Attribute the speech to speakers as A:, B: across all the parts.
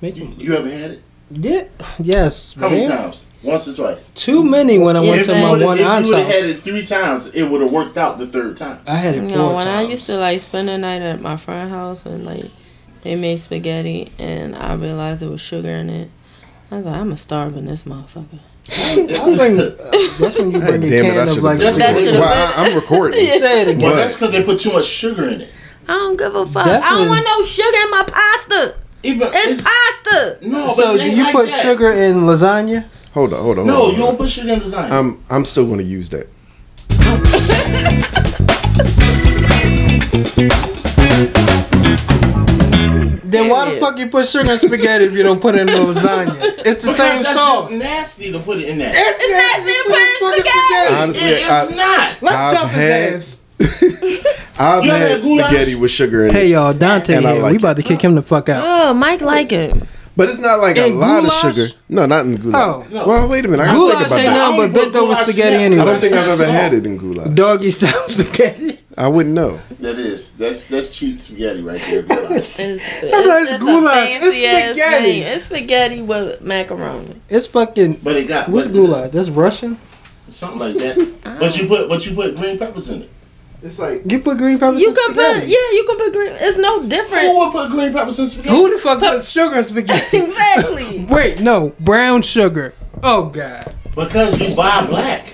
A: Make
B: You,
A: them.
B: you ever had it?
A: Did yes,
B: How many
A: man.
B: times? Once or twice.
A: Too many when I went
B: If
A: to
B: you
A: my
B: would
A: one aunt's
B: have had
A: house.
B: it three times, it would have worked out the third time.
A: I had it
C: No,
A: four
C: when I
A: times.
C: used to like spend the night at my friend's house and like they made spaghetti and I realized it was sugar in it. I was like, I'm a starving this motherfucker.
A: I bring, that's when you bring a
D: Damn it, I
A: can of
D: should
A: like.
B: That's
D: have been.
B: that
A: spaghetti.
B: should've
D: Well, I, I'm recording.
A: Say it
B: Well,
A: again.
B: that's because they put too much sugar in it.
C: I don't give a fuck.
A: That's
C: I don't
A: when-
C: want no sugar in my pasta.
B: Even
C: It's pasta.
B: no, but
A: So
B: it
A: do
B: ain't
A: you
B: like
A: put
B: that.
A: sugar in lasagna?
D: Hold on, hold on.
B: No,
D: hold on.
B: you don't put sugar in design.
A: Um,
D: I'm I'm still going to use that.
A: Then why the
C: Period.
A: fuck you put sugar in spaghetti if you don't put it in the lasagna? It's the
B: because
A: same
B: that's
A: sauce.
B: Just nasty to put it in that.
A: It's nasty
C: to
A: fucking
C: put in spaghetti.
B: It is
D: Honestly, I,
B: not.
A: Let's
D: I've
A: jump
D: had-
A: his ass.
D: I've
B: You ever
D: had
B: had goulash?
D: spaghetti with sugar in
A: Hey
D: it,
A: y'all, Dante
D: And I
A: here.
D: like
A: we about to kick him the fuck out.
C: Oh, Mike like it.
D: but it's not like a
A: In
D: lot
A: goulash?
D: of sugar. No, not in goulash.
B: Oh.
D: Well, wait a minute. I gotta
A: Goulash
D: think about
A: ain't
D: that.
A: nothing
B: I only
A: but
B: put
A: bent over
B: goulash in
A: spaghetti
B: that.
A: anyway.
D: I don't think I've ever
B: That's
D: had
B: all.
D: it in goulash.
A: Doggy style spaghetti.
D: I wouldn't know.
B: That is. That's that's cheap spaghetti right there. goulash.
C: It's, it's,
A: thought it's
C: it's
A: goulash.
C: a fancy
A: It's
C: it's
A: spaghetti.
C: spaghetti. Name. It's spaghetti with macaroni.
A: It's fucking.
B: but it got
A: What's
B: but-
A: goulash? That's Russian.
B: Something like that. but
A: Oh.
B: you put but you put green peppers in it.
D: It's like
A: You put green peppers.
C: You
A: in
C: can put, yeah,
A: spaghetti?
C: you can put green. It's no
B: Who
C: different.
B: would put green peppers in spaghetti?
A: Who the fuck puts sugar in spaghetti?
C: exactly.
A: Wait, no, brown sugar. Oh god.
B: Because you buy black.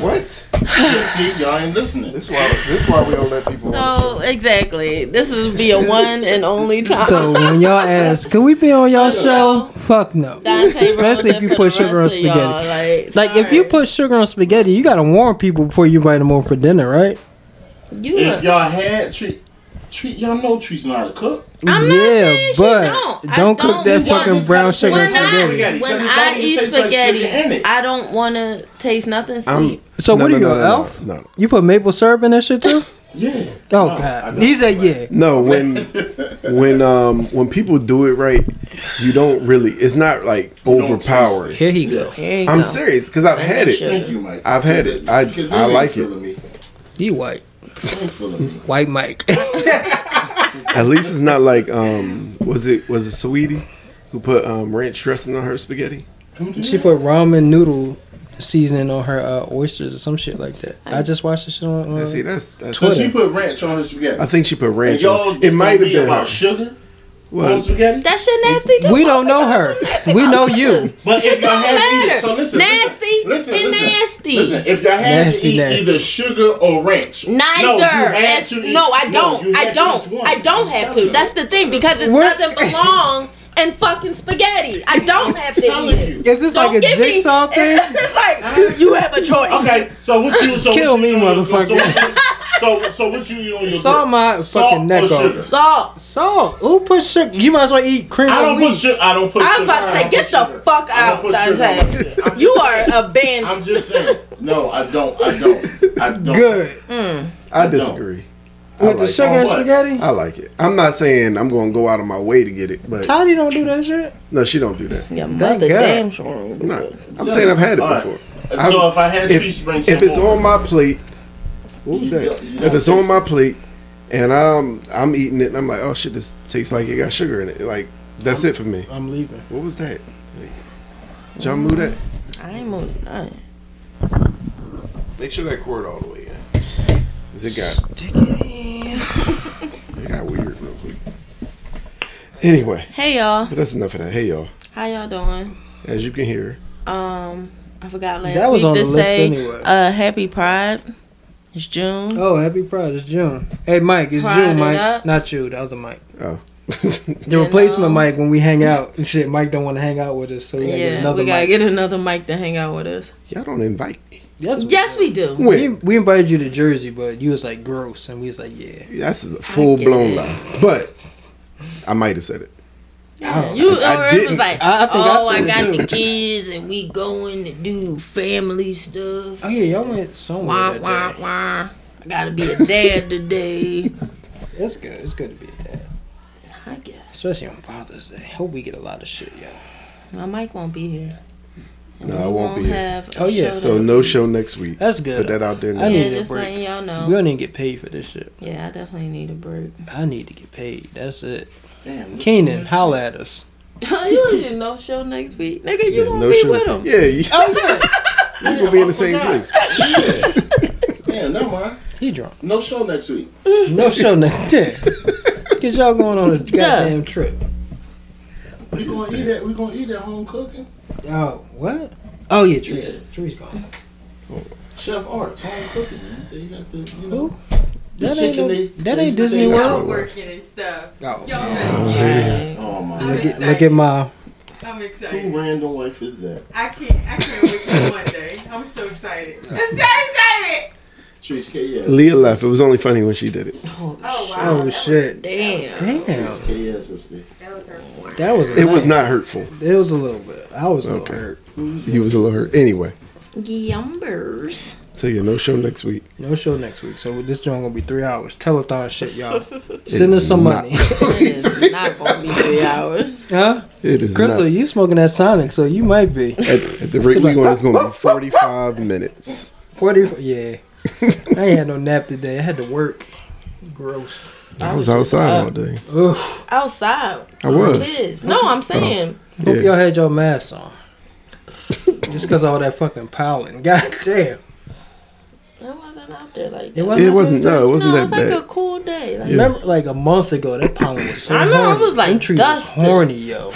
D: what?
B: See, y'all ain't listening.
D: This why this why we don't let people.
C: So exactly, this is be a one and only time.
A: So when y'all ask, can we be on y'all show? Fuck no. Especially if you put sugar on spaghetti.
C: Like,
A: Like if you put sugar on spaghetti, you gotta warn people before you invite them over for dinner, right?
C: you
B: If y'all had treat treat y'all know treats know how to cook.
C: I'm not saying she
A: but
C: don't. I
A: cook
C: don't.
A: that
B: Y'all
A: fucking
B: just
A: brown
B: gotta
A: sugar
B: put
A: in
C: when
B: sugar in
A: spaghetti.
C: I,
B: spaghetti,
C: when
B: 'cause it
C: I
B: don't even
C: eat
B: taste like
C: spaghetti,
B: sugar in it.
C: I don't want to taste nothing
D: I'm
C: sweet.
A: So what are you, an elf?
D: No, no,
A: You put maple syrup in that shit too?
B: Yeah.
A: Oh
B: No, I
A: god.
B: know.
A: He said yeah.
D: No, when when um when people do it right, you don't really. It's not like
B: don't taste
D: overpowering.
A: Here he go.
C: Here you
D: I'm
C: go.
D: serious because I've had it.
C: Sure.
B: Thank you, Mike.
D: I've had it. I-
B: 'Cause you
D: I
B: ain't
D: like it.
B: feeling Me.
A: He white.
B: You ain't feeling me.
A: White Mike.
D: At least it's not like um was it was it Sweetie who put um ranch dressing on her spaghetti?
A: she put ramen noodle seasoning on her uh, oysters or some shit like that. I just watched this shit on.
D: Yeah,
A: Uh,
D: See, that's that's.
B: So
A: Twitter.
B: she put ranch on her spaghetti.
D: I think she put
B: and
D: ranch.
B: y'all
D: on. It might have
B: be
D: been
B: about
D: her.
B: sugar on
D: Well,
B: spaghetti.
C: That shit nasty too.
A: we don't know her. We know you.
B: But if y'all had to eat it, so
C: matter.
B: listen,
C: Nasty
B: listen, listen,
C: and
B: listen,
C: nasty.
B: Listen, if y'all had
A: Nasty,
B: to eat
A: nasty.
B: either sugar or ranch,
C: Neither.
B: No, you had
C: That's-
B: to eat,
C: no, I
B: you
C: don't.
B: had
C: I
B: to eat
C: don't.
B: one.
C: I don't have to. That's the thing because it
A: What?
C: doesn't belong in fucking spaghetti. I don't have to
B: telling
C: eat it.
B: you.
A: Is this
C: Don't
A: like a
C: give me-
A: jigsaw thing?
C: It's like you have a choice.
B: Okay, so what you so
A: Kill
B: what you
A: me,
B: eat on your-
A: motherfucker.
B: So, so, so what you eat on your
A: Saw
B: grits?
A: my
B: Salt
A: fucking neck
B: or
A: off.
B: sugar?
C: Salt.
A: Salt. Who put sugar? You might as well eat cream.
B: I
A: of
B: don't
A: wheat.
B: put sugar. I don't put
C: I was
B: sugar.
C: about to say,
B: don't
C: get
B: put
C: the
B: sugar.
C: fuck
B: I
C: out,
B: don't put sugar on my
C: Dante.
B: shit. I'm
C: You are a
B: I'm
C: bandit.
B: just saying. No, I don't. I don't. I don't.
A: Good.
D: I
B: don't.
D: disagree. I
A: With the
D: like it.
A: sugar and
B: On what?
A: spaghetti?
D: I like it. I'm not saying I'm going to go out of my way to get it, but
A: Toddy don't do that shit.
D: no, she don't do that.
C: Your mother
A: God.
C: damn sure.
D: I'm not. I'm saying I've had it
B: All right.
D: before.
B: And
D: I-
B: so if I had
D: if,
B: cheese rings,
D: if it's on my plate, what was
B: You
D: that?
B: don't- you
D: If
B: don't
D: it's on
B: taste
D: my
B: it.
D: plate, and I'm I'm eating it, and I'm like, oh shit, this tastes like it got sugar in it. Like that's it for me.
A: I'm leaving.
D: What was that? Like, did y'all move that?
C: I ain't moving none.
D: Make sure that cord all the way in. Cause it got it got weird real quick. Anyway,
C: Hey y'all,
D: but that's enough of that. Hey y'all,
C: how y'all doing?
D: as you can hear,
C: Um, I forgot last
A: That was
C: week
A: on
C: to
A: the list
C: say
A: anyway.
C: uh happy Pride. It's June.
A: Oh, happy Pride. It's June. Hey, Mike. It's
C: Pride
A: June,
C: it
A: Mike.
C: up.
A: Not you, the other Mike.
D: oh,
A: The
C: You
A: replacement
C: know.
A: Mike when we hang out and shit. Mike don't want to hang out with us, so we gotta get
C: Yeah,
A: another
C: we gotta
A: Mike.
C: get another mic to hang out with us.
D: y'all don't invite me.
A: yes,
C: Yes, we do.
A: We,
D: When
A: we invited you to Jersey, but you was like gross, and we was like, yeah.
D: that's a full blown lie, but I might have said it.
A: I don't know.
C: You
D: I- I
C: already was
D: didn't.
C: like,
A: I- I think I
C: oh, I,
A: said
C: got
A: it
C: the kids and we going to do family stuff.
A: Oh yeah, y'all went somewhere.
C: Wah
A: that
C: wah
A: day.
C: wah. I gotta be a dad today.
A: It's good. It's good to be a dad,
C: I guess
A: especially on Father's Day. Hope we get a lot of shit, y'all.
C: my mic won't be here.
D: No, I won't be here.
C: Have
A: Oh, yeah,
D: So no show next week.
A: That's good.
D: Put that out there now.
A: I need
C: Yeah,
A: a
C: just
A: break.
C: letting y'all
A: We
C: know.
A: don't even get paid for this shit.
C: Yeah, I definitely need a break.
A: I need to get paid. That's it.
B: Damn,
A: Keenan, holla at us.
C: you ain't no show next week, nigga. You
D: Yeah,
C: gonna
D: no
C: be
D: sugar.
C: with Oh, him?
D: Yeah, you,
B: Yeah,
D: you gonna be in the
B: I
D: same
B: forgot.
D: place.
B: Yeah, never mind.
A: He drunk.
B: No show next week.
A: No show next. Yeah. Cause y'all going on a goddamn trip.
B: We gonna eat that. We gonna eat that home cooking.
A: Oh, what? Oh yeah,
B: Yeah.
A: Trees. Trees gone.
B: Chef Arts home cooking. Man. They got the you know
A: Who?
B: the
A: That ain't
B: chicken.
A: no-
B: they,
A: that
B: they-
A: ain't
B: they-
A: Disney
D: That's
A: World.
D: what it was.
E: working and stuff.
A: Oh.
E: Y'all
C: Right.
B: Oh my!
E: Look
A: Look at look at my
E: I'm
B: Who
E: excited.
B: random wife is that?
E: I can't. I can't wait till Monday. I'm so excited. I'm so excited.
B: Trees KS.
D: Leah left. It was only funny when she did it.
C: Oh,
E: Oh
C: shit.
E: wow.
A: Oh, shit.
C: Damn.
A: damn.
B: Trees KS upstairs.
E: That was her.
A: That was a
D: It was
A: nice-
D: not hurtful.
A: It was a little bit. I was a little
D: Okay.
A: hurt.
D: He was a little hurt. Anyway,
C: Yumbers.
D: so yeah, no show next week.
A: No show next week, so this joint gonna be three hours. Telethon shit, y'all.
D: It
A: Send us
D: is
A: some
D: not-
A: money,
C: It is not gonna be three hours.
A: huh?
D: It is
A: Crystal,
D: not.
A: you smoking that Sonic, so you might be
D: At, at the rate we going, it's gonna be forty-five minutes.
A: forty. Yeah, I ain't had no nap today. I had to work. Gross.
D: I was outside all day.
A: Ugh.
C: Outside.
D: I
A: Oh,
C: with
D: was.
C: Kids. No, I'm saying.
A: Hope
D: Yeah.
A: y'all had your masks on. Just cause all that fucking piling. God damn.
C: It wasn't out there like that.
A: It wasn't.
D: It wasn't. No, it wasn't
C: no,
D: that
C: it was
D: bad.
C: like a cool day. Like,
D: Yeah.
A: Remember, like a month ago, that pollen was so
C: I know, I
A: horny.
C: was, like,
A: Them trees
C: dusted.
A: was horny, yo.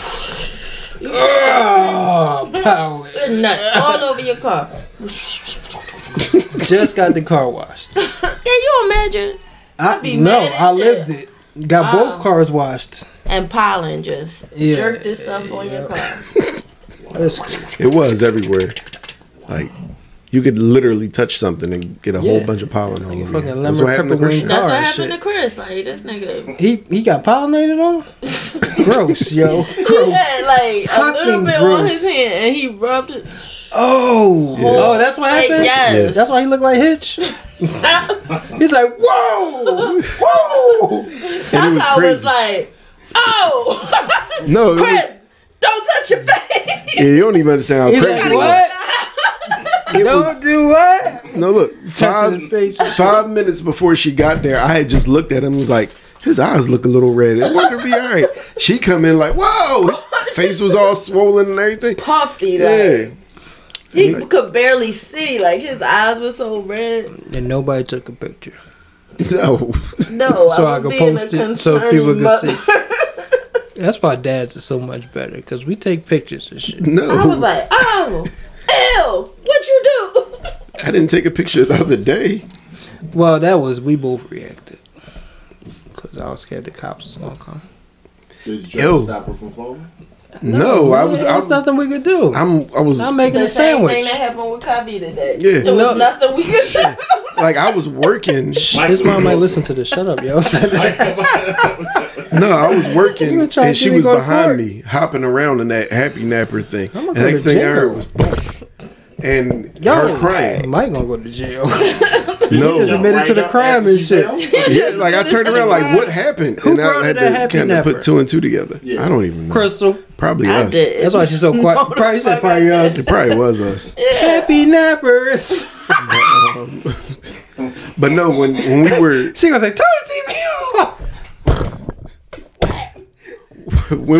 A: oh, pollen.
C: Good nut all over your car.
A: Just got the car washed.
C: Can you imagine?
A: I
C: I'd be
A: no,
C: mad as
A: I
C: shit.
A: lived it. Got
C: Wow.
A: both cars washed.
C: And pollen just
A: Yeah.
C: jerked itself on your car.
A: That's-
D: It was everywhere. Like you could literally touch something and get a whole
A: Yeah.
D: bunch of pollen all over.
A: Fucking
D: you.
A: lemon pepper wing
D: Christian.
C: That's
A: Car
C: what
A: and
C: happened
A: shit.
C: to Chris. Like this nigga.
A: he he got pollinated on. Gross, yo.
C: He
A: Gross.
C: had like a little
A: Fucking
C: bit on
A: gross.
C: his hand and he rubbed it.
A: Oh, oh, that's what
C: Like,
A: happened.
C: yes.
A: that's why he looked like Hitch. He's like, whoa, whoa.
C: I
D: was
C: was,
D: crazy.
C: like, oh,
D: No, it was,
C: Chris, don't touch your face.
D: yeah, you don't even understand how
A: He's
D: crazy.
A: like,
D: it was.
A: what? Don't do what?
D: No, look,
A: Touching
D: five
A: his face.
D: five minutes before she got there, I had just looked at him. and Was like, his eyes look a little red. I wonder if he all right. She come in like, whoa, his face was all swollen and everything.
C: Puffy, like
D: Yeah,
C: he could barely see. Like his eyes were so red.
A: And nobody took a picture.
D: no,
C: No,
A: So
C: I
A: I
C: was
A: could
C: being
A: post
C: a
A: it so
C: concerning
A: people could
C: mother.
A: see. That's why dads are so much better because we take pictures and shit.
D: no.
C: I was like, oh, ew, what you do?
D: I didn't take a picture the other day.
A: Well, that was we both reacted because I was scared the cops was gonna come.
B: Did you try to
D: Ew.
B: stop her from falling?
D: No, Oh, I was.
A: There's
D: I,
A: nothing we could do. I'm,
D: I'm. I was.
A: making
C: The
A: a
C: same thing
A: sandwich.
C: that happened with Cubby today.
D: Yeah.
C: There
A: No.
C: was nothing we could do.
D: like I was working.
A: His mom might listen to this. Shut up, yo.
D: No, I was
A: You
D: working
A: were trying
D: and
A: to
D: she
A: get me
D: was
A: go to
D: behind
A: court.
D: me, hopping around in that happy napper thing.
A: I'ma
D: And
A: go
D: next
A: to
D: thing I
A: jail.
D: heard was boom. And
A: Yo,
D: her crying.
A: Mike gonna go to jail.
D: No.
A: just admitted to the crime and shit.
D: yeah, like I turned around like what happened?
A: Who
D: and
A: brought
D: I
A: her
D: had
A: that
D: to
A: happy
D: kind of
A: napper?
D: put two and two together.
B: Yeah.
D: I don't even know.
A: Crystal.
D: Probably
C: I
D: us.
C: did.
A: That's why she's so quiet. Probably said probably us.
D: It probably was us.
A: Happy nappers.
D: But no, when when we were
A: She gonna say, turn the TV off.
D: when we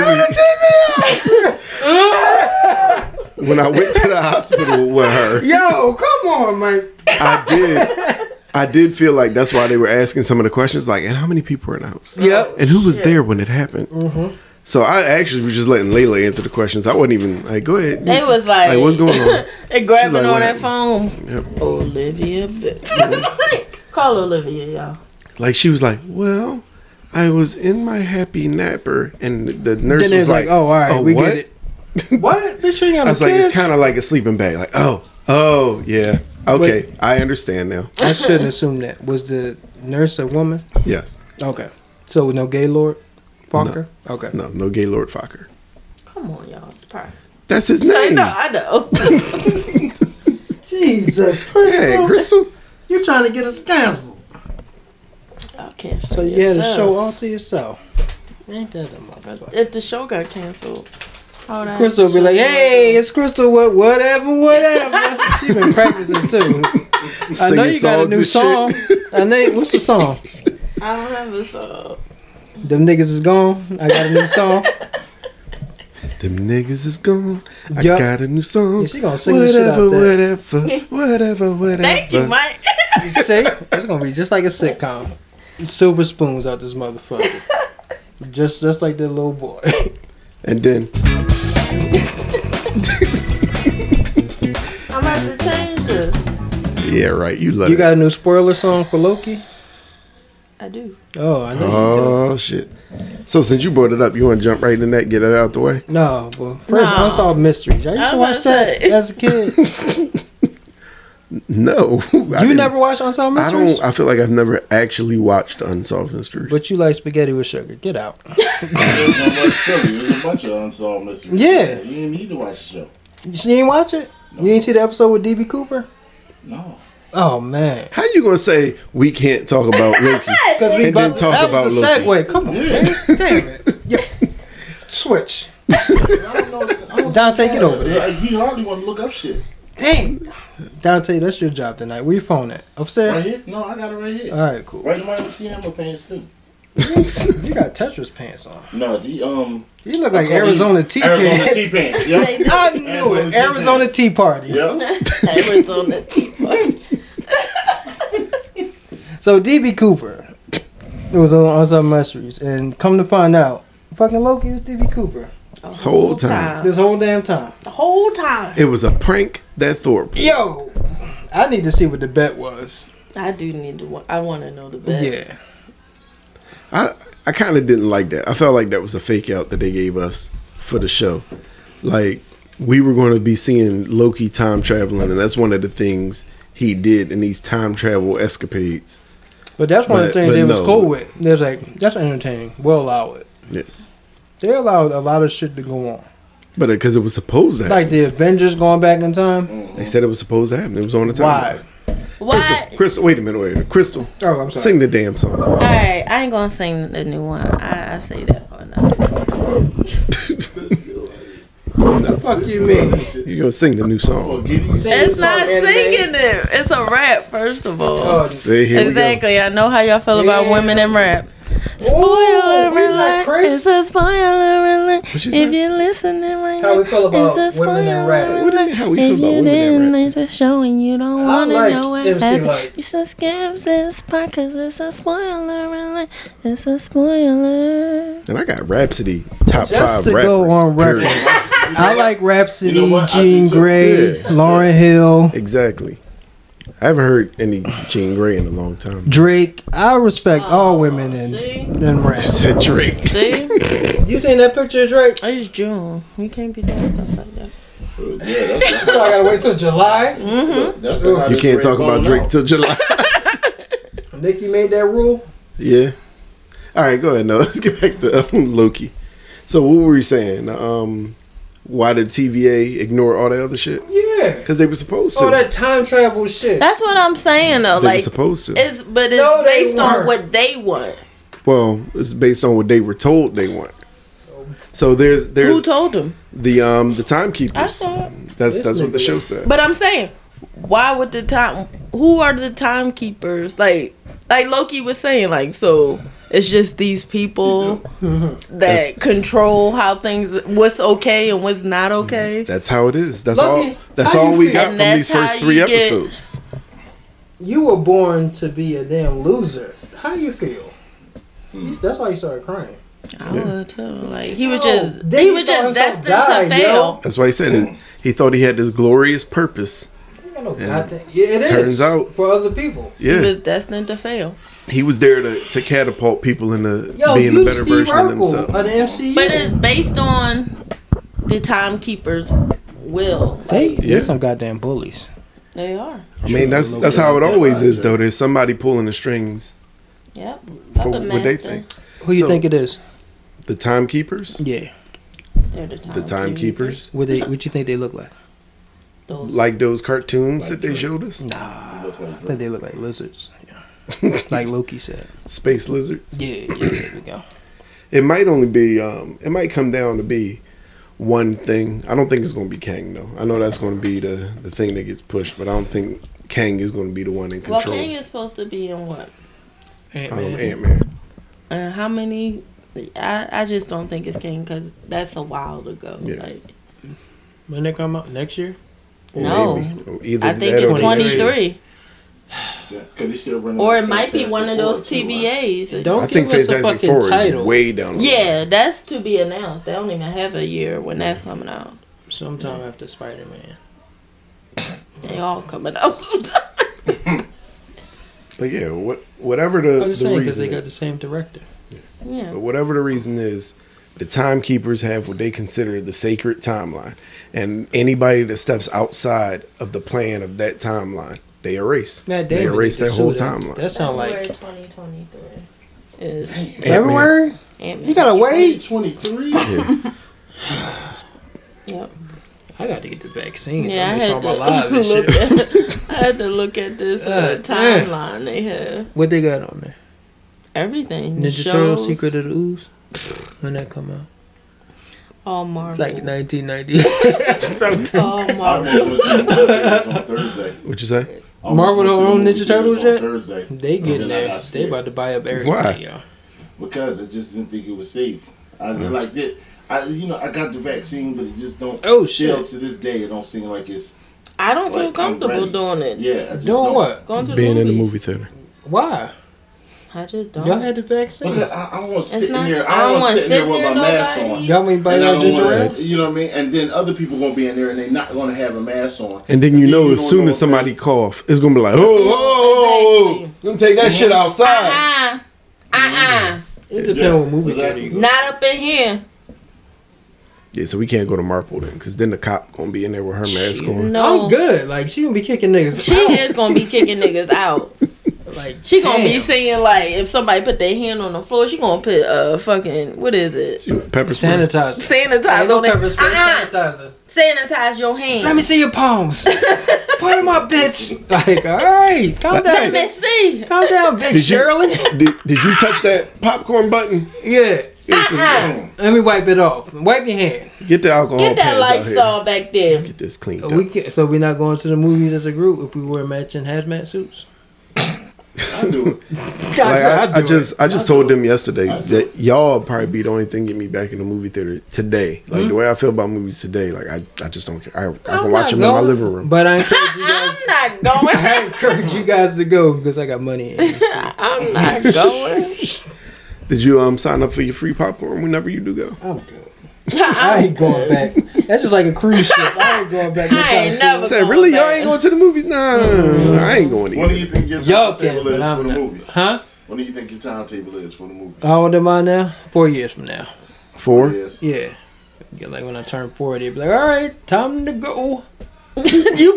D: when I went to the hospital with her,
A: Yo, come on, Mike.
D: I did. I did feel like that's why they were asking some of the questions, like, and how many people were in the house?
A: Yep.
D: And who was there when it happened?
A: Mm-hmm.
D: So I actually was just letting Layla answer the questions. I wasn't even like, go ahead.
C: They was like,
D: Like, what's going on?
C: they grabbing
D: She's like,
C: on
D: what
C: that phone.
D: Yep.
C: Olivia, bitch. call Olivia, y'all.
D: Like she was like, well, I was in my happy napper, and the nurse
A: Then
D: was
A: it's like,
D: like,
A: oh, all right, we
D: what?"
A: get it. what? Bitch, you ain't got
D: I
A: no
D: was like, it's
A: kids.
D: kind of like a sleeping bag. Like, oh, oh, yeah, okay, I understand now.
A: I shouldn't assume that. Was the nurse a woman?
D: Yes,
A: Okay. So no Gaylord Parker? Okay.
D: no, no, gay Lord Fokker.
C: Come on, y'all. It's probably.
D: That's his
C: I
D: name.
C: know, I know.
A: Jesus.
D: Hey, Crystal.
A: you trying to get us canceled.
C: Y'all canceled.
A: So you had a show all
C: yourselves.
A: to yourself. Ain't that a motherfucker.
C: If the show got canceled, how would
A: Crystal
C: I
A: be like, hey, it's Crystal, what, whatever, whatever. she been practicing too. I know
D: Singing
A: you got a new
D: songs and shit.
A: song. I know, what's the song?
C: I don't have a song.
A: Them niggas is gone. I got a new song.
D: Them niggas is gone. I
A: Yup.
D: got a new song.
A: Yeah, she gonna sing the shit out
D: whatever, whatever, whatever, whatever.
C: Thank you, Mike.
A: See, it's gonna be just like a sitcom. Silver spoons out this motherfucker. just, just like that little boy.
D: And then
C: I'm about to change this.
D: yeah, right. You love
A: you
D: it.
A: got a new spoiler song for Loki?
C: I do.
A: Oh, I know. you
D: Oh shit! So since you brought it up, you want to jump right in that, get it out the way.
A: do. No, well, first
C: No.
A: unsolved mysteries. I used
C: I
A: to
C: was
A: watch
C: about
A: that
C: to say.
A: as a kid.
D: No, I
A: you
D: didn't-
A: never watched unsolved
D: I
A: mysteries.
D: don't. I feel like I've never actually watched Unsolved Mysteries.
A: But you like spaghetti with sugar. Get out.
B: There's no much trivia. There's a bunch of unsolved mysteries.
A: Yeah.
B: You didn't need to watch the show.
A: You ain't watch it? You ain't see the episode with DB Cooper?
B: No.
A: Oh man.
D: How you gonna say we can't talk about Loki?
A: Because we
D: And then
A: both
D: talk
A: that
D: about
A: was a
D: Loki.
A: segue. Come on, man. Damn it. Yeah. Switch.
B: I don't know. I don't
A: Dante, get over
B: Yeah, he hardly want to look up shit.
A: Dang. Dante, that's your job tonight. Where your phone at?
B: Right
A: Upstairs?
B: here? No, I got it right here.
A: All right, cool.
B: Right in my Hammer pants too.
A: You got Tetra's pants on.
B: No, the um
A: You look like
B: I call these
A: Arizona tea
B: Arizona
A: pants.
B: tea pants. Yep.
A: I knew it.
B: Arizona tea
A: Arizona
B: pants.
A: Tea Party.
B: yep.
C: Arizona T-Party.
A: So DB Cooper it was on Unsolved Mysteries, and come to find out, fucking Loki was DB Cooper
C: This
D: whole time.
A: this whole damn time.
C: The whole time.
D: It was a prank that Thor.
A: Yo, I need to see what the bet was.
C: I do need to. wa- I want to know the bet.
A: Yeah,
D: I I kind of didn't like that. I felt like that was a fake out that they gave us for the show. Like we were going to be seeing Loki time traveling, and that's one of the things he did in these time travel escapades.
A: but that's one of the
D: But-
A: things
D: but
A: they
D: no.
A: was cool with. They're like, that's entertaining. We'll allow it.
D: Yeah.
A: They allowed a lot of shit to go on,
D: But because it was supposed to happen,
A: like the Avengers going back in time.
D: they said it was supposed to happen. It was on the
A: Why?
D: timeline.
C: What?
D: Crystal, Crystal, wait a minute, wait a minute. Crystal,
A: Oh, I'm sorry.
D: sing the damn song.
C: All right, I ain't gonna sing the new one. I, I say that for another.
A: Fuck you, mean?
D: You gonna sing the new
B: Oh,
D: song?
B: get these
C: It's not
A: anime.
C: singing it. It's a rap, first of all.
A: Oh,
D: See here
C: Exactly. I know how y'all feel about
A: Yeah.
C: women in rap.
A: Ooh,
C: Spoiler
A: we not
C: alert! It's
A: crazy.
C: a spoiler alert!
D: she
C: If
D: say?
C: you're listening right
A: How
C: now,
A: we feel about
C: it's a spoiler
A: women in rap.
D: What
C: alert!
D: do you mean how we feel
C: If
D: about
C: you
D: women in
C: didn't
D: rap?
C: leave the show and you don't
A: I
C: want to
A: like
C: know what
A: MC
C: happened,
A: Lyte.
C: you should skip this part because it's a spoiler alert! It's a spoiler.
D: And I got Rhapsody top
A: Just
D: five
A: to
D: rappers.
A: go on record.
D: period.
A: I like Rhapsody,
B: You know what? I
A: Jean
B: do too.
A: Grey,
D: Yeah.
A: Lauren Hill,
D: Exactly. I haven't heard any Jean Grey in a long time.
A: Drake. I respect all women in
C: see?
A: in rap.
D: Said Drake.
C: See?
A: You seen that picture of Drake?
C: It's June. You can't be doing stuff like that.
B: Yeah, that's, that's,
A: So Oh, I gotta wait till July.
C: Mm-hmm.
B: that's, that's how
D: You
B: this
D: can't
B: red
D: talk about
B: bone
D: Drake
B: out.
D: till July.
A: Nicki made that rule.
D: yeah. All right, go ahead. Now let's get back to um, Loki. So what were we saying? Um, why did TVA ignore all the other shit?
A: Yeah.
D: Because they were supposed to.
A: All that time travel shit.
C: That's what I'm saying though.
D: they were
C: like,
D: supposed to.
C: it's but it's
A: No, they
C: based
A: weren't.
C: on what they want.
D: well, it's based on what they were told they want. So there's
C: Who
D: there's
C: told them?
D: the um the
C: I
D: timekeepers.
C: saw. it.
D: That's
A: This
D: that's what the
A: nigga.
D: show said.
C: But I'm saying, why would the time? Who are the timekeepers? Like, like Loki was saying, like, so it's just these people that
D: That's-
C: control how things, what's okay and what's not
D: Mm-hmm.
C: okay.
D: That's how it is. That's
A: Loki,
D: all. That's
A: how you
D: all we
A: feel?
D: got
C: And
D: from
C: that's
D: these
C: how
D: first three
C: you get-
D: episodes.
A: You were born to be a damn loser. How you feel?
D: Hmm.
A: You- That's why you started crying.
C: I would too. Like he was
A: No,
C: just,
A: then
C: he
A: he
C: was
A: saw
C: just
A: himself
C: destined
A: die,
C: to fail.
D: That's why he said it. He thought he had this glorious purpose.
A: You ain't got no goddamn. Yeah, it is.
D: turns out-
A: for other people.
D: Yeah,
C: He was destined to fail.
D: he was there to, to catapult people into
A: Yo,
D: being
A: you
D: a better
A: Steve
D: version
A: Urkel
D: of themselves.
A: of the MCU.
C: But it's based on the timekeepers' will.
A: they
C: Like,
D: Yeah.
A: they're some goddamn bullies.
C: they are.
D: I mean, that's that's how it always is, though. There's somebody pulling the strings
C: Yep.
D: for
C: Puppet
D: what they
C: master.
D: think.
A: Who you
D: So-
A: think it is?
D: The timekeepers,
A: Yeah.
C: They're the,
D: the timekeepers,
A: What they? What you think they look like?
C: Those
D: like those cartoons that they showed us,
A: Nah,
B: Look like
A: I
B: Drake.
A: think they look like lizards. like Loki said.
D: space lizards.
A: Yeah, yeah, there we go.
D: It might only be, um, it might come down to be one thing. I don't think it's going to be Kang though. I know that's going to be the the thing that gets pushed, but I don't think Kang is going to be the one in
C: Well,
D: control. Oh,
C: Kang is supposed to be in what?
D: um, Ant Man.
C: And how many I, I just don't think it's King because that's a while ago.
D: Yeah.
C: Like,
A: When they come out next year?
C: No.
D: Or either
C: I think
D: that or
C: it's
D: the-
A: 23.
C: 23,
B: Cause they still running
C: or
B: the
C: it might be
B: Fantastic
C: one of
B: Four,
C: those
B: too, right?
C: TBAs.
A: Don't
D: I think
A: give us a
D: Fantastic
A: fucking
D: Four is
A: title.
D: way down. the line.
C: Yeah, that's to be announced. They don't even have a year when that's coming out.
A: Sometime after Spider Man.
C: They all coming out sometime.
D: But yeah, what whatever the,
A: I'm just
D: the
A: saying because
D: reason
A: they got the
D: is,
A: same director.
C: Yeah.
D: but whatever the reason is, the timekeepers have what they consider the sacred timeline, and anybody that steps outside of the plan of that timeline, they erase.
A: Matt
D: they
A: Damon.
D: erase
A: need to
D: that whole
A: sue them.
D: timeline.
A: That sound
C: February
A: like
C: 2023 is
D: Ant-Man.
A: February.
C: Ant-Man.
A: You gotta wait.
B: 23.
C: Yep.
A: I got to get the vaccine.
C: Yeah, I
A: I'm
C: had,
A: on my
C: to
A: live and
C: look
A: shit.
C: at, I had to look at this uh,
A: God damn.
C: timeline they have.
A: What they got on there?
C: Everything.
A: Ninja
C: shows,
A: Turtles: Secret of the Ooze. When that come out?
C: All Marvel.
A: Like 1990.
B: Oh,
C: all
B: I
C: Marvel.
B: almost went to the on Thursday.
D: What you say?
B: I almost
A: Marvel
B: went to
A: don't
B: the
A: own
B: movie
A: Ninja
B: theaters
A: Turtles
B: on
A: yet?
B: Thursday.
A: They
B: And
A: getting
B: then I
A: there.
B: got
A: They
B: scared
A: about to buy up everything,
D: Why?
A: y'all.
B: because I just didn't think it was safe. I like that. I you know I got the vaccine, but it just don't.
A: Oh,
B: still
A: shit.
B: to this day, it don't seem like it's.
C: I don't feel
B: Like, I'm
C: comfortable
B: ready.
C: doing it.
B: Yeah, I just
A: Doing
B: don't.
A: what?
C: Going to
D: Being
C: the
D: in the
C: movies.
D: movie theater.
A: Why?
C: I just don't.
A: Y'all had the
B: Because
A: vaccine.
B: I, I don't want to sit in
C: not-
B: here. I
C: I
B: don't
C: don't
B: want
C: wanna
B: to sit in here
C: sit
B: with my
C: near
B: mask
C: nobody.
B: on.
C: Yeah,
A: Y'all mean buy
B: And I
A: y'all
B: don't
A: ginger
B: wanna,
A: ale?
B: you know what I mean? And then other people gonna be in there and they're not gonna have a mask on.
D: And then you know, as
B: don't
D: soon
B: know
D: as
B: if
D: somebody cough, it's gonna be like, oh, oh, oh, oh, gonna take that shit outside.
C: Uh-uh. Uh-uh.
A: It depends
B: Yeah,
A: on movie theater
B: exactly.
D: Mm.
A: you go.
C: Not up in here.
D: Yeah, so we can't go to Marple then, because then the cop gonna be in there with her mask on.
C: No.
A: I'm good. Like she gonna be kicking niggas.
C: She is gonna be kicking niggas out.
A: Like
C: She gonna be
A: damn.
C: saying like if somebody put their hand on the floor, she gonna put uh fucking what is it?
D: She- Pepper spray.
A: sanitizer.
C: Sanitize
A: Hello,
C: on it.
A: pepper spray
C: Uh-uh.
A: sanitizer.
C: Sanitize your hand.
A: Let me see your palms. Part of my bitch. Like, all right, calm
C: Let me
A: down.
C: see.
A: Calm down, bitch
D: you-
A: Shirley.
D: Did, did you touch that popcorn button?
A: Yeah,
C: Uh-uh.
A: let me wipe it off. Wipe your hand.
D: Get the alcohol
C: Get that
D: pads out here.
C: Lysol back there.
D: Get this cleaned
A: We
D: up.
A: can, so we're not going to the movies as a group if we wear matching hazmat suits.
B: I do it.
D: Like, I, I
A: do
D: just
A: it.
D: I just told them yesterday that y'all probably be the only thing get me back in the movie theater today. Like
A: Hmm?
D: the way I feel about movies today, like I, I just don't care. I, I
A: I'm
D: can watch
A: not
D: them in my
A: going,
D: living room.
A: But I encourage you
C: I'm
A: guys.
C: not
A: I
C: going.
A: encourage you guys to go because I got money. In. it.
C: I'm not going.
D: Did you um sign up for your free popcorn whenever you do go?
A: I'm good. I
C: I
A: ain't going back. That's just like a cruise ship. I ain't going back. This
C: I
A: kind
C: ain't
A: of
C: never-
A: shit.
D: Say really, y'all ain't going to the movies? Nah, I ain't going
B: When do
D: either.
B: you think your
A: Y'all
B: timetable
A: can, but
B: is for
A: I'm
B: the
A: not.
B: movies?
A: Huh?
B: When do you think your timetable is for the movies?
A: How old am I now? Four years from now.
D: Four.
B: Yes.
A: Yeah. Get like when I turn 40, be like, all right, time to go.
C: you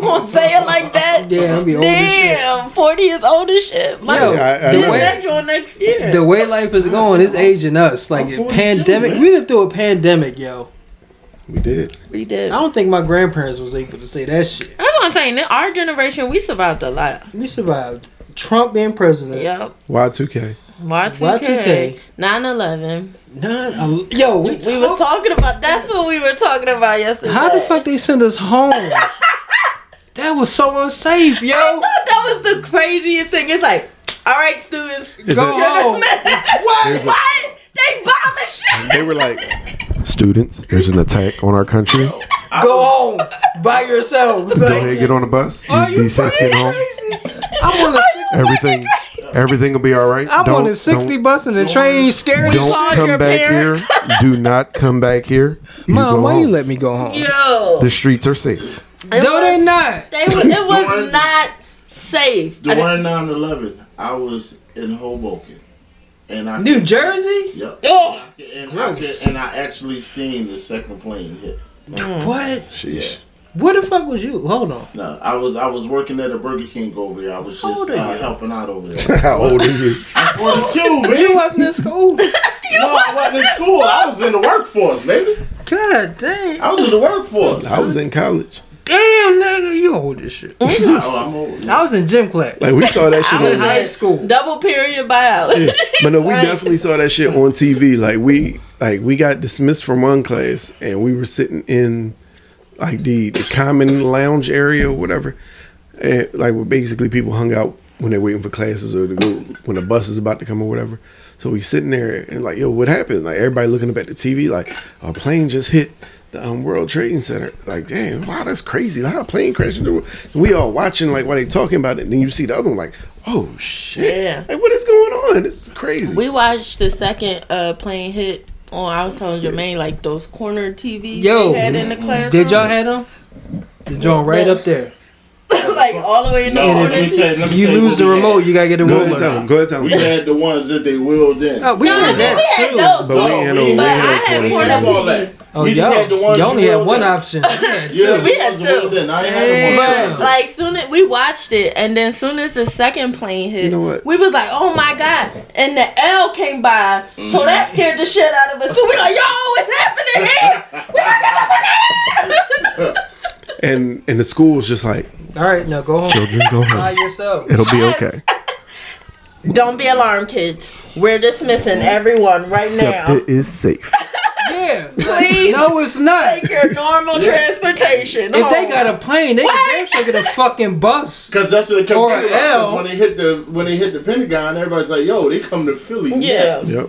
C: gonna say it like that?
A: Yeah, I'll be old as shit.
C: Damn, forty is old as shit. Like,
A: Yo,
D: Yeah, I- I
A: the
D: know.
A: way,
C: that's your next year.
A: the way life is going, it's aging us. Like,
B: I'm 42,
A: pandemic,
B: man.
A: we done through a pandemic, yo.
D: We did.
C: we
A: I
C: did.
A: don't think my grandparents was able to say that shit.
C: That's what I'm saying. In our generation, we survived a lot.
A: We survived. Trump being president.
C: Yep.
D: Y two K.
C: Y2K,
A: Y2K.
C: 9/11
A: None, a- yo, we,
C: We was talking about that's what we were talking about yesterday.
A: How the fuck they send us home? that was so unsafe, yo.
C: I thought that was the craziest thing. It's like, all right, students,
D: Is
A: Go
D: it-
A: home.
C: what?
D: There's a-
C: What? They bombing shit.
D: They were like, students, there's an attack on our country. Go
B: I
A: Go
B: was-
A: home by yourselves. Like,
D: ahead, get on the bus. You,
A: are you
D: be safe,
A: fucking
D: get home.
A: crazy? I'm on a,
D: Everything, everything will be all right.
A: I'm on
D: Don't-
A: a 60
D: don't-
A: bus and the train scared as
D: Don't
C: called your
D: come back
C: parents.
D: here. Do not come back here. You
A: Mom,
D: go
A: why you
D: home.
A: let me go home?
C: Yo,
D: The streets are safe.
C: It
A: No, they
C: was-
A: not.
C: They was, it was
B: During-
C: not safe. I didn't-
B: During 9 11, I was in Hoboken. And I
A: New Jersey?
B: Yep.
A: Oh,
B: and, I could-
A: gross.
B: and I actually seen the second plane hit.
A: What?
D: Sheesh.
A: Where the fuck was you? Hold on.
B: No, I was I was working at a Burger King over there. I was
A: How
B: just
A: old are
B: uh,
A: you?
B: helping out over there.
D: How old are you?
B: I'm 42,
A: You
B: man.
A: wasn't in school.
B: No, I wasn't in school. I was in the workforce, baby.
A: God damn.
B: I was in the workforce.
D: I was in college.
A: Damn, nigga, you old as shit.
C: Mm-hmm.
A: I
B: Oh, I'm old.
A: was in gym class.
D: Like we saw that shit
A: I was in
D: on.
A: high school.
C: double period biology.
D: Yeah. But no, we definitely saw that shit on TV. Like we, like we got dismissed from one class, and we were sitting in like the, the common lounge area or whatever, and like where basically people hung out when they're waiting for classes or to go when the bus is about to come or whatever. So we sitting there and like, yo, what happened? Like everybody looking up at the TV, like a plane just hit the um, World Trading Center. Like, damn, wow, that's crazy. Like, how a plane crashed into the world. And we all watching like while they talking about it, and then you see the other one like, oh shit,
C: Yeah.
D: like what is going on? This is crazy.
C: We watched the second uh, plane hit on. I was telling Jermaine like those corner TVs
A: Yo,
C: they had in the classroom.
A: Did y'all have them? They drawn right up there.
C: like all the way in the
B: No,
C: corner?
B: let me tell you. Let me
A: You
B: tell
A: lose
B: what
A: the
B: we had.
A: remote, you gotta get the
D: go ahead and
A: remote.
D: tell them. Go ahead and tell
B: We
D: them.
B: had the ones that they willed in.
A: Oh, we
C: No,
A: had
C: we had
A: that
C: those.
D: But we ain't had no
B: we-
D: we ain't
C: But I
D: had
C: had
D: no
B: Fuck
C: corner
D: corner.
B: all
C: TV.
B: that.
A: Oh,
B: we just had the
A: y'all,
B: ones
A: you
B: that
A: only had
B: willed
A: one
B: in.
A: option.
B: Yeah,
C: We
B: the
C: had
B: ones that willed
C: two.
B: in. I ain't had
C: But
B: the ones.
C: like soon as we watched it, and then soon as the second plane hit,
D: You know what?
C: we was like, "Oh my god!" And the L came by, so
A: Mm-hmm.
C: that scared the shit out of us too. We like, "Yo, it's happening here!" We like,
D: And and the school's just like,
A: All right, now go home.
D: children, go
A: By
D: home.
A: yourself.
D: It'll be okay.
C: Don't be alarmed, kids. We're dismissing everyone right now.
D: Septa is safe.
A: Yeah.
C: Please.
A: No, it's not.
C: Take your normal transportation.
A: If they
C: home.
A: got a plane, they damn sure get a fucking bus.
B: Cause that's what they
A: Or
B: come
A: L.
B: to. When they hit the when they hit the Pentagon, everybody's like, "Yo, they come to Philly."
C: yeah, yeah,
D: Yep.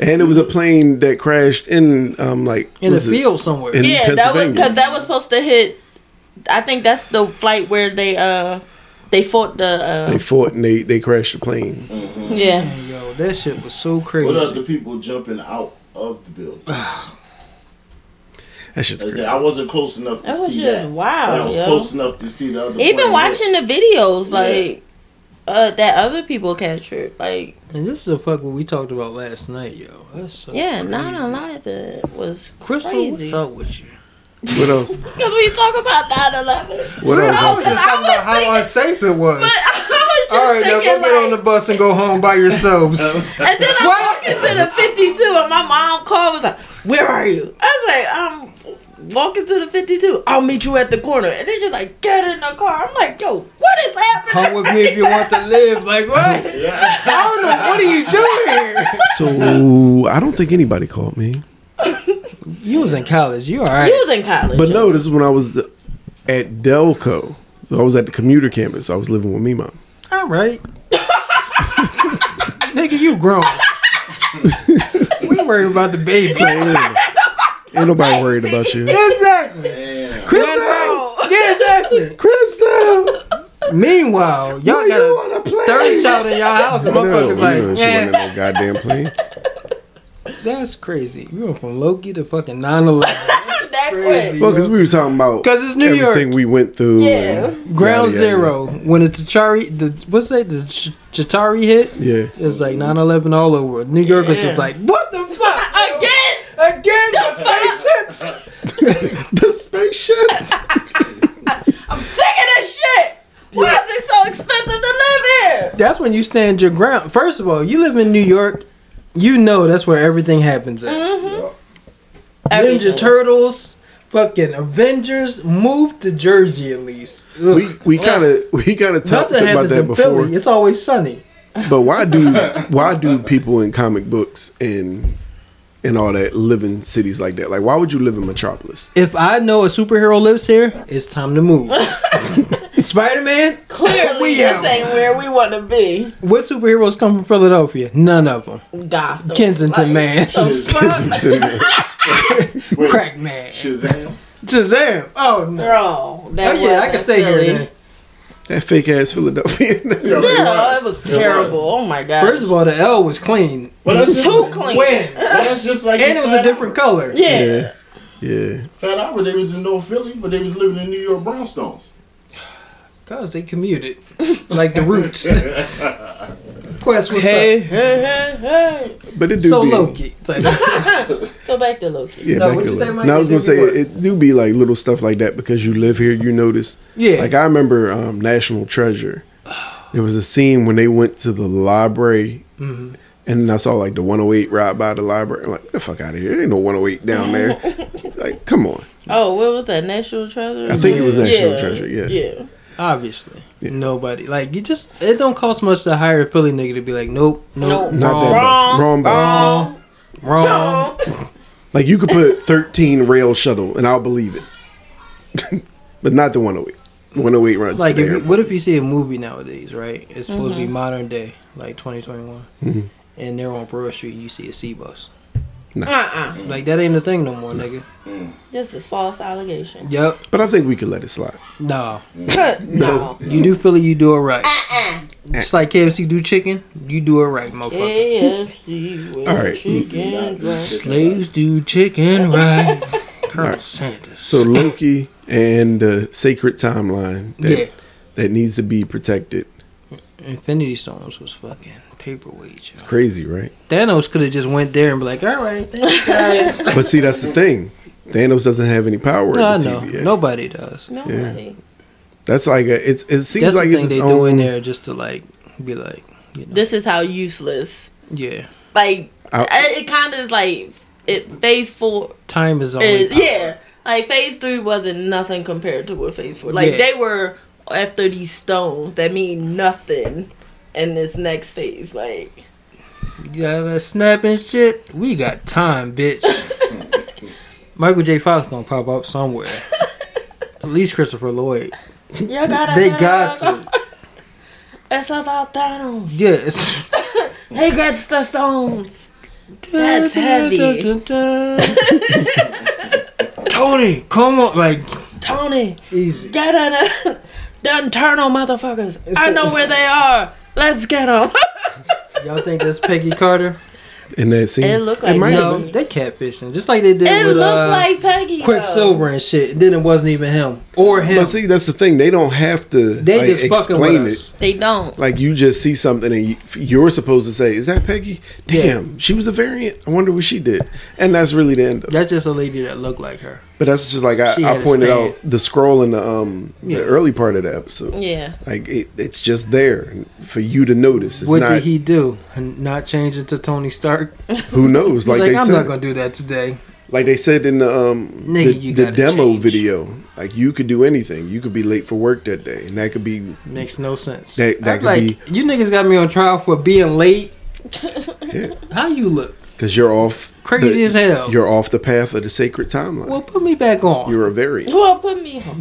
D: And it was a plane that crashed in um like
A: In the
D: was it-
A: field somewhere.
D: in
C: that was
D: Pennsylvania.
C: because that was supposed to hit. I think that's the flight where they uh they fought the uh,
D: they fought and they, they crashed the plane.
C: yeah.
A: Man, Yo, that shit was so
B: What up?
A: crazy.
B: The people jumping out of the building.
A: Ah,
D: That shit's
B: Like
D: crazy.
B: that. I wasn't close enough to
C: That was
B: see
C: just
B: that.
C: wild,
B: But I was
C: yo.
B: close enough to see the other.
C: Even
B: plane.
C: watching the videos,
B: Yeah.
C: like uh, that other people captured, like
A: And this is the fuck what we talked about last night, yo. That's so
C: yeah,
A: crazy.
C: nine alive uh, was
A: Crystal, what's
C: crazy
A: up with you?
D: What else?
C: because we talk about nine eleven.
D: What
A: I
D: else?
A: was just talking about how unsafe it was.
C: But I was just
A: All right, now go
C: thinking,
A: get on the
C: like,
A: bus and go home by yourselves.
C: and then I
A: What?
C: walked into the fifty two, and my mom called was like, "Where are you?" I was like, "I'm walking to the fifty two. I'll meet you at the corner." And then she's like, "Get in the car." I'm like, "Yo, what is happening?"
A: Come with me if you want to live. Like what? I don't know. What are you doing?
D: So I don't think anybody called me.
A: You was in college. You all right?
C: He was in college,
D: But no, this is when I was at Delco. So I was at the commuter campus. I was living with me mom.
A: all right. Nigga, you grown. we worry about the baby.
D: Ain't nobody worried about you.
A: exactly.
B: Damn.
D: Crystal!
A: Yeah, exactly.
D: Crystal!
A: Meanwhile, y'all
D: Were you
A: got
D: on a plane?
A: a third child in y'all house, and
D: No, you
A: motherfuckers
D: know
A: like,
D: she wasn't in
A: yeah,
D: no goddamn plane.
A: that's crazy. We went from Loki to fucking 9/11.
C: that
A: Crazy.
C: quick.
D: Well, because we were talking about
A: 'Cause it's New York.
D: everything we went through. and
A: Ground
D: yada, yada.
A: zero when the Chitari, the what's that? The Ch- Chitari hit.
D: Yeah.
A: It was like 9/11 all over. New York was
C: Yeah.
A: just like, what the fuck?
C: Again.
A: Again, the spaceships.
D: the spaceships.
C: sick of this shit. Why is it so expensive to live here?
A: That's when you stand your ground. First of all, you live in New York. You know that's where everything happens at. Ninja Turtles, fucking Avengers. Move to Jersey at least. Ugh.
D: we we kind of we kind of talked
A: Nothing
D: about
A: happens
D: that
A: in
D: before.
A: Philly. It's always sunny.
D: But why do why do people in comic books and and all that live in cities like that? Like, why would you live in Metropolis?
A: If I know a superhero lives here, it's time to move. Spider Man,
C: Clearly,
A: we
C: this
A: out.
C: ain't where we want to be.
A: What superheroes come from Philadelphia? None of them.
C: Gotham.
A: Kensington Man,
D: Kensington.
B: Wait,
A: Crack Man,
B: Shazam.
A: Shazam. Oh no.
C: Bro,
A: Oh
C: that
A: yeah, I can
C: wasn't
A: stay
C: Philly.
A: here. Then.
D: that fake ass Philadelphia.
B: Yeah. It
C: Yeah,
B: was.
C: it was
B: It
C: terrible.
B: was.
C: Oh my god.
A: First of all, the L was clean.
B: But that's just,
C: too clean.
A: When?
B: But that's just like
A: And
B: the
A: it was
B: Fat
A: a different color.
B: Albert.
C: yeah.
D: yeah, yeah.
B: Fat Albert. They was in North Philly, but they was living in New York brownstones.
A: Cause they commuted like the roots. Quest was
C: Hey, hey, hey, hey.
D: But it do
A: so
D: be.
A: Loki. It's like,
C: uh-huh. So back to Loki.
D: Yeah,
A: No,
D: back
A: what
D: to
A: you
D: Loki.
A: say, Mike?
D: No, I was
A: It do
D: gonna say
A: be what?
D: it do be like little stuff like that because you live here. You notice.
A: yeah,
D: Like I remember um, National Treasure. There was a scene when they went to the library,
A: Mm-hmm.
D: and then I saw like the 108 right by the library. I'm like, get the fuck out of here! There ain't no 108 down there. like, come on.
C: Oh, what was that? National Treasure?
D: I think it was National
C: Yeah.
D: Treasure. Yeah.
C: Yeah.
A: obviously nobody. Like you just, it don't cost much to hire a Philly nigga to be like, nope, nope,
C: Nope.
D: Not
A: wrong,
D: that
C: Wrong.
D: bus. Wrong bus.
A: wrong, wrong.
C: Oh,
D: Like you could put 13 rail shuttle, and I'll believe it. but not the 108. 108
A: Like,
D: runs to
A: if
D: the
A: you,
D: airport.
C: Mm-hmm.
A: what if you see a movie nowadays, right? It's supposed to be modern day, like 2021, and they're on Broad Street and you see a C bus.
C: Uh uh.
A: Like that ain't a thing no more, nigga.
C: This is false allegation.
A: Yep.
D: But I think we could let it slide.
A: No.
C: no.
A: You do Philly, you do it right.
C: Uh-uh.
A: Just like KFC do chicken, you do it right, motherfucker.
C: KFC with
D: All right.
C: chicken breast.
A: Slaves do chicken right. Colonel Sanders.
D: So Loki and the sacred timeline that
A: Yeah.
D: that needs to be protected.
A: Infinity Stones was fucking paperweight. Yo.
D: Crazy, right?
A: Thanos could have just went there and be like, all right, thanks guys.
D: But see, that's the thing. Thanos doesn't have any power
A: no, I
D: in the
A: know.
D: TVA.
A: Nobody does.
C: Nobody.
D: That's like a, it's it seems
A: That's
D: like
A: the
D: it's
A: thing
D: its
A: they do in
D: own.
A: there just to like be like, you know,
C: This is how useless.
A: yeah,
C: Like
D: I-
C: I- it kind of is like it. Phase four
A: time is only
C: is yeah. Like phase three wasn't nothing compared to what phase four. Like
A: Yeah.
C: they were after these stones that mean nothing in this next phase. Like
A: Yeah, that snapping shit. We got time, bitch. Michael J. Fox gonna pop up somewhere. At least Christopher Lloyd.
C: y'all got
A: They got to.
C: It's about Thanos.
A: Yeah, it's
C: Hey, got the stones. That's heavy.
A: Tony, come on, like
C: Tony,
A: easy.
C: get in it. Done turn on motherfuckers. I
A: a-
C: know where they are. Let's get them.
A: Y'all think that's Peggy Carter?
D: in that scene,
C: It looked like
D: might
A: No,
D: have
C: been.
A: they catfishing just like they did
C: It
A: with
C: looked
A: uh,
C: like Peggy. though.
A: Quicksilver and shit. And then it wasn't even him or him.
D: But see, that's the thing. They don't have to
A: They
D: like,
A: just fucking
D: explain
A: with
D: it.
A: us.
C: They don't.
D: Like you just see something and you- you're supposed to say, "Is that Peggy?
A: Yeah.
D: Damn, she was a variant. I wonder what she did." And that's really the end. Of it.
A: That's just a lady that looked like her.
D: But that's just like I,
A: She
D: I
A: had a
D: pointed
A: stand.
D: out the scroll in the um
A: Yeah.
D: the early part of the episode.
C: Yeah.
D: Like it, it's just there for you to notice. It's
A: what
D: not
A: did he do? And Not change it to Tony Stark?
D: who knows. Like,
A: Like,
D: they
A: I'm
D: said,
A: not gonna do that today.
D: like they said in the um
A: Nigga,
D: the,
A: you
D: the
A: gotta
D: demo
A: change.
D: video. Like you could do anything. You could be late for work that day, and that could be
A: Makes no sense.
D: That- that
A: I'm
D: could
A: like,
D: be-
A: you niggas got me on trial for being late.
D: yeah
A: How you look?
D: because you're off
A: Crazy
D: the-
A: as hell.
D: You're off the path of the sacred timeline.
A: Well, put me back on.
D: you're a variant.
C: Well, put me on.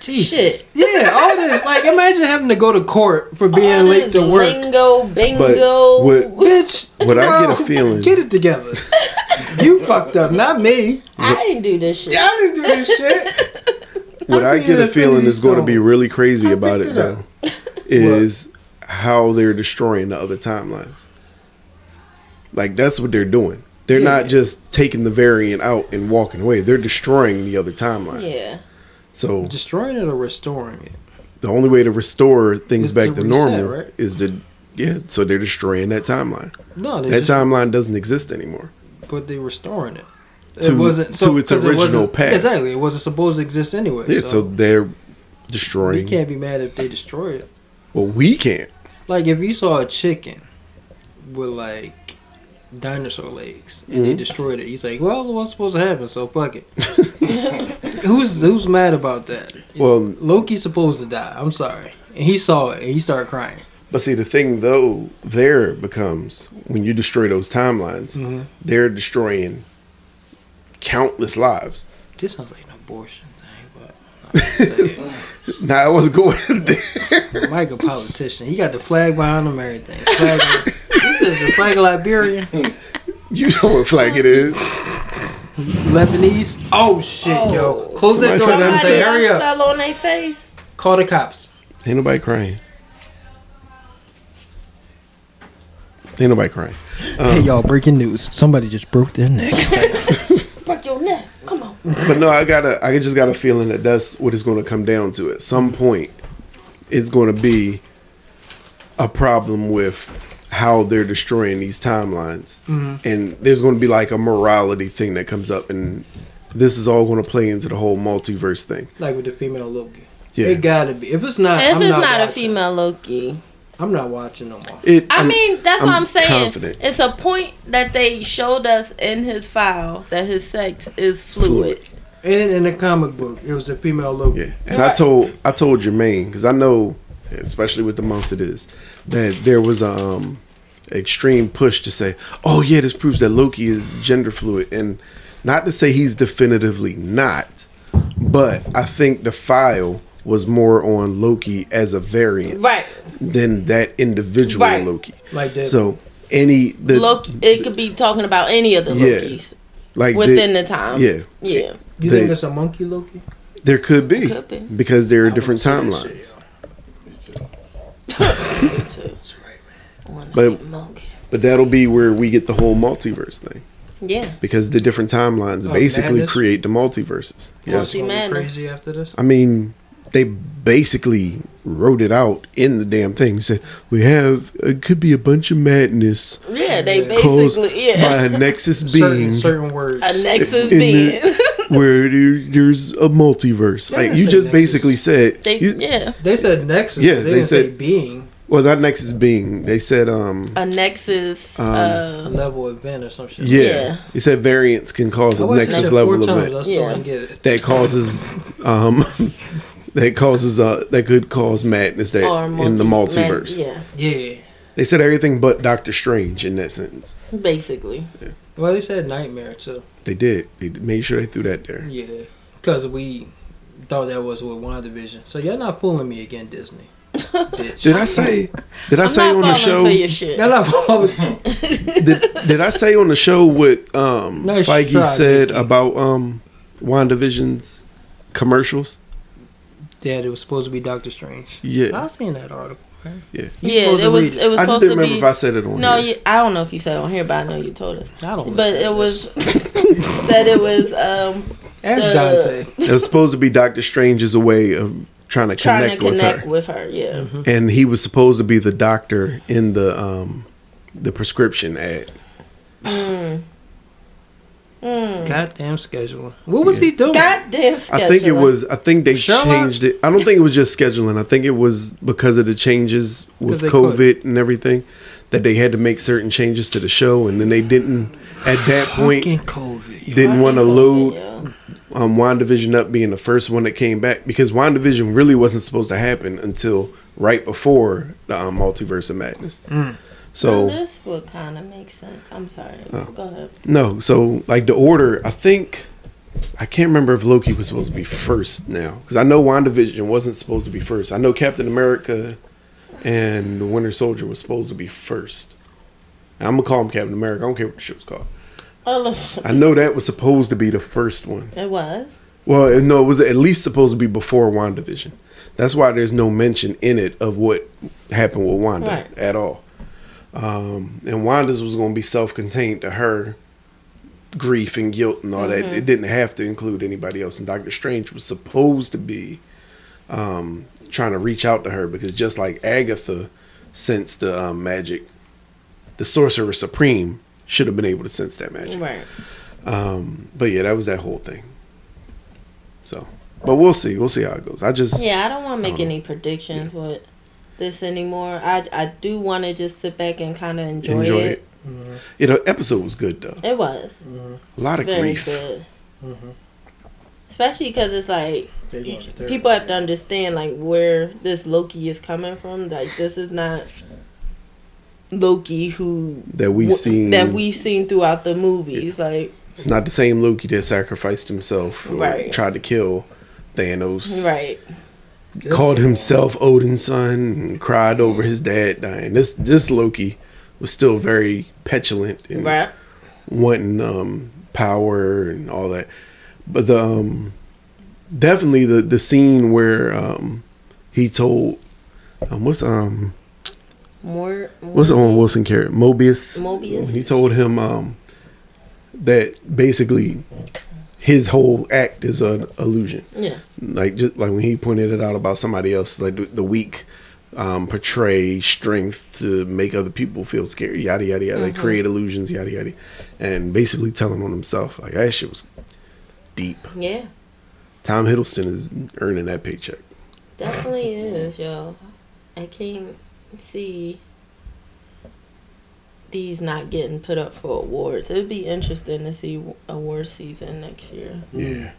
A: Jesus.
C: Shit.
A: Yeah, all this. Like, imagine having to go to court for being
C: All
A: late
C: this
A: to work.
C: Lingo,
D: But
C: bingo.
D: what
A: Bitch.
D: What I get a
A: bro,
D: feeling-
A: Get it together. you fucked up, not me.
C: I didn't do this shit.
A: I didn't do this shit.
D: what I
A: seen
D: get
A: it
D: a
A: in
D: feeling
A: Infinity
D: is going to
A: Stone.
D: be really crazy
A: I
D: about
A: picked
D: it
A: it up.
D: though is how they're destroying the other timelines. Like that's what they're doing. They're
A: Yeah.
D: not just taking the variant out and walking away. They're destroying the other timeline.
C: Yeah.
D: So
A: Destroying it or restoring it?
D: the only way to restore things
A: Is
D: back
A: to
D: to,
A: reset,
D: normal
A: right?
D: is to yeah. So they're destroying that timeline.
A: No, they
D: That
A: just-
D: timeline doesn't exist anymore.
A: but they restoring it.
D: To-
A: it wasn't so,
D: to its
A: 'cause it wasn't-
D: original path.
A: Exactly, it wasn't supposed to exist anyway.
D: Yeah. So,
A: so,
D: they're
A: you
D: destroying.
A: can't be mad if they destroy it.
D: Well, we can't.
A: Like if you saw a chicken with like dinosaur legs and they
D: Mhm.
A: destroyed it, he's like, "Well, it wasn't supposed to happen, so fuck it." who's who's mad about that?
D: Well,
A: Loki's supposed to die. I'm sorry, and he saw it and he started crying.
D: But see, the thing though, there becomes when you destroy those timelines,
A: Mhm.
D: they're destroying countless lives.
A: This sounds like an abortion thing, but.
D: Now, I wasn't going there.
A: Mike a politician. He got the flag behind him, everything. Flag of, this is the flag of Liberia,
D: You know what flag it is.
A: Lebanese. Oh shit, yo! Close that door.
D: Somebody
A: Let him
C: Somebody
A: say, "Hurry
C: else
A: up!"
C: fell on their face.
A: Call the cops.
D: Ain't nobody crying. Ain't nobody crying.
A: Hey y'all, breaking news. Somebody just broke their neck.
C: Fuck your neck. Come on.
D: But no, I got to I just got a feeling that that's what it's going to come down to. At some point, it's going to be a problem with how they're destroying these timelines, and there's going to be like a morality thing that comes up, and this is all going to play into the whole multiverse thing.
A: like with the female Loki.
D: Yeah,
A: It
D: it,
A: gotta be. If it's not,
C: If
A: I'm
C: it's
A: not,
C: not, a
A: watching.
C: female Loki,
A: I'm not watching no more.
C: I
D: I'm-
C: mean, that's what I'm saying.
D: Confident.
C: It's a point that they showed us in his file that his sex is fluid.
A: And in the comic book, it was a female Loki.
D: Yeah, and I told I told Jermaine because I know, especially with the month it is, that there was a um, extreme push to say, oh yeah, this proves that Loki is gender fluid, and not to say he's definitively not, but I think the file was more on Loki as a variant
C: Right.
D: than that individual
C: Right.
D: Loki.
A: Like that.
D: So any the
C: Loki. It could be talking about any of the
D: Yeah.
C: Lokis
D: like
C: within
D: the,
C: the time.
D: yeah
C: Yeah.
A: you
D: they-
A: think it's a monkey Loki?
D: there could be,
C: Could be.
D: because there are different timelines.
C: Me too. I wanna
D: But-
C: see Loki.
D: But that'll be where we get the whole multiverse thing
C: Yeah.
D: because the different timelines
A: Oh,
D: basically
A: madness?
D: create the multiverses.
C: Well,
D: Yeah.
C: she
A: Gonna be
C: madness.
A: Crazy after this.
D: I mean, they basically wrote it out in the damn thing. They said we have it could be a bunch of madness
C: Yeah. They
D: caused
C: basically yeah.
D: by a nexus being
A: Certain, certain words.
C: A nexus
D: in
C: being.
D: where there, there's a multiverse.
A: They
D: like
A: didn't
D: you
A: say
D: just
A: nexus.
D: basically said,
C: they
D: you-
C: yeah.
A: They said nexus.
D: Yeah,
A: Yeah, they,
D: they
A: didn't say
D: said-
A: being
D: well, not nexus being. They said, um,
C: A nexus.
D: Um,
A: a
C: uh,
A: level event or some shit.
D: yeah.
C: yeah.
D: They said variants can cause
A: I
D: a
A: watched
D: nexus
A: that four
D: level
A: times,
D: event
A: I still
C: Yeah.
A: didn't get it.
D: that causes, um, that causes uh that could cause madness that
C: or
D: in the
C: multi- man-
D: multiverse.
A: Yeah.
D: They said everything but Doctor Strange in that sentence.
C: yeah. Basically.
A: Well, they said nightmare too.
D: They did. They made sure they threw that there.
A: Yeah, because we thought that was with WandaVision. So you're not pulling me again, Disney. Bitch.
D: Did I say? Did I
C: I'm
D: say
C: not
D: on the
C: falling
D: show?
C: for your shit.
A: You're not pulling.
D: did, did I say on the show what um,
A: Nice
D: Feige
A: try,
D: said
A: Nikki.
D: about um, WandaVision's commercials?
A: Dad, it was supposed to be Doctor Strange.
D: Yeah,
A: I seen that article. man.
D: Yeah.
A: You
C: Yeah,
A: supposed
C: it
A: to
C: was-
A: read
C: it was-
D: I
C: supposed
D: just
C: to
D: didn't remember
C: be-
D: if I said it on.
C: No,
D: here.
C: you, I don't know if you said it on here, but I know you told us.
A: I don't.
C: But
A: listen
C: it
A: to
C: was
A: this.
C: that it was um,
A: ask
C: the- Mm.
A: Dante.
D: it was supposed to be Doctor Strange's way of trying to
C: trying
D: connect
C: to
D: with
C: connect
D: her,
C: with her. Yeah,
D: and he was supposed to be the doctor in the um, the prescription ad.
A: Goddamn scheduling. What was he doing?
C: Mm. goddamn. Schedule.
D: Mm. I think it was. I think they
A: Sherlock?
D: changed it. I don't think it was just scheduling. I think it was because of the changes with
A: they
D: COVID
A: could.
D: and everything that they had to make certain changes to the show, and then they didn't at that point
A: Fucking COVID. yo.
D: didn't want to load
C: Yeah.
D: um, WandaVision up being the first one that came back because WandaVision really wasn't supposed to happen until right before the um, Multiverse of Madness.
C: So
D: So Oh.
C: this would kind of make sense. I'm sorry. Go ahead.
D: no, so like the order, I think I can't remember if Loki was supposed to be first now because I know WandaVision wasn't supposed to be first. I know Captain America and the Winter Soldier was supposed to be first. I'm gonna call him Captain America. I don't care what the show's called.
C: Oh, look.
D: I know that was supposed to be the first one.
C: it was.
D: Well, no, it was at least supposed to be before WandaVision. That's why there's no mention in it of what happened with Wanda
C: Right.
D: at all. Um, and Wanda's was going to be self contained to her grief and guilt and all that. It didn't have to include anybody else. And Doctor Strange was supposed to be um, trying to reach out to her because just like Agatha sensed the um, magic, the Sorcerer Supreme should have been able to sense that magic.
C: Right.
D: Um, but yeah, that was that whole thing. So, but we'll see. We'll see how it goes. I just
C: Yeah, I don't want to
D: Oh.
C: make any predictions with this anymore. I I do want to just sit back and kind of enjoy,
D: enjoy
C: it.
D: it.
A: Mm-hmm.
D: Yeah, the episode was good though.
C: it. was
D: A lot of
C: very
D: grief.
C: good,
A: Mhm.
C: especially because it's like
A: They going to therapy.
C: people have to understand like where this Loki is coming from. Like this is not Loki who
D: That we've
C: w-
D: seen.
C: that we've seen throughout the movies. Like
D: It's not the same Loki that sacrificed himself or
C: Right.
D: tried to kill Thanos.
C: right,
D: Called himself Odin's son and cried over his dad dying. This this Loki was still very petulant and
C: right,
D: wanting um power and all that but the um definitely the the scene where um he told um what's um
C: more, more
D: what's Owen Wilson character Mobius
C: Mobius.
D: when he told him um that basically his whole act is an illusion
C: yeah,
D: like just like when he pointed it out about somebody else like the, the weak um portray strength to make other people feel scared yada yada yada They create
C: Mm-hmm.
D: illusions yada yada and basically telling on himself like that shit was deep
C: yeah,
D: tom hiddleston is earning that paycheck
C: definitely is, yo. I can't see these not getting put up for awards. It would be interesting to see award season next year.
D: yeah yeah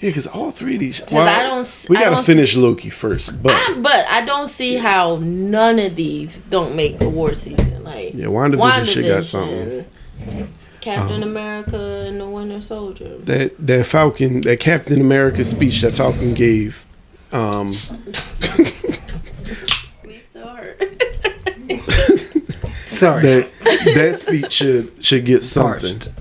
D: because all three of these
C: 'Cause I don't s-
D: we
C: I
D: gotta
C: don't s-
D: finish loki first but
C: I, but I don't see how none of these don't make award season. Like
D: Yeah, WandaVision shit got something. Uh-huh.
C: Captain America and the Winter Soldier.
D: that that falcon that captain america speech that falcon gave Um,
C: We still hurt.
A: Sorry.
D: that that speech should should get something.
A: Parched.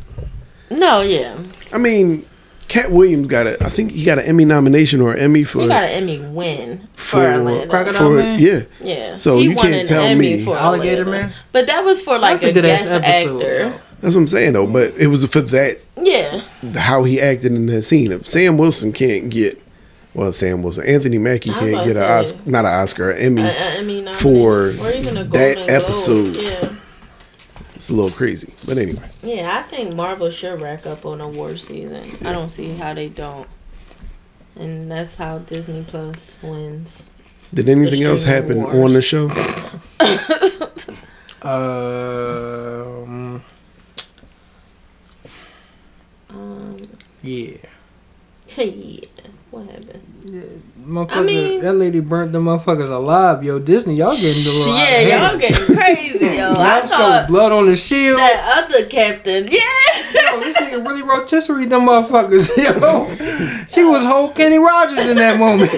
C: no, yeah.
D: I mean, Cat Williams got a. I think he got an Emmy nomination or Emmy for
C: You got an Emmy win for,
D: for
C: Atlanta.
A: Crocodile
D: for
A: Man?
D: yeah.
C: Yeah.
D: So you can't tell me-
A: Alligator Man?
C: But that was for like
A: That's a
C: a,
A: good ass
C: guest
A: episode,
C: actor.
D: That's what I'm saying though. But it was for that
C: Yeah.
D: how he acted in that scene. If Sam Wilson can't get, well, Sam Wilson, Anthony Mackie
C: I Uh, was
D: can't
C: about
D: get an
C: to say.
D: Oscar, not an Oscar, an Emmy.
C: I, I mean,
D: For
C: or even a
D: that
C: Golden Globe.
D: episode.
C: Yeah.
D: It's a little crazy, but anyway,
C: Yeah, I think Marvel should rack up on award season. I don't see how they don't. And that's how Disney Plus wins.
D: did anything else
C: streaming
D: happen
C: wars.
D: on the show?
A: Um.
C: Um,
A: Yeah.
C: yeah. What happened?
A: Motherfucker,
C: I mean-
A: that lady burnt the motherfuckers alive, yo. Disney, y'all getting the right
C: yeah, y'all
A: hand.
C: getting crazy, yo. I
A: Y'all showed
C: thought
A: blood on the shield.
C: that other captain. Yeah.
A: Yo, this nigga really rotisserie them motherfuckers, yo. She was whole Kenny Rogers in that moment.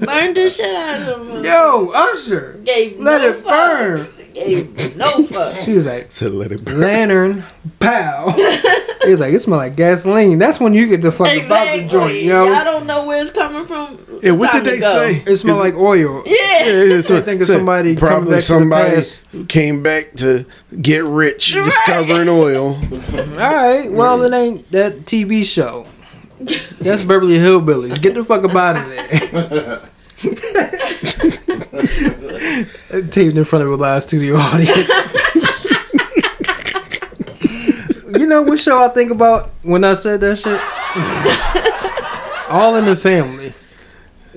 C: Burned the shit out of him.
A: Yo, Usher.
C: Gave
A: let
C: no
A: it burn.
C: fucks. Gave no fucks.
A: She was like,
D: Said let it burn.
A: lantern, pow. He was like, it smell like gasoline. That's when you get the fucking
C: exactly.
A: about the joint, yo.
C: I don't know where it's coming from.
D: yeah, what
C: Time
D: did they
C: to go.
D: say?
A: It smell
D: Is-
A: like oil.
C: Yeah.
D: Yeah, yeah, so-
A: I think of
D: so
A: somebody coming
D: probably
A: back to the
D: somebody
A: past.
D: who came back to get rich,
C: Right.
D: discovering oil.
A: All right. Well, it ain't that TV show. That's Beverly Hillbillies. Get the fuck up out of there. Taped in front of a live studio audience. you know what show I think about when I said that shit? All in the Family.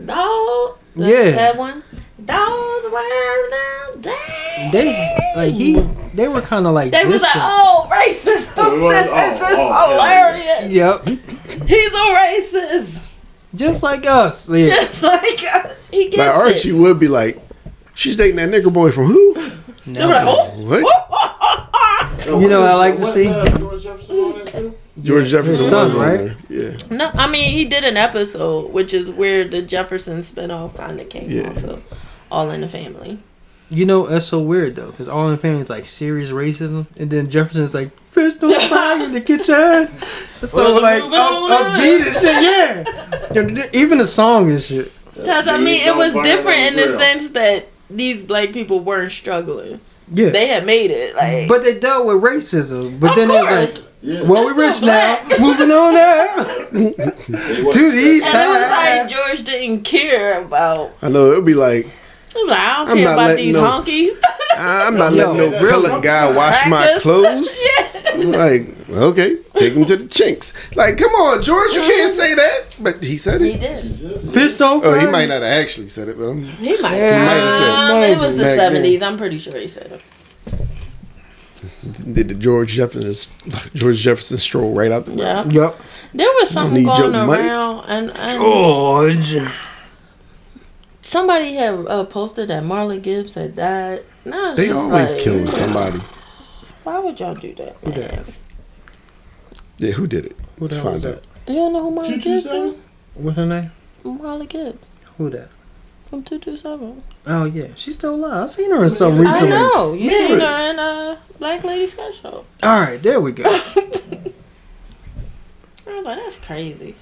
C: Dog. That's
A: Yeah.
C: That one. Dogs were down day.
A: They like he. They were kind of like.
C: They was
A: this
C: like,
A: one.
C: oh, racism.
B: It was,
C: this is
B: oh, oh,
C: hilarious.
A: Yep.
C: He's a racist.
A: Just like us. Yeah.
C: Just like us. He gets
D: Like
C: it.
D: Archie would be like, "She's dating that nigger boy from who?
C: They were like, oh.
D: What?
A: You know what I like to see?
B: uh, George Jefferson on that too?
D: George Jefferson
A: son,
D: was on
A: right?
D: there. Yeah,
C: No, I mean he did an episode, which is where the Jefferson spinoff kind of came
D: Yeah.
C: off of All in the Family.
A: You know that's so weird though, because All in the Family is like serious racism, and then Jefferson's like fish on fire in the kitchen. It's So
C: Well,
A: like
C: move on
A: up,
C: up.
A: upbeat and shit, yeah. Even the song and shit.
C: Because I
B: Beans
C: mean it
B: on
C: was
B: fire
C: different
B: on
C: in
B: the
C: the
B: grill.
C: sense that these black people weren't struggling;
A: Yeah,
C: they had made it. Like,
A: but they dealt with racism. But
C: of
A: then
C: course,
A: they
B: Yeah.
A: like, well, we
C: They're
A: rich
C: still
A: now.
C: black.
A: Moving on up.
B: They was-
A: Dude, he-
C: and it was like George didn't care about.
D: I know. It would be like,
C: He was like, I don't
D: I'm
C: care
D: not
C: about
D: letting
C: these
D: no-
C: honkies.
D: I'm not
A: Yo,
D: letting no
B: really?
D: colored guy wash my
C: Practice.
D: clothes. Like, okay, take him to the chinks. Like, come on, George, you can't say that. But he said
C: he
D: it.
C: did.
A: Pissed on
D: Oh, he
A: fire.
D: might not have actually said it, but I'm,
C: He might.
A: Yeah. He
D: might have said
C: Um,
A: it.
C: it was the
D: Back then.
C: seventies. I'm pretty sure he said it.
D: did the George Jefferson George Jefferson stroll right out the window?
C: Yeah.
A: Yep.
C: There was something
D: need
C: going
D: your money.
C: around, and, and
A: George.
C: somebody had uh, posted that Marlon Gibbs had died. No,
D: They always
C: like,
D: killing somebody.
C: Why would y'all do that? Man?
D: Yeah, who did it? Let's
A: the hell
D: find
A: was
D: out.
C: You don't know who Marlon Gibbs is?
B: 227?
A: What's her name?
C: Marlon Gibbs
A: Who that?
C: from Two Two Seven.
A: Oh yeah, she's still alive. I seen her in some
C: I
A: recently.
C: know. You seen
B: Married.
C: her in uh, Black Lady Special.
A: All right, there we go.
C: I was like, that's crazy.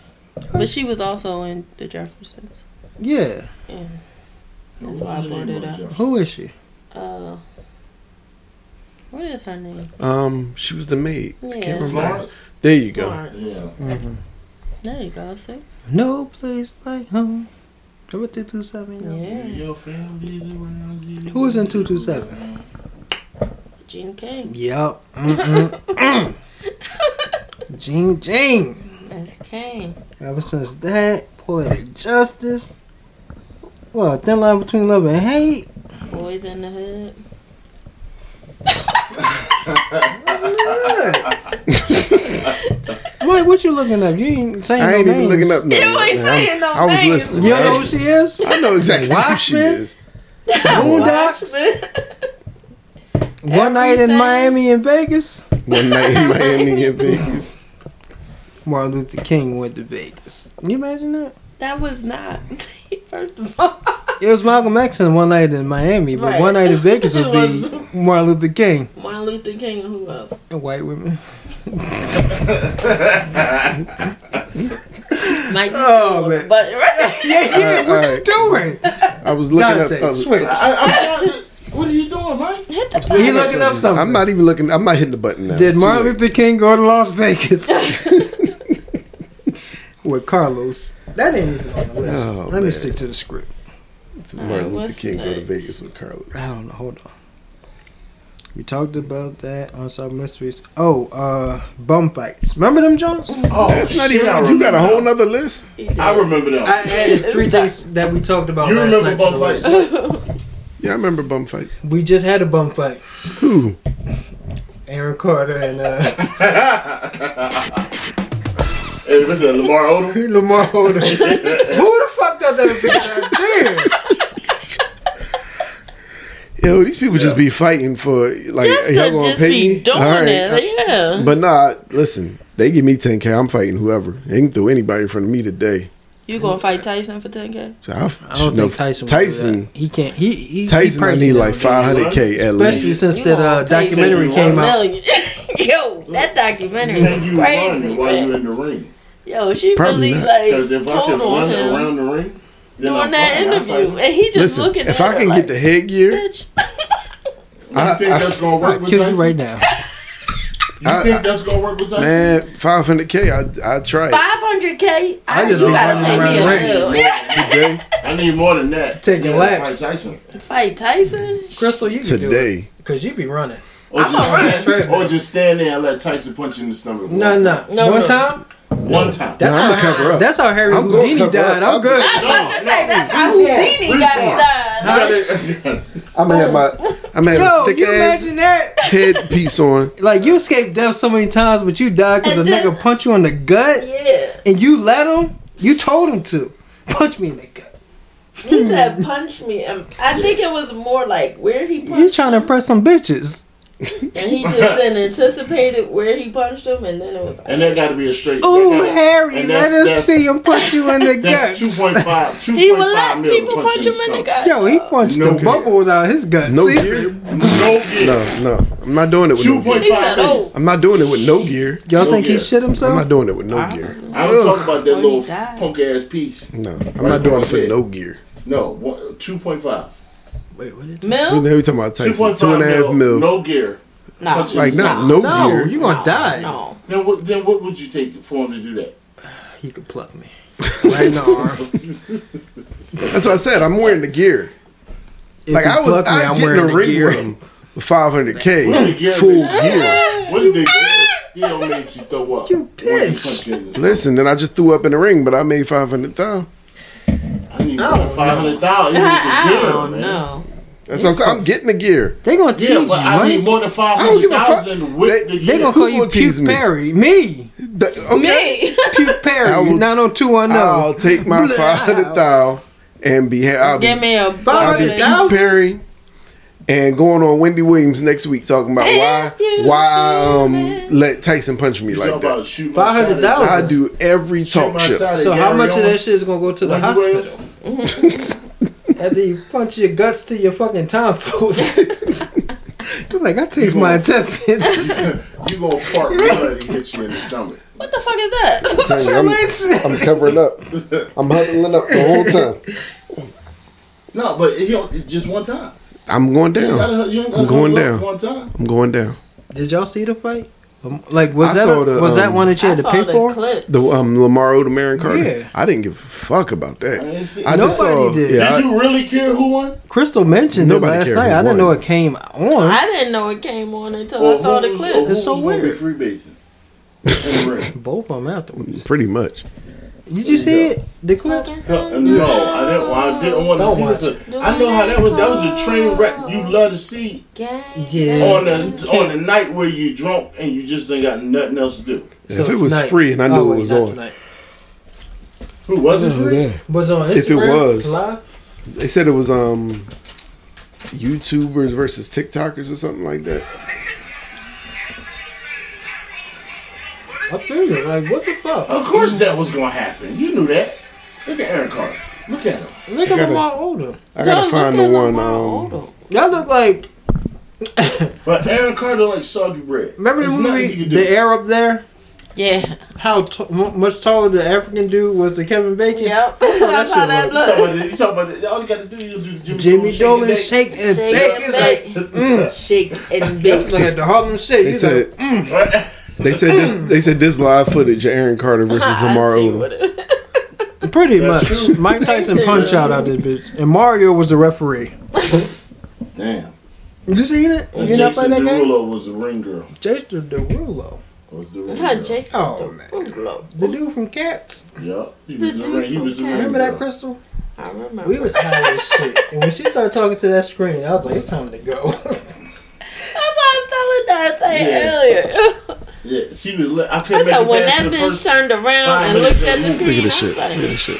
C: But she was also in The Jeffersons.
A: Yeah.
C: And That's why I brought it up.
A: Who is she?
C: uh, what is her name?
D: Um, she was the maid. I
C: Yeah.
D: can't remember.
B: Florence?
D: There you go.
C: Florence.
B: Yeah.
C: Mm-hmm. There you go. See.
A: No place like home. Remember 227? Yeah.
C: Yeah.
B: Your family's around you.
A: Who was in 227?
C: Gene King.
A: Yup.
D: Mm.
A: Jing Jing.
C: That's King.
A: Ever since that, Poetic Justice. Well, Thin Line Between Love and Hate.
C: Boys in the Hood.
A: Mike, what you looking up? You ain't saying
D: I ain't
A: no
D: even
A: names.
D: looking up. No,
C: You ain't
D: man.
C: saying no
D: I was
C: names.
D: listening.
A: You don't know who she is?
D: I know exactly who she
A: Watchmen?
D: is.
A: Boondocks. One Night in
C: Everything.
A: Miami and Vegas.
D: One night in Miami and Vegas.
A: Martin Luther King went to Vegas. Can you imagine that?
C: That was not. First of all,
A: It was Malcolm X and one night in Miami, but
C: Right.
A: one night in Vegas would be
C: It was-
A: Martin Luther King
C: Martin Luther King and who else?
A: and white women.
C: Mike.
A: Oh,
C: Oh,
A: man.
C: But right.
A: Yeah, yeah,
D: All
A: what
D: right.
A: you doing?
D: I was looking
A: Dante,
D: up. uh,
A: switch.
B: I, I'm trying to- what are you doing, Mike?
C: Hit the
A: He
C: button.
A: looking up something.
D: I'm not even looking. I'm not hitting the button now.
A: Did
D: It's too
A: Martin
D: late.
A: Luther King go to Las Vegas with Carlos? That ain't even on the list.
D: Oh,
A: Let me
D: man.
A: stick to the script.
D: Did
C: Uh,
D: Martin
C: what's
D: Luther King go to
C: next?
D: Vegas with Carlos?
A: I don't know. Hold on. We talked about that on some mysteries. Oh, uh, bum fights. Remember them, Jones?
B: Oh,
D: That's not
B: shit,
D: even.
B: I
D: You got a
B: remember
D: whole
B: now.
D: nother list.
C: He did.
B: I remember that.
A: I added three things that we talked about.
B: you
A: last
B: remember
A: night to the
B: bum
A: list.
B: fights?
D: Yeah, I remember bum fights.
A: We just had a bum fight.
D: Who?
A: Aaron Carter and uh,
B: Hey, listen, Lamar Odom.
A: Lamar Holder. Who the fuck thought that was a good idea?
D: Yo, these people just be fighting for like
C: Just
D: y'all
C: to
D: gonna
C: just
D: pay
C: be
D: me.
C: doing
D: All right.
C: it, yeah.
D: But nah, listen. They give me 10k. I'm fighting whoever. They can throw anybody in front of me today.
C: you gonna fight Tyson for ten k?
D: So I,
A: I don't
D: no,
A: think Tyson. would do
D: Tyson.
A: that. He can't. He he.
D: Tyson,
A: he
D: I need like
A: personally don't
D: 500k at
A: do that. Especially
D: least.
A: since that uh, documentary came out.
C: Yo,
D: Mm.
C: that documentary
B: Can
C: was
B: you run
C: crazy.
B: it while
C: man.
B: you in the ring?
C: Yo, she
D: Probably
C: really
D: not.
B: Because
C: like
B: if I can
C: told
B: run
C: on him
B: around the ring, then
C: during
B: I'm
C: that
B: fine. I'm
C: interview,
B: fine.
C: and he just
D: Listen,
C: looking.
D: if
C: at
D: I
C: her
D: can
C: like,
D: get the headgear,
C: bitch,
D: I-
B: You think
D: I-
B: that's gonna work
A: I'll
B: with
A: kill you
B: Tyson?
A: right now.
B: You
D: I-
B: think
D: I-
B: that's gonna work with Tyson?
D: man, 500k. I I try it
C: five hundred k.
A: I just
C: you
A: be
C: gotta
A: running
C: pay
A: around
C: me
A: the
C: a
A: ring.
C: bill.
D: today.
B: I need more than that.
A: Take a
B: Yeah,
A: laps.
B: Mike Tyson.
C: Fight Tyson.
A: Crystal, you can do it
D: Today.
A: because you be running.
B: Or
C: I'm
B: just,
C: alright.
B: stand, or just stand there and let Tyson punch you in the stomach.
A: No,
B: one
A: no,
B: time.
C: No,
A: One
C: no.
A: time.
B: One time.
A: That's
D: Nah,
A: how
D: I'ma cover up.
A: That's how Harry
D: I'm gonna
A: Houdini
D: cover
A: died.
D: up.
A: I'm good.
C: I was about to
B: No,
C: say
B: no,
C: that's how
B: free form,
C: Houdini
B: free form.
C: got done.
D: I'm gonna have my. I'm gonna have a
A: Yo,
D: thick
A: you
D: ass
A: imagine that?
D: headpiece on.
A: Like you escaped death so many times, but you died because a
C: And then-
A: nigga punched you in the gut,
C: Yeah,
A: and you let him. You told him to punch me in the gut.
C: he
B: Hmm.
C: said punch me. Um, I think it was more like where he punched.
A: You trying to impress some bitches?
C: And he just didn't anticipate it where he punched him, and then it was
B: And that got to be a straight.
A: Ooh,
B: that gotta-
A: Harry,
B: and
A: let
B: that's-
A: us
B: that's-
A: see him punch you in the
B: That's
A: guts.
B: 2.5, 2.5
C: he would let
B: million
C: people punch him in the
B: stomach.
C: gut.
A: Yo, he punched
D: No
A: the
D: gear.
A: bubbles out of his gut.
D: No
A: See?
D: gear.
B: No gear.
D: No, no. I'm not doing it with no gear.
C: He said,
B: 2.5 million.
C: "Oh,
D: I'm not doing it with no gear.
A: Y'all
B: No
A: think
B: gear.
A: he shit
D: I'm
A: himself?
D: not doing it with no gear.
B: I don't talk about that
C: Or Oh, he
B: little
C: died.
B: punk ass piece.
D: No, I'm not doing it for no gear.
B: No, one- 2.5.
A: Wait, what did
D: We
C: Mil?
D: we talking about Tyson.
B: 2.5
D: Two and a half mil.
B: No gear.
C: No,
D: Like not
C: no,
D: no,
A: No,
D: gear.
A: you gonna die.
C: No,
B: Then what, then what would you take for him to do that?
A: He could pluck me. Right in the arm.
D: That's what I said. I'm wearing the gear.
A: If
D: like
A: he
D: I was,
A: plucked
D: I get in a ring with him. 500k,
B: Really gear,
D: full
B: man.
D: gear.
B: What did the gear still make you throw up?
A: You
B: Once punch
A: bitch.
B: you in the stomach?
D: Listen, then I just threw up in the ring, but I made 500 thousand.
B: I need
A: I don't
B: like 500,000. You need
C: I,
B: the
C: I
B: gear,
C: don't
B: man.
C: know.
D: That's what I'm saying. I'm getting the gear.
A: They gonna tease
B: Yeah, but I
A: you,
B: need
A: Mike.
B: more than
D: don't give a fuck.
B: 500,000 with the
D: They-
B: gear.
A: They gonna
D: Who
A: call you
D: gonna tease
A: Puke
D: me?
A: Perry. Me.
D: The- okay.
C: Me,
A: Puke Perry.
D: I will-
A: 90210.
D: I'll take my
A: Blah.
D: 500 thousand and be. ha- I'll be,
C: give me a
D: I'll be
A: Alright, that
D: Pete
A: was-
D: Perry. And going on Wendy Williams next week talking about why
C: If you
D: why um
C: feel it.
D: let Tyson punch me
B: You
D: like
B: talk
D: that.
B: about shooting my
A: 500,000.
B: shot at-
D: I do every
B: shooting
D: talk
B: my
D: show.
B: shot at
A: so how
B: Gary
A: much of that
B: Owens.
A: shit is gonna go to the
B: Wendy Williams.
A: hospital? After you punch your guts to your fucking tonsils. You're like, I taste my intestines.
B: You gonna fart blood and hit you in the stomach.
C: What the fuck is that?
D: Tell you, I'm, I'm covering up. I'm huddling up the whole time.
B: No, but it, you know, it's just one time.
D: I'm going
B: You ain't
D: down.
B: gotta- you ain't
D: I'm
B: gotta
D: going
B: hook
D: down.
B: One time.
D: I'm going down.
A: Did y'all see the fight? Um, Like, was
D: I
A: that
D: saw
A: a-
D: the,
A: was that
D: um,
A: one that you
C: I
A: had to
C: saw
A: pay
C: the
A: for?
C: clip.
D: The um Lamar Odom Aaron Carter.
A: Yeah.
D: I didn't give a fuck about that.
B: I didn't see-
D: I just saw.
A: Nobody did.
D: Yeah, I-
B: Did you really care who won?
A: Crystal mentioned
D: Nobody
A: it last
D: cared
A: night.
D: who
A: I didn't
D: won.
A: know it came on.
C: I didn't know it came on until
B: Or
C: I saw
B: who
C: the
B: was-
C: clip.
B: or who
A: It's so
B: was gonna be
A: weird.
B: Freebasing. In the ring.
A: Both of them afterwards.
D: pretty much.
A: Did you see it? The clips?
B: No, no, I didn't. I didn't want
A: Don't
B: to
A: watch
B: see it. I know how that was. That was a train wreck. You love to see
C: Gang.
A: Yeah.
B: on the on the night where you drunk and you just ain't got nothing else to do.
D: if it
A: it's
D: was free and I knew
A: Oh,
D: it
A: wait,
D: was
A: not
D: on.
A: tonight.
B: Who was it? free?
A: Was it on Instagram?
D: If it was.
A: Live?
D: They said it was um YouTubers versus TikTokers or something like that.
A: I figured, like, what the fuck?
D: Oh,
B: Of course that was gonna happen. You knew that. Look at Aaron Carter. Look at him.
A: Look at
D: gotta-
A: them all older.
D: I gotta find the one. Um,
A: Y'all look like.
B: But Aaron Carter like soggy bread.
A: Remember the
B: There's nothing he
A: movie
B: can do.
A: The Air Up There?
C: Yeah.
A: How t- m- much taller the African dude was to Kevin Bacon?
C: Yep.
A: that
C: That's how
A: shit
C: that
B: You talking
C: look.
B: about the- you talking about the, all you got to do is do the Jimmy,
A: Jimmy Dolan
B: and
A: shake and
C: Shake
A: bake.
C: and
A: It's like,
C: bake. Shake and bake.
A: it's like the Harlem Shake.
D: they
A: It's
D: said
A: like,
B: bake.
D: they said this they said this live footage of Aaron Carter versus Lamar
C: I see
D: Odom.
C: what it-
A: pretty
B: That's
A: much.
B: true.
A: Mike Tyson punch out out this bitch, and Mario was the referee.
B: Damn.
A: You seen it?
B: And
A: You not play
B: Jason
A: that game?
B: Derulo was the ring girl.
A: Jason Derulo,
B: Was the ring
C: How
B: girl.
C: Jason
A: Oh,
C: oh,
A: man.
C: Derulo.
A: the dude from Cats.
B: Yup. He
C: The
B: was the
C: dude
B: ring. He
C: from
B: was the ring.
C: Cats.
A: Remember that,
B: girl.
A: Crystal?
C: I remember.
A: We was high as shit, and when she started talking to that screen, I was like, "It's time to go."
C: That's what I was telling Dante
B: Yeah.
C: earlier.
B: Yeah, she was. Li- I
C: I
B: couldn't
C: said
B: make
C: when
B: it
C: that
B: past the
C: bitch
B: first.
C: turned around
B: five
C: and
B: minutes
C: looked at
B: of the
C: the
D: Look at
C: screen, I
D: this shit.
C: was
D: Look at
C: like,
D: this shit.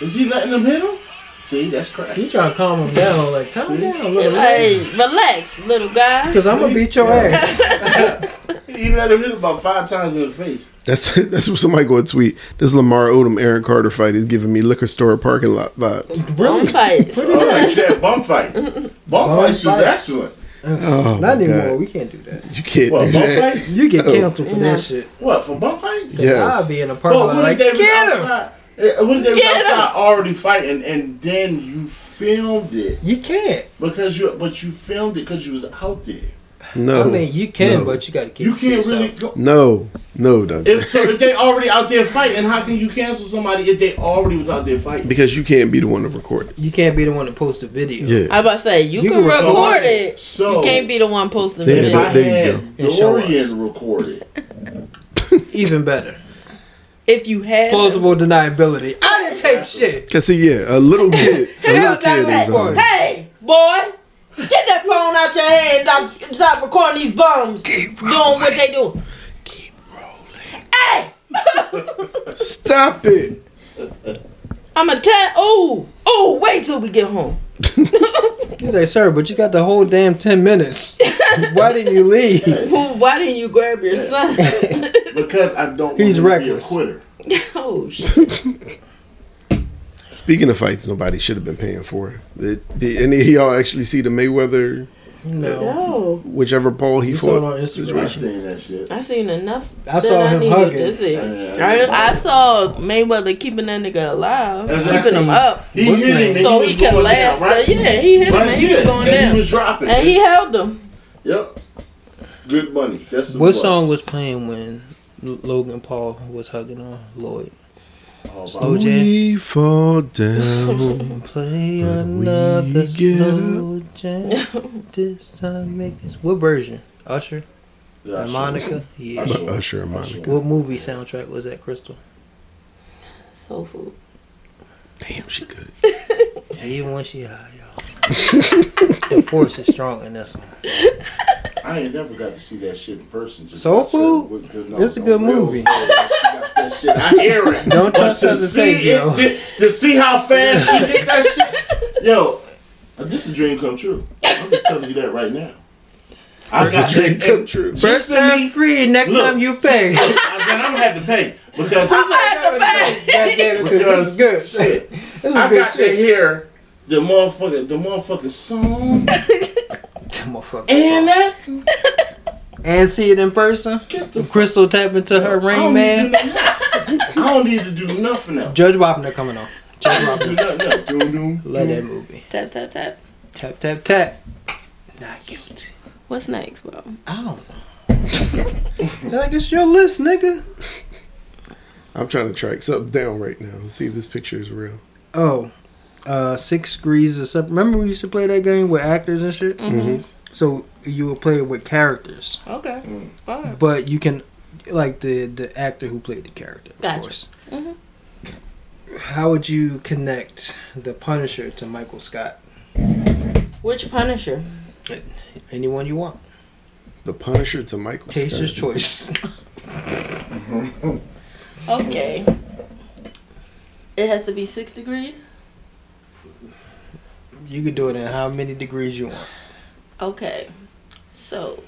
B: Is he letting them hit him? See, that's crack.
A: he trying to calm him down, like, "Calm
B: See?
A: down, little man,"
C: like relax, little guy.
A: because I'm gonna beat your ass.
B: He let him hit him about five times in the face.
D: That's that's what somebody go tweet. This Lamar Odom Aaron Carter fight is giving me liquor store parking lot vibes.
C: Bone fights.
B: Oh, like that bum fights. Bum fights was
A: fights.
B: excellent.
D: Oh,
A: Not
D: my God.
A: anymore. We can't do that.
D: You can't
B: What,
D: do
B: bum
D: that.
B: fights?
A: You get
D: No.
A: canceled for
C: No.
A: that shit.
B: What, for bum fights?
D: Oh. Yes.
A: I'll be in a parking
B: But
A: lot
B: when
A: like,
B: they was
A: get him.
B: outside, eh, when they was
C: Get him!
B: outside already fighting, and then you filmed it
A: You can't.
B: because you, but you filmed it because you was out there.
D: No,
A: I mean, you can,
D: No.
A: but you gotta keep.
B: You
A: it to
B: can't
A: yourself.
B: really go.
D: no, no, Dante.
B: If, so if they already out there fighting, how can you cancel somebody if they already was out there fighting?
D: because you can't be the one to record it.
A: You can't be the one to post a video.
D: Yeah,
C: I about to say you,
A: You
C: can
A: can
C: record,
B: record
C: it.
B: it. So-
C: you can't be the one posting
D: Yeah,
C: it.
B: If I
D: there- there you
B: had
A: go. And show us.
B: Dorian recorded,
A: Even better.
C: If you had
A: Plausible deniability. I didn't tape shit.
D: cause see, yeah, a little kid, a
C: Hey,
D: little
C: was like,
D: kid is on. it.
C: hey, boy, get that phone out your hand and stop, stop recording these bums doing what they doing. Keep rolling. Hey,
D: um, Stop it.
C: I'm a ten. Oh, oh, wait till we get home.
A: He's like, sir, but you got the whole damn ten minutes. Why didn't you leave?
C: Well, Why didn't you grab your son?
B: because I don't.
A: He's
B: want him to be a
A: reckless.
B: quitter.
C: oh shit!
D: Speaking of fights, nobody should have been paying for it. Did, did any of y'all actually see the Mayweather,
A: No.
C: No,
D: whichever Paul he
A: You saw it
D: fought?
A: on
B: I
A: Instagram.
B: seen that shit.
C: I seen enough.
A: I
C: that
A: saw him
C: needed
A: hugging.
C: to see.
B: Yeah, I
C: I,
B: didn't
C: I
B: know.
C: saw Mayweather keeping that nigga alive,
B: That's what I
C: keeping him
A: seen.
C: up,
B: He
A: What's
B: hit
A: that?
B: him, and
C: so
B: he,
C: he
B: was
C: could
B: going down,
C: last.
B: right?
C: So, yeah, he hit him
B: Right,
C: and he
B: yeah.
C: was going
B: and
C: down,
B: he was dropping.
C: and he held him.
B: yep. Good money. That's
A: What
B: it
A: song was playing when L- Logan Paul was hugging on Lloyd?
B: Oh,
A: Slow
B: wow.
A: jam.
D: We fall down.
A: Play another
D: get
A: slow jam. This time make it. What version? Usher?
B: Yeah, I
A: Monica? Yeah.
D: By Usher and Monica.
A: What movie soundtrack was that, Crystal?
C: Soul food.
D: Damn, she good.
A: Even when she high, y'all. the force is strong in this one.
B: should've- I ain't never got to see that shit in person. Just
A: Soul
B: watch it
A: Food?
B: with the-
A: It's a good
B: real
A: movie.
B: soul. She got that shit. I hear it.
A: Don't
B: But
A: trust
B: to
A: us to
B: see
A: save you.
B: it, to, to see how fast she did that shit. Yo, this is a dream come true. I'm just telling you that right now. I
D: It's a dream
B: and-
D: come
B: and
D: true.
B: just
A: First
B: to
A: time
B: me-
A: free, next
B: Look.
A: time you pay.
B: I- Then I'm gonna have to pay because
A: This is good. This
B: shit.
A: is
B: I
A: good
B: got to
A: shit.
B: hear the motherfucking the motherfucking song
A: Motherfucker.
B: and that.
A: And see it in person.
B: Get the
A: If Crystal tap into her
B: I
A: ring
B: don't
A: man.
B: Need to do nothing else. I don't need to do nothing else.
A: Judge Wapner coming on. Judge
B: Do
A: Wapner.
B: nothing else. Doom, doom.
A: Love that movie.
C: Tap tap tap.
A: Tap tap tap. Not guilty.
C: What's next, bro?
A: I don't know. They're like it's your list, nigga.
D: I'm trying to track something down right now. See if this picture is real.
A: Oh, uh, six degrees of sep- Remember we used to play that game with actors and shit.
D: Mm-hmm.
A: So you would play it with characters,
C: Okay.
B: Mm.
C: All
B: Hmm.
C: right.
A: but you can, like the the actor who played the character, of
C: Gotcha.
A: course.
C: Mhm.
A: How would you connect the Punisher to Michael Scott?
C: Which Punisher?
A: Anyone you want.
D: The Punisher to Michael.
A: Taster's
D: Scott.
A: choice.
C: Okay. It has to be six degrees.
A: You could do it in how many degrees you want.
C: Okay. So,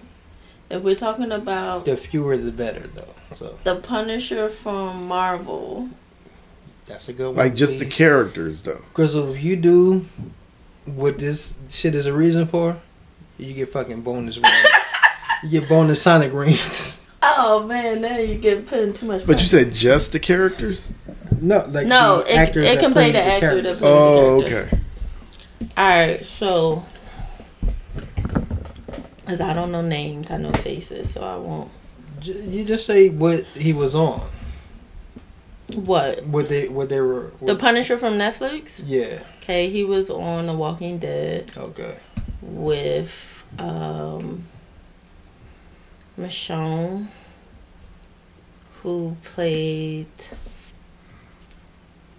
C: if we're talking about
A: The fewer the better, though. So
C: the Punisher from Marvel,
F: That's a good one.
D: Like just the
F: please.
D: characters though.
A: Crystal, if you do what this shit is a reason for, you get fucking bonus rings. you get bonus Sonic rings.
C: Oh man, now you get put in too much.
D: But you said just the characters?
A: No, like
C: No,
A: the
C: it-
A: actors
C: it
A: that
C: can play the
A: played
C: actor
A: characters.
C: that played-
D: Oh, okay.
C: All right, so because I don't know names, I know faces, so I won't.
A: Ju- You just say what he was on,
C: What
A: what they what they were.
C: the
A: What,
C: Punisher from Netflix?
A: yeah.
C: Okay, he was on The Walking Dead
A: Okay.
C: with um Michonne, who played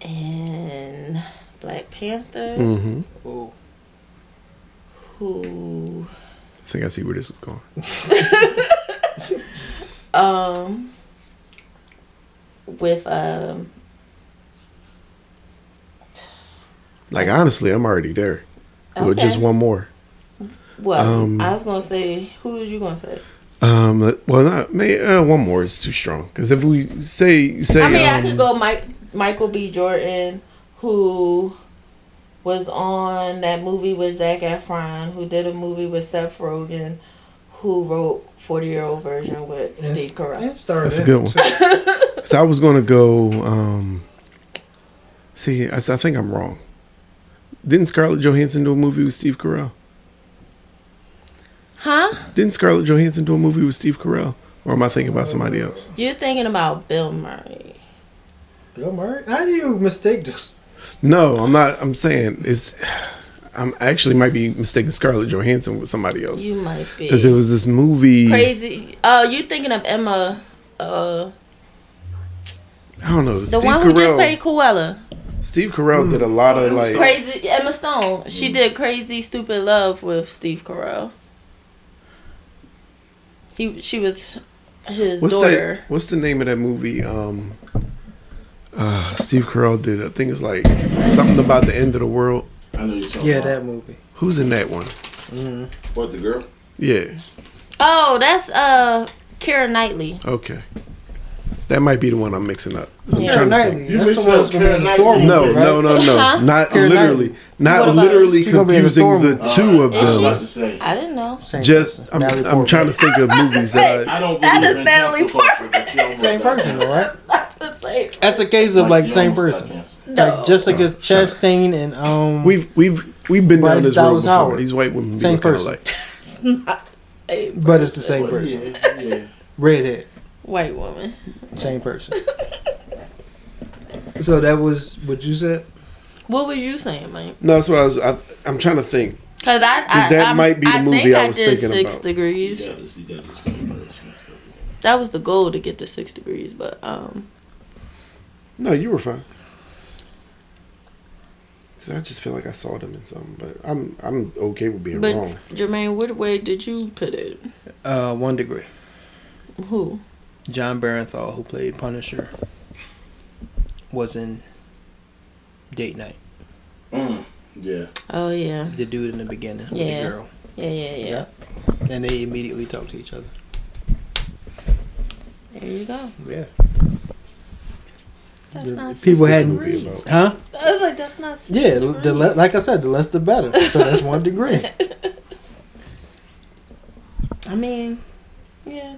C: in Black Panther,
D: Mm-hmm.
A: Oh,
C: who
D: I think I see where this is going.
C: um with um
D: Like honestly, I'm already there. Well, just
C: okay.
D: one more.
C: Well,
D: Um,
C: I was gonna say, who was you gonna say?
D: Um, well, not may uh, one more is too strong because if we say say
C: I mean, I
D: um,
C: could go Mike Michael B. Jordan, who was on that movie with Zach Efron, who did a movie with Seth Rogen, who wrote Forty Year Old Version with Steve Carell.
A: That started.
D: That's a good one. Because I was going to go. Um, see, I, s- I think I'm wrong. Didn't Scarlett Johansson do a movie with Steve Carell?
C: Huh?
D: Didn't Scarlett Johansson do a movie with Steve Carell? Or am I thinking about somebody else?
C: You're thinking about Bill Murray.
A: Bill Murray. How do you mistake this?
D: No, I'm not. I'm saying it's. I'm actually might be mistaking Scarlett Johansson with somebody else
C: You might be
D: because it was this movie.
C: crazy. Uh, you thinking of Emma? Uh,
D: I don't know.
C: the
D: Steve
C: one
D: Carell.
C: who just played Cruella.
D: Steve Carell did a lot of like.
C: Crazy Emma Stone.
D: Mm.
C: She did Crazy Stupid Love with Steve Carell. He she was his
D: What's
C: daughter.
D: that? What's the name of that movie? Um, uh, Steve Carell did. I think it's like something about the end of the world.
B: I know you're talking
A: Yeah,
B: about.
A: that movie.
D: Who's in that one?
B: What, the girl?
D: Yeah.
C: Oh, that's uh Kira Knightley.
D: Okay. That might be the one I'm mixing up. 'cause I'm
C: Yeah.
D: trying to
A: Keira
D: think.
A: Knightley, that's
B: mixed
A: the one
B: up
A: that's gonna be in
B: Keira
A: Thor
B: Knightley.
A: movie,
D: No,
A: right?
D: no, no,
C: Huh?
D: not
A: Keira
D: literally,
C: What
D: not
C: about
D: literally
A: She gonna be in the Thor
D: confusing the
A: movie.
D: two of
B: I was about
D: them.
B: to say.
C: I didn't know.
A: Same
D: Just,
A: person.
D: I'm,
A: Natalie
D: I'm
A: Portman.
D: trying to think of movies that I,
B: I don't
C: That
B: believe
C: is
B: in
C: Natalie
B: cancel culture, but you almost
A: Same
B: got
A: person,
B: canceled.
A: though, right?
C: The same.
A: That's a case of like
B: you
A: same
B: almost got
A: person.
B: canceled.
A: Like Jessica Chastain and um.
D: we've we've we've been down
A: Bryce
D: this road
A: Dallas
D: before.
A: Howard.
D: These white women be
A: Same
D: looking
A: person.
D: alike.
C: It's not the same.
A: but it's the same
B: Well,
A: person.
B: yeah, yeah.
A: Redhead,
C: White woman.
A: same person. so that was what you said.
C: What was you saying, man?
D: No, that's what I was. I, I'm trying to think.
C: Because I, I,
D: 'Cause that
C: I'm-
D: might be the
C: I
D: movie
C: think
D: I was
C: did
D: thinking
C: six
D: about.
B: You
C: degrees.
B: got this, you got this. Bill Murray's messed up.
C: That was the goal to get to six degrees, but um,
D: No, you were fine. Cause I just feel like I saw them in something, but I'm I'm okay with being
C: but
D: wrong.
C: Jermaine, what way did you put it?
A: Uh, one degree.
C: Who?
A: John Barenthal, who played Punisher, was in Date Night.
B: Mm, yeah.
C: Oh yeah,
A: The dude in the beginning, with
C: Yeah.
A: the girl,
C: yeah, yeah, yeah.
A: and they immediately talk to each other.
C: There you go.
A: Yeah.
C: That's
A: The
C: not
A: people
C: six
A: had-
C: degrees.
D: Movie about-
A: Huh?
C: I was like, that's not six
A: Yeah.
C: degrees.
A: The le- like I said, the less the better. So that's one degree.
C: I mean, yeah.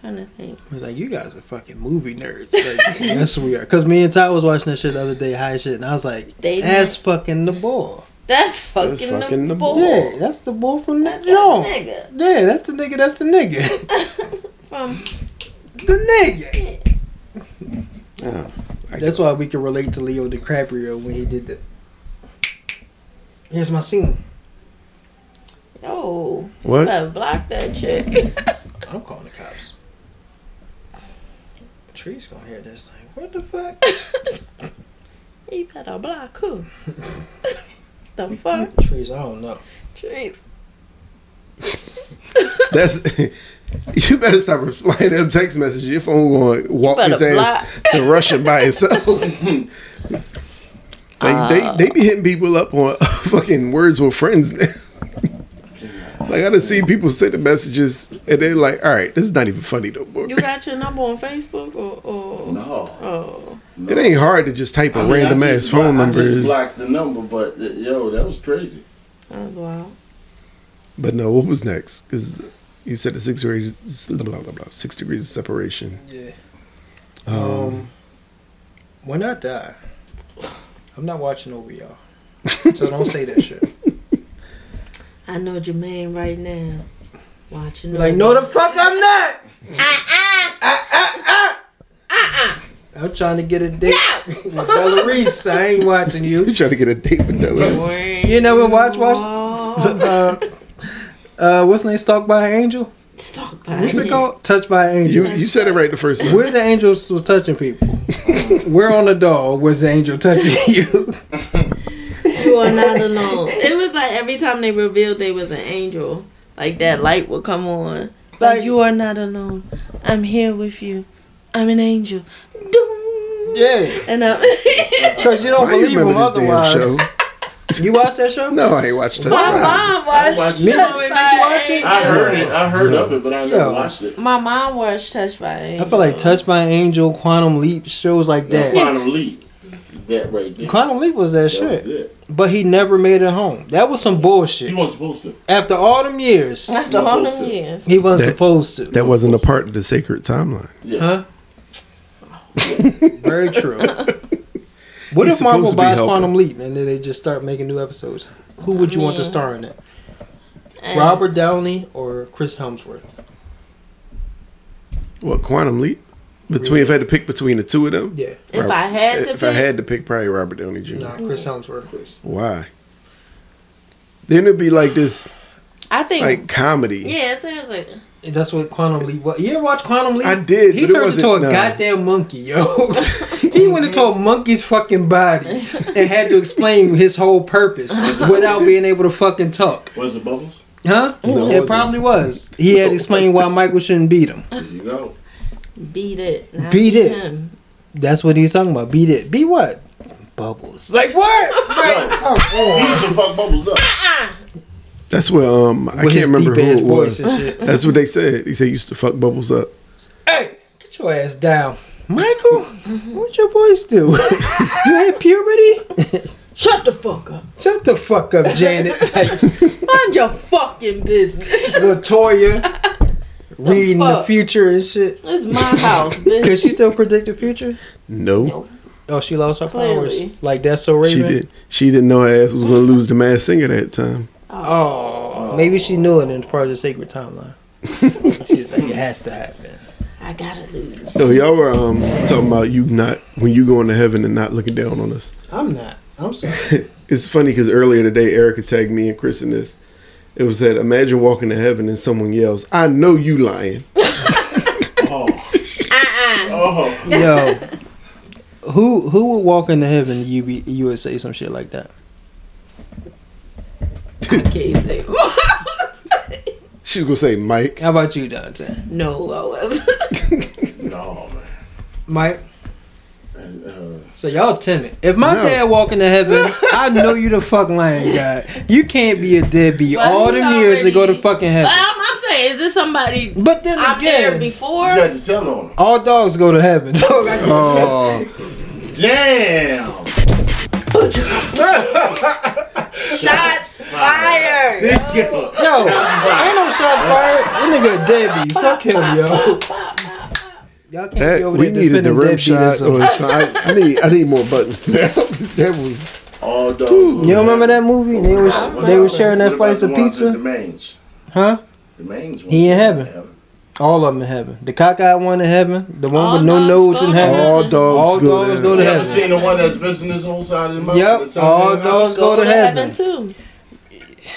C: Trying to think.
A: I was like, you guys are fucking movie nerds. Like, yes, we are. Cause me and Ty was watching that shit the other day, high shit, and I was like,
C: They
A: that's fucking the ball.
C: that's fucking,
D: fucking
C: the
D: the
C: ball.
A: Yeah, that's the ball from that
C: That's
A: joint.
C: that
A: Yeah, that's the nigga. That's the nigga.
C: nigga. From
A: the nigga.
D: Yeah, I
A: That's
D: get it.
A: why we can relate to Leo DiCaprio when he did that. Here's my scene.
C: yo,
D: What?
C: I blocked that chick.
A: I'm calling the cops. Tree's gonna hear this. Like, what the fuck?
C: you better block who? the fuck,
A: Trees, I don't know.
C: Jeez.
D: That's you better stop replying to them text messages. Your phone going to walk
C: Better
D: his ass to Russia by itself. like
C: Uh.
D: they they be hitting people up on fucking words with friends. now. Like I done seen people send the messages and they're like, all right, this is not even funny no more.
C: You got your number on Facebook or? or
B: No.
C: Oh.
D: It ain't hard to just type a
B: I mean, I
D: random
B: just
D: ass
B: blo-
D: phone
B: I just
D: numbers.
B: blocked the number, but uh, yo, that was crazy.
C: That's wild.
D: But no, what was next? Because you said the six degrees, blah, blah, blah, blah, six degrees of separation.
A: Yeah.
D: Um,
A: Um, when I die, I'm not watching over y'all. So don't say that shit.
C: I know Jermaine right now. Watching.
A: Like,
C: over.
A: no, the fuck I'm not. Ah, I'm trying to get a date with Bella Reese. I ain't watching
D: you
A: you.
D: trying to get a date with Della?
C: Where
A: You know what? Watch, watch.
C: are
A: Uh, uh, what's the name? Stalked by an angel.
C: Stalk by
A: What's it
C: me.
A: called? Touched by an angel.
D: You you said it right the first time.
A: Where the angels was touching people. Where on the dog was the angel touching you?
C: You are not alone. It was like every time they revealed they was an angel, like
A: Mm-hmm.
C: that light would come on. Like you are not alone. I'm here with you. I'm an angel. Doom.
A: Yeah,
C: And uh,
A: because you don't
D: Why you
A: believe him
D: remember this damn
A: otherwise.
D: show?
A: You watch that show?
D: No, I ain't watched Touch
C: my
D: Mine.
C: mom
B: I
C: watched.
B: watched
A: Me?
B: it.
A: Make you watch it?
B: I heard it. I heard of it, but I never
A: Yo.
B: watched it.
C: My mom watched Touched by an Angel.
A: I feel like Touched by an Angel, Quantum Leap, shows like that.
B: That Quantum Leap. That right there.
A: Quantum Leap was that
B: That was
A: shit.
B: it.
A: But he never made it home. That was some
B: You
A: bullshit.
B: weren't supposed to.
A: After all them years,
C: After all them years,
A: he wasn't
D: That-
A: supposed to.
D: That wasn't a part of the sacred timeline.
B: Yeah.
A: Huh? Very true. What
D: He's
A: if Marvel
D: supposed to be
A: buys
D: helping.
A: Quantum Leap and then they just start making new episodes? Who would you want to
C: mean-
A: star in it?
C: And
A: Robert Downey or Chris Helmsworth?
D: What Quantum Leap? Between if I had to pick between the two of them,
A: Yeah.
C: If I had to,
D: if I had to pick, probably Robert Downey Jr.
A: Nah, Chris Helmsworth.
D: Why? Then it'd be like this,
C: I think.
D: like comedy.
C: yeah, so it was like
A: That's what Quantum Leap was. You ever watch Quantum Leap?
D: I did,
A: He
D: but it
A: turned
D: wasn't-
A: into a
D: nah.
A: goddamn monkey, yo. he went into a monkey's fucking body and had to explain his whole purpose without being able to fucking talk.
B: Was it Bubbles?
A: Huh?
D: No, it
A: it
D: wasn't.
A: probably was. He had to explain why Michael shouldn't beat him.
B: There you go.
C: beat it. not
A: Beat it.
C: him.
A: That's what he's talking about. Beat it. Beat what? Bubbles. Oh, Like what? Like, come
B: He
A: on.
B: used to fuck Bubbles up.
D: That's what um I
A: With
D: can't
A: his
D: remember who
A: deep-ass
D: it was.
A: voice and shit.
D: That's what they said. He said he used to fuck bubbles up.
A: Hey, get your ass down. Michael, what your voice do? you had puberty?
C: Shut the fuck up.
A: Shut the fuck up, Janet. Types.
C: Mind your fucking business.
A: Latoya reading the
C: fuck?
A: future and shit.
C: It's my house,
A: Can
C: bitch.
A: she still predict the future?
D: No,
C: No,
A: Oh, she lost her
C: Clearly.
A: powers. Like that's so
D: she
A: Raven.
D: did. She didn't know her ass was going to lose the Masked Singer that time.
A: Oh, maybe she knew it, and it's part of the sacred timeline. She's like, it has to happen.
C: I gotta lose.
D: So y'all were um talking about you not when you going to heaven and not looking down on us.
A: I'm not. I'm sorry.
D: It's funny because earlier today Erica tagged me and Chris in this. It was that imagine walking to heaven and someone yells, "I know you lying."
B: Oh. Oh.
A: Yo, who who would walk into heaven? You be you would say some shit like that.
C: I can't say.
D: She was gonna say Mike.
A: How about you, Dante?
C: no, I was.
B: No, man.
A: Mike.
B: And, uh,
A: So y'all timid. If my
D: No.
A: dad walk into heaven, I know you the fuck lying guy. You can't be a deadbeat
C: But
A: all
C: he
A: them years to go to
C: already- Ah!
A: fucking
C: But
A: heaven.
C: I'm, I'm saying, is this somebody
A: But then
C: I'm there
A: again,
C: before?
B: you got to tell on him.
A: all dogs go to heaven. So like,
D: Oh,
B: Damn.
C: Shots fired.
B: Yo.
A: yo, ain't no shot fired. That nigga a deadbeat. Fuck him, yo. Y'all can't be
D: that
A: over
D: we
A: there
D: needed
A: defending
D: the rim shot.
A: deadbeatism.
D: Or some, I, I need I need more buttons now. that was
B: All dogs.
A: You don't remember that movie? They was they were sharing that
B: What about
A: slice of
B: the ones at
A: pizza,
B: The mange.
A: huh?
B: The mange.
A: He in
B: ones.
A: heaven. All of them in heaven. The cockeyed one in heaven. The one
C: All
A: with no
C: dogs
A: nose
C: go
A: in
C: to
A: heaven.
C: heaven.
D: all dogs
A: All
D: go
A: dogs
D: to
A: go
B: You
A: to
B: ever
A: heaven.
B: seen the one that's missing his whole side of the mouth?
A: Yep,
B: The tongue
A: all
B: hanging out?
A: dogs- Go to heaven.
C: too.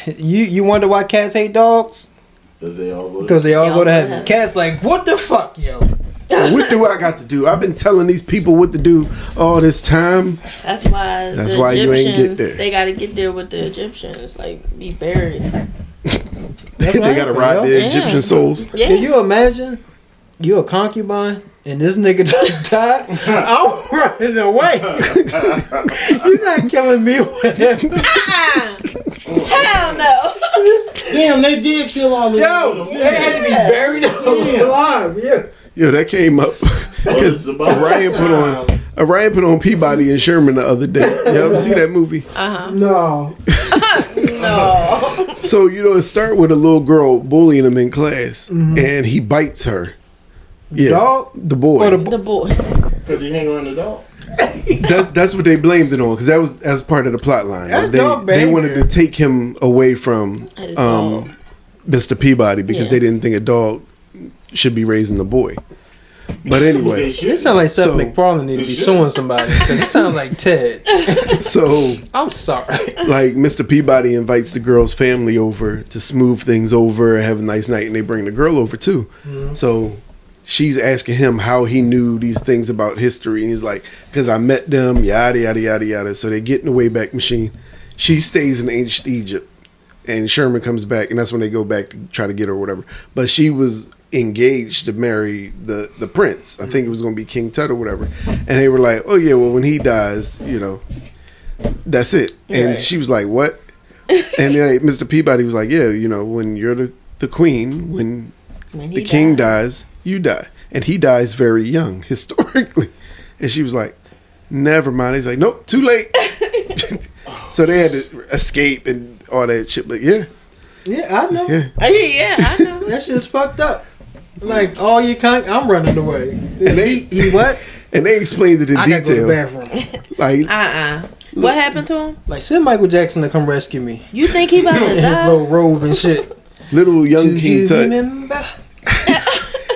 A: You you wonder why cats hate dogs?
B: 'Cause they all go to
A: Because they all go to heaven. Cats like, what the fuck, yo?
D: what do I got to do? I've been telling these people what to do all this time.
C: That's why.
D: That's
C: the
D: why you ain't get
C: Egyptians,
D: there.
C: They gotta get there with the Egyptians, like be buried.
D: they
A: right,
D: got to ride
A: bro.
D: their
C: Yeah.
D: Egyptian souls.
C: Yeah.
A: Can you imagine? You a concubine and this nigga just died? I'm running away. You're not killing me with him.
C: Hell no.
B: Damn, they did kill all of
A: Yo,
B: them.
A: they had to be buried alive. Yeah.
D: Yo, that came up because Orion put on Orion put on Peabody and Sherman the other day. You ever see that movie?
A: Uh. No.
D: So you know, it start with a little girl bullying him in class, and he bites her. Yeah,
A: Mm-hmm. Dog?
D: the boy.
A: Or the-
C: The boy.
B: Because they hang around the dog.
D: that's that's what they blamed it on because that was as part of the plot line.
A: That's
D: Like, they
A: dog
D: they wanted
A: behavior.
D: to take him away from
C: A dog.
D: um, Mr. Peabody because
C: Yeah.
D: they didn't think a dog should be raising the boy. But anyway,
A: This sounds like Seth
D: So-
A: MacFarlane need to be suing somebody. 'cause It sounds like Ted.
D: so
A: I'm sorry.
D: like Mr. Peabody invites the girl's family over to smooth things over, have a nice night, and they bring the girl over too. So she's asking him how he knew these things about history, and he's like, "Cause I met them, yada yada yada yada." So they get in the wayback machine. She stays in ancient Egypt, and Sherman comes back, and that's when they go back to try to get her or whatever. But she was engaged to marry the the prince. I think it was going to be King Tut or whatever. And they were like, "Oh yeah, well when he dies, you know." that's it. And
C: Right.
D: she was like, what? and then like, Mr. Peabody was like, yeah, you know, when you're the, the queen, when
C: When
D: the
C: he
D: king
C: died.
D: dies, you die. And he dies very young, historically. And she was like, never mind. He's like, nope, too late. so they had to escape and all that shit. But yeah,
A: Yeah, I know.
D: yeah.
C: Oh, yeah, yeah, I know.
A: That shit's fucked up. Like all you con- I'm running away. And
D: they-
A: he, he what?
D: And they explained it in
A: I gotta go to the
D: detail.
A: bathroom.
D: Like,
C: Uh uh What happened to him?
A: Like send Michael Jackson to come rescue me
C: You think he about to
A: in his
C: die?
A: little robe and shit.
D: little young
A: Do
D: King
A: you
D: Tut.
A: remember?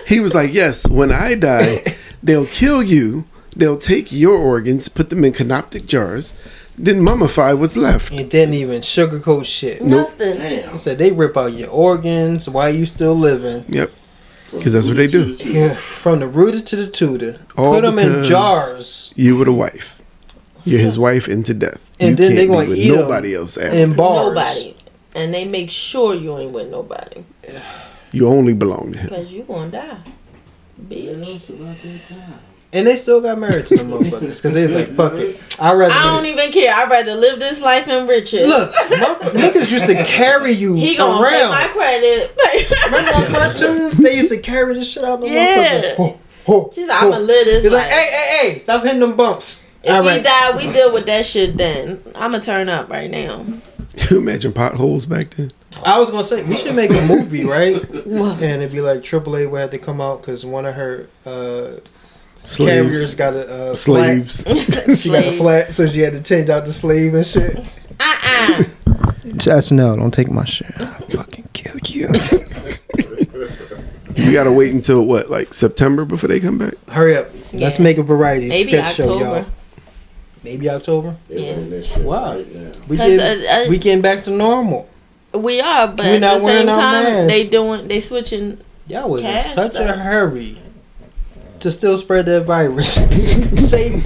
D: He was like, "Yes, when I die, they'll kill you. They'll take your organs, put them in canoptic jars, then mummify what's left."
A: It didn't even sugarcoat shit.
C: Nothing.
A: He
B: Damn.
A: said they rip out your organs. Why you still living?
D: Yep, because that's what they do.
A: Yeah, from the rooter to the tutor.
D: All
A: Put them in
D: because-
A: jars
D: You were the wife. You're his wife into death.
A: And
D: you
A: then they gonna
D: be with
A: eat 'em
D: nobody else. After.
A: in bars.
C: Nobody. And they make sure you ain't with nobody.
D: you only belong to him.
C: Because you gonna die. Bitch.
A: And they still got married to the motherfuckers because they was like, fuck it. I'd rather.
C: I don't even care. I'd rather live this life in riches.
A: Look, motherf- niggas used to carry you
C: he gonna pay my
A: around.
C: credit.
A: Remember on cartoons? They used to carry the shit out of the
C: Yeah.
A: motherfucker. Ho, ho,
C: She's like, I'ma
A: ho.
C: live this
A: It's
C: life.
A: like, hey, hey, hey, stop hitting them bumps.
C: if
A: All
C: he
A: right.
C: died, we deal with that shit then. I'ma turn up right now.
D: You imagine potholes back then.
A: I was gonna say we should make a movie, right?
C: What?
A: And it'd be like AAA would have to come out because one of her uh, carriers
D: Slaves,
A: got a uh,
D: slaves.
A: flat. She got a flat, so she had to change out the slave and shit.
C: Uh-uh.
A: Just no, don't take my shit. I fucking killed you.
D: we gotta wait until what, like September, before they come back.
A: Hurry up. Let's
C: Yeah.
A: make a variety
C: Maybe
A: sketch show,
C: October.
A: y'all. Maybe October. Wow.
B: Wow.
A: We
C: 'Cause,
A: get
C: uh, uh,
A: we getting back to normal.
C: We are, but
A: We're
C: at
A: not
C: the
A: wearing
C: same
A: our
C: time,
A: masks.
C: they doing they switching.
A: Y'all was in
C: Cast
A: such a
C: that.
A: hurry to still spread that virus. Save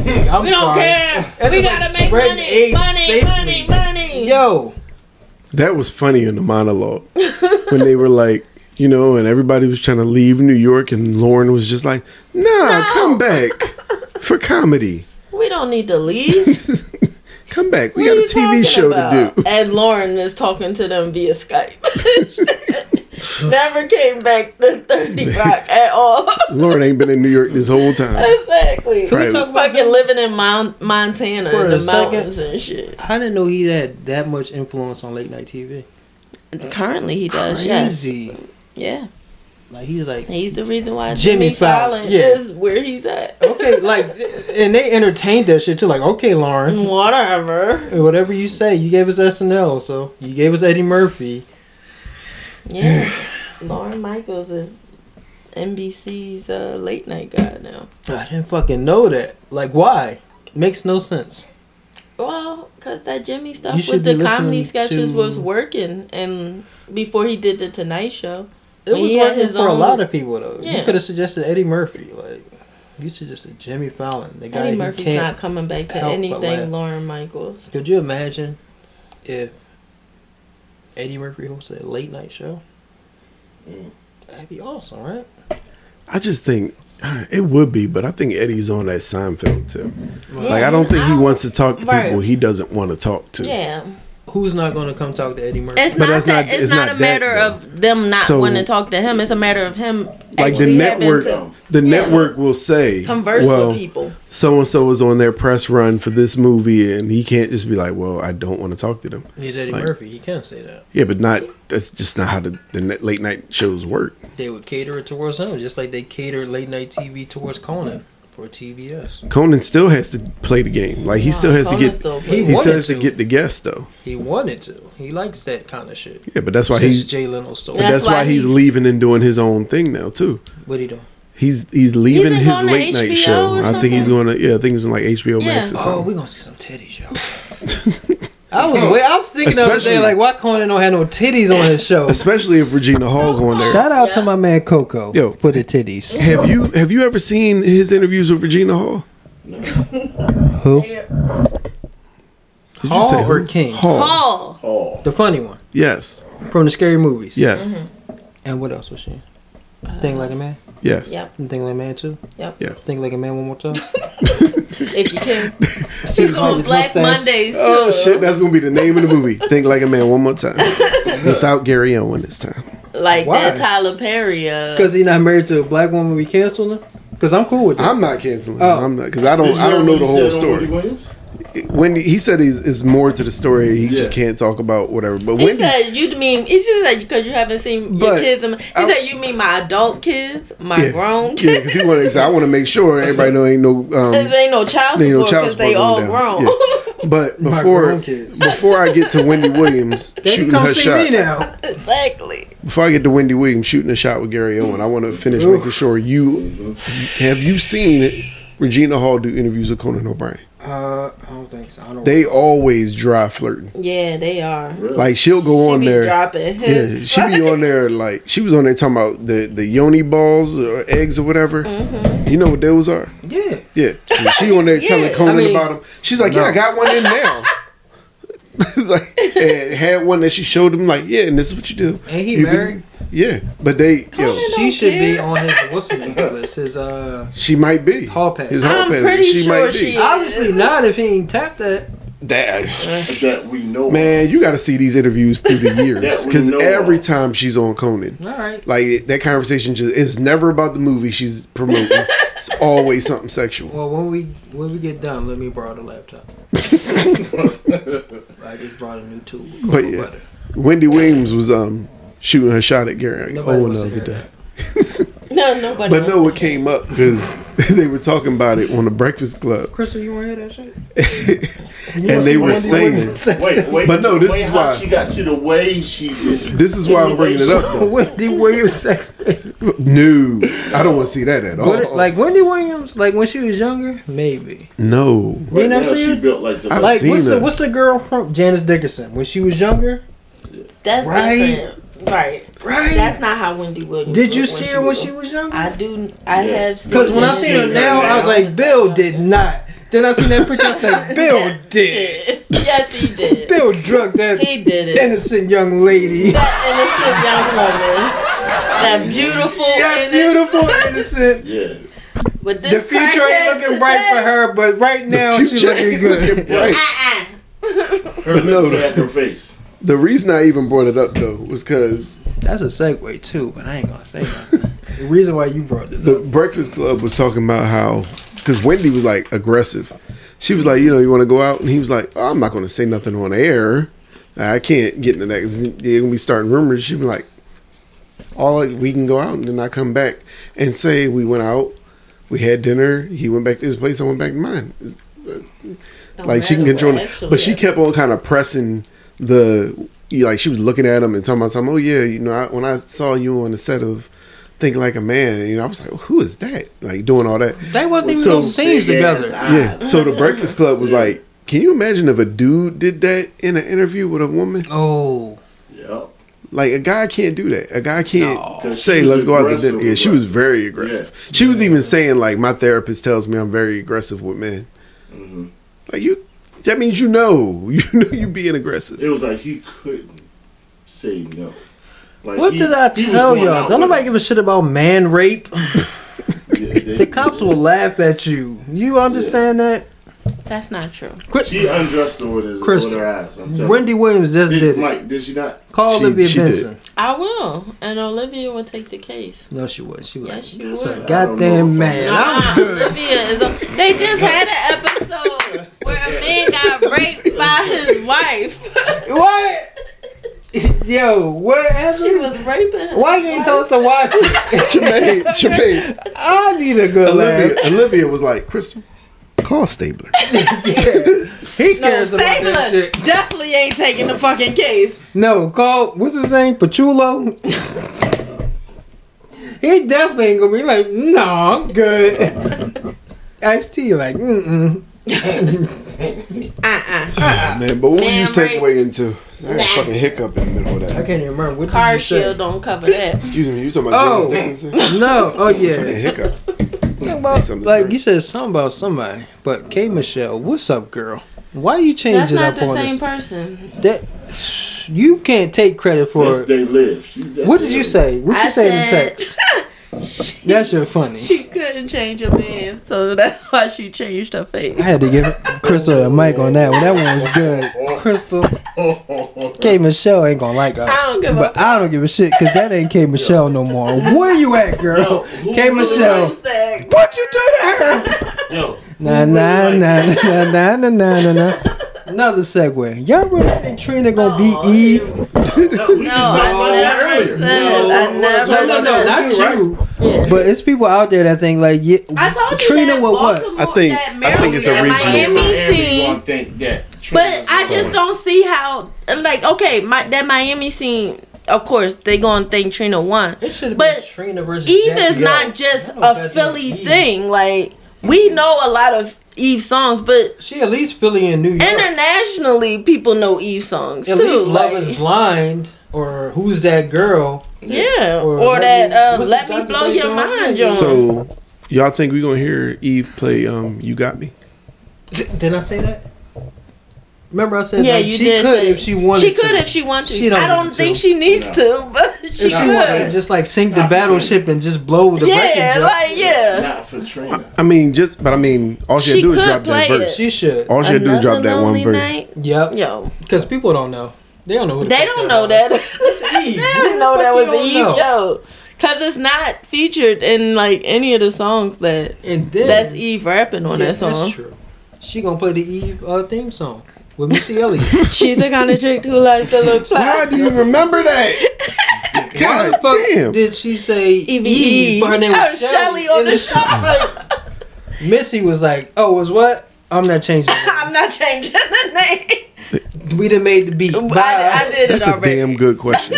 A: me. I'm
C: we don't
A: sorry.
C: care.
A: That's
C: we
A: just like
C: gotta make
A: spreading
C: money,
A: AIDS
C: money,
A: safely.
C: money, money.
A: Yo,
D: That was funny in the monologue when they were like, you know, and everybody was trying to leave New York, and Lauren was just like, "Nah, come back for comedy.
C: we don't need to leave.
D: Come back. We
C: What
D: got
C: are
D: a
C: you talking
D: TV show
C: about?
D: to do."
C: And Lauren is talking to them via Skype. Never came back to 30 Rock at all.
D: Lauren ain't been in New York this whole time.
C: exactly.
D: Right.
C: She's fucking living in Mount, Montana
A: For
C: in
A: a
C: the
A: second.
C: mountains and shit.
A: I didn't know he had that much influence on late night TV.
C: Currently, he does. Uh, Yes.
A: Crazy.
C: Yeah.
A: Like he's like
C: He's the reason why
A: Jimmy
C: Jimmy,
A: Fallon,
C: Fallon,
A: yeah.
C: is where he's at.
A: okay, like and they entertained that shit too. Like okay, Lauren,
C: Whatever.
A: whatever you say, you gave us SNL, so you gave us Eddie Murphy.
C: Yeah. Lauren Michaels is NBC's uh, late night guy now.
A: I didn't fucking know that. Like why? Makes no sense.
C: Well, because that Jimmy
A: You
C: stuff
A: should
C: with
A: be
C: the comedy
A: listening
C: sketches was
A: to-
C: working, and before he did the Tonight Show,
A: It
C: Well,
A: was
C: he had
A: working
C: his
A: for a
C: own-
A: lot of people though. You
C: Yeah.
A: could have suggested Eddie Murphy. Like you suggested Jimmy Fallon, the guy
C: Eddie
A: who
C: Murphy's
A: can't.
C: not coming back to
A: help but laugh.
C: anything Lauren Michaels.
A: Could you imagine if Eddie Murphy hosted a late night show?
B: Mm.
A: That'd be awesome, right?
D: I just think uh, it would be, but I think Eddie's on that Seinfeld tip. Like I
C: Yeah,
D: don't think he
C: I-
D: wants to talk to
C: Right.
D: people he doesn't want to talk to.
C: Yeah,
A: who's not going to come talk to Eddie Murphy?
C: It's
D: But
C: not
D: that's
C: that.
D: not-
C: it's,
D: it's
C: not,
D: not
C: a
D: that,
C: matter
D: though.
C: of them not
D: So-
C: wanting to talk to him. It's a matter of him
D: like the
C: actually having
D: network,
C: to
D: the
C: yeah,
D: network will say,
C: converse
D: well,
C: with people.
D: so and so was on their press run for this movie, and he can't just be like, well, I don't want to talk to them.
A: He's Eddie
D: Like-
A: Murphy. He can say that.
D: Yeah, but not. That's just not how the, the net- late night shows work.
A: They would cater it towards him, just like they cater late night TV towards Conan for TBS.
D: Conan still has to play the game. Like he still has
C: Conan
D: to
C: still
D: get.
C: plays.
D: He still
A: wanted
D: has to.
A: to.
D: get the guests though.
A: He wanted to. He likes that kind of shit.
D: Yeah, but that's why
A: Since
D: he's.
A: Jay Leno stole
D: But
A: it.
D: that's, why,
C: why
D: he's,
C: he's-
D: leaving and doing his own thing now too.
A: What he doing?
D: He's he's leaving
C: He's
D: his
C: going to
D: late night
C: HBO
D: show.
C: or
D: I think he's going to yeah. I think he's on like HBO Max
C: Yeah.
D: or
A: Oh,
D: something.
A: we gonna see some titties, yo. I was wait, I was thinking the other day,
D: Especially-
A: like, why Conan don't have no titties on his show?
D: Especially if Regina Hall going there.
A: Shout out
C: Yeah.
A: to my man Coco
D: Yo.
A: for the titties.
D: Have you have you ever seen his interviews with Regina Hall?
A: Who?
D: Did you
A: Hall
D: who?
A: or King?
D: Hall.
C: Paul.
B: Oh,
A: The funny one
D: Yes.
A: from the scary movies.
D: Yes.
C: Mm-hmm.
A: And what else was she?
C: Uh,
A: in? Think like a man.
D: Yes.
C: Yep.
A: Think like a man too.
D: Yes.
A: Think like a man one more time.
C: If you can,
A: See
C: He's on
A: his
C: Black
A: mustache.
C: Mondays too.
D: Oh shit, that's gonna be the name of the movie. Think like a man one more time. Without Gary Owen this time.
C: Like
A: Why?
C: that Tyler Perry. uh,
A: Because he not married to a black woman, we canceling him. Because I'm cool with that.
D: I'm not canceling.
A: Oh.
D: I'm not because I don't I don't know the whole story. When he said he's, it's more to the story, he just
B: Yeah.
D: can't talk about whatever. But
C: He
D: Wendy,
C: said you mean he just said because you haven't seen your
D: But
C: kids. and- He
D: I-
C: said you mean my adult kids, my
D: yeah,
C: grown
D: yeah, because
C: kids.
D: he wanted. He said, I want to make sure everybody know ain't no um,
C: Cause ain't no child
D: They ain't no
C: support
D: child
C: because
D: support
C: they all
D: going down.
C: grown.
D: Yeah. But
A: My
D: before
A: grown kids.
D: before I get to Wendy Williams
A: Baby,
D: shooting
A: come
D: her
A: see
D: shot,
A: me now.
C: exactly.
D: before I get to Wendy Williams shooting a shot with Gary
C: Mm-hmm.
D: Owen, I want to finish
A: Oof.
D: making sure you have you seen Regina Hall do interviews with Conan O'Brien.
A: Uh, I don't think so. I don't.
D: They always dry flirting.
C: Yeah, they are.
D: Like she'll go
C: she
D: on
C: be
D: there.
C: dropping.
D: Yeah,
C: hints.
D: she be on there like she was on there talking about the the yoni balls or eggs or whatever. You know what those are?
A: yeah.
D: Yeah, So she on there
C: Mm-hmm.
D: telling
C: Yeah.
D: Conan
A: I mean-
D: about them. She's like, yeah, I got one in now. like, and had one that she showed him. Like, yeah, and this is what you do.
A: Ain't he
D: You can-
A: married?
D: yeah, but they, yo,
C: Conan-
A: She
C: don't
A: should be
C: care.
A: on his what's the name list? His uh,
D: she might be
A: Hall pass.
D: His
C: I'm pretty sure she-
A: obviously not if he ain't tapped that.
D: That-
B: that we know.
D: man, you got to see these interviews through the years
B: we
D: because
B: know
D: every
B: of.
D: time she's on Conan,
A: All right.
D: like that conversation just is never about the movie she's promoting. it's always something sexual.
A: Well, when we when we get done, let me borrow the laptop. I just brought a new tool. with
D: But
A: cocoa
D: yeah.
A: butter.
D: Wendy Williams was um shooting her shot at Gary
A: Nobody
D: Owen
A: wants
D: the
A: to hear
D: other day.
A: that.
C: no, nobody.
D: But no, it
C: wants to-
D: came up because they were talking about it on the Breakfast Club,
A: Crystal, you want to hear that shit?
D: and they were saying,
B: Wait, wait.
D: But no, this
B: wait
D: is
B: how
D: why-
B: she got to the way she did.
D: "This is why I'm bringing it up." Though.
A: Wendy Williams sex tape.
D: No, I don't want to see that at all.
A: Would it- Like Wendy Williams, like when she was younger, maybe.
D: no,
A: You know
B: Right now,
A: what I'm
B: she
A: saying?
B: built like the.
D: I've
A: Like
D: seen
A: what's the
D: her.
A: what's the girl from Janice Dickerson when she was younger?
C: That's
A: Right.
C: different. Right. That's not how Wendy Williams.
A: Did you
C: looked
A: see her when she
C: was-
A: was younger?
C: I do. I
B: Yeah.
C: have seen.
A: Because when I
B: You
A: seen
B: see
A: her
B: her
A: now, I was
B: now?
A: like, Bill did not. Then I seen that picture, I said, Bill did.
C: yes, he did.
A: Bill drug that
C: He did it.
A: innocent young lady.
C: That innocent young woman. That beautiful.
A: That
C: innocent-
A: beautiful innocent.
B: Yeah.
C: With this
A: The future ain't
C: crackhead
A: looking bright for
C: today.
A: her, but right now she's
D: Future
A: looking
D: ain't
A: good.
D: looking bright.
C: Ah, ah.
B: Her
D: no,
B: lips
D: the-
B: at her face.
D: The reason I even brought it up though was because
A: That's a segue too, but I ain't gonna say nothing. the reason why you brought it
D: the Breakfast Club was talking about how because Wendy was like aggressive. She was like, you know, you want to go out, and he was like, oh, I'm not going to say nothing on air. I can't get into that. 'cause They're going to be starting rumors. She was like, all like, we can go out, and then I come back and say we went out, we had dinner. He went back to his place. I went back to mine. It's-
C: Don't
D: like she can
C: matter
D: control
C: what,
D: it,
C: actually.
D: but she kept on kind of pressing the. you Like she was looking at him and talking about something. Oh yeah, you know, I, when I saw you on the set of Think Like a Man, you know, I was like, who is that? Like doing all that.
A: They wasn't even
D: So-
A: no scenes together.
D: Yeah. So the Breakfast Club was like, can you imagine if a dude did that in an interview with a woman?
A: Oh,
B: Yep.
D: Like a guy can't do that. A guy can't
B: No.
D: say,
B: She was
D: "Let's go out to dinner."
B: aggressive,
D: Yeah, she was very aggressive. She was even saying, "Like my therapist tells me I'm very aggressive with men."
B: Mm-hmm.
D: Like you, that means you know, you know, you being aggressive.
B: It was like he couldn't say no. Like
A: what
B: he-
A: did I
B: he was
A: tell
B: going
A: y'all?
B: out
A: Don't
B: with
A: nobody
B: her.
A: give a shit about man rape.
B: Yeah, they-
A: The cops will laugh at you. You understand that?
C: That's not true.
B: She undressed her with, his, with
A: Crystal.
B: her eyes. I'm telling
A: Wendy Williams just
B: you.
A: did
B: Did,
A: it.
B: Mike, did she not?
A: Call
D: She-
A: Olivia
D: she did.
A: Benson.
C: I will, and Olivia will take the case.
A: No, she was. She was.
C: Yes, she
A: That's a
C: would.
B: I don't
A: goddamn
B: know.
A: man.
C: Uh-uh,
A: I'm good.
C: Olivia is a, they just had an episode where a man got raped by his wife.
A: What? Yo, wherever.
C: she was raping. his
A: Why you ain't tell us to watch it?
D: Tremaine, Tremaine,
A: I need a good
D: Olivia,
A: laugh.
D: Olivia was like, Crystal, call Stabler.
A: He
C: No,
A: cares about that
C: Stabler
A: shit.
C: definitely ain't taking the fucking case.
A: No, call what's his name? Pachulo. he definitely ain't gonna be like, no, I'm good. Ice T like, mm mm.
C: Uh-uh.
D: Man, but what were you
C: Man,
D: segue
C: right.
D: into? I had a fucking hiccup in the middle of
A: I
D: that.
A: can't even remember what
C: Car
A: did you say?
C: shield don't cover that.
D: Excuse me, you talking about
A: Oh.
D: James Dickinson?
A: No, oh
D: Fucking
A: yeah.
D: hiccup.
A: Something about-
D: Something
A: like
D: great.
A: you said something about somebody, but K Michelle, what's up, girl? Why you
C: That's
A: changing
C: not
A: up
C: the
A: on
C: same
A: us?
C: person.
A: That you can't take credit for.
B: Yes, they live. She- that's
A: What did
B: the-
A: you say? What you
C: I
A: say in
C: said-
A: text? That shit funny.
C: She couldn't change her man, so that's why she changed her face.
A: I had to give Crystal the mic on that one. That one was good. Crystal, K Michelle ain't gonna like us,
C: I don't give a
A: but I don't give a shit because that ain't K Michelle no more. Where you at,
B: Yo,
A: girl?
B: who
A: K
B: really
A: Michelle,
C: Zach.
A: what you do to her?
B: Yo,
A: Nah,
B: who
A: nah,
B: really
A: nah,
B: like-
A: nah, nah, nah, nah, nah, nah. Another segue. Y'all really think Trina gonna be
C: Aw,
A: Eve?
B: No, we
C: No,
B: just talked about
C: I
B: that
C: never
B: earlier.
C: said-
B: We
C: I
B: wanna talk
C: never
B: about
C: said-
B: that too, right?
C: Yeah.
A: But it's people out there that think like, yeah,
C: I told you
A: Trina
C: that
A: with what?
C: Baltimore,
D: I think-
C: that
D: I think it's a
C: Maryland,
D: regional
B: Miami
C: Miami
B: gonna
C: scene.
B: think that. True.
C: But I just don't see how, like, okay, my, that Miami scene. Of course, they gonna think Trina won.
A: It should have
C: But
A: been Trina versus
C: Eve
A: Jackie
C: is
A: O.
C: not just
A: That was
C: a
A: better
C: Philly
A: than Eve.
C: thing. Like, we know a lot of Eve songs, but
A: She at least Philly and New York.
C: internationally, people know Eve songs
A: At
C: too.
A: least Love
C: like-
A: is Blind or Who's That Girl?
C: Yeah,
A: Or
C: or,
A: let
C: that
A: me-
C: uh,
A: what's
C: let
A: the
C: me
A: Dr.
C: blow
A: Dre
C: your
A: joint?
C: mind,
A: Yeah.
C: John.
D: So, y'all think we gonna hear Eve play um, You Got Me?
A: Did I say that? Remember I said
C: yeah,
A: like,
C: you
A: she
C: did.
A: could
C: say-
A: if she wanted
C: She could
A: to.
C: if she wanted to.
A: She don't
C: I
A: need
C: don't
A: to.
C: think she needs to, but she
A: If she wanted to
C: could.
A: just like sink the
B: Not for
A: battleship and just blow the
C: Yeah,
A: wreckage up.
C: like yeah.
B: Not for Trina.
D: I mean, just, but I mean, all
C: She
D: she, had to do is
C: could
D: drop that
C: play
D: verse.
A: she should.
D: All she had to do is drop that one
C: Lonely
D: verse.
C: Night?
A: Yep.
C: Yo,
A: Because people don't know. They don't know who the
C: they
A: fuck
C: don't know that. they
A: Eve. Who the
C: didn't know
A: fuck
C: that
A: you
C: was
A: don't
C: Eve,
A: know?
C: yo. Cause it's not featured in like any of the songs that
A: are. And then
C: that's Eve rapping on
A: Yeah,
C: that song.
A: That's true. She gonna play the Eve uh, theme song with Missy Elliott.
C: She's the kind of chick who likes to look fly.
D: How do you remember that?
A: Why
D: God
A: the fuck
D: damn.
A: did she say Eve?
C: Eve.
A: But her name
C: Oh,
A: was Shelly
C: Shelly on
A: in
C: the show.
A: Like, Missy was like, "Oh, was what? I'm not changing.
C: I'm not changing the name.
A: it. we done made the beat. Bye.
C: I, I did
D: That's
C: it
D: a
C: already.
D: damn good question.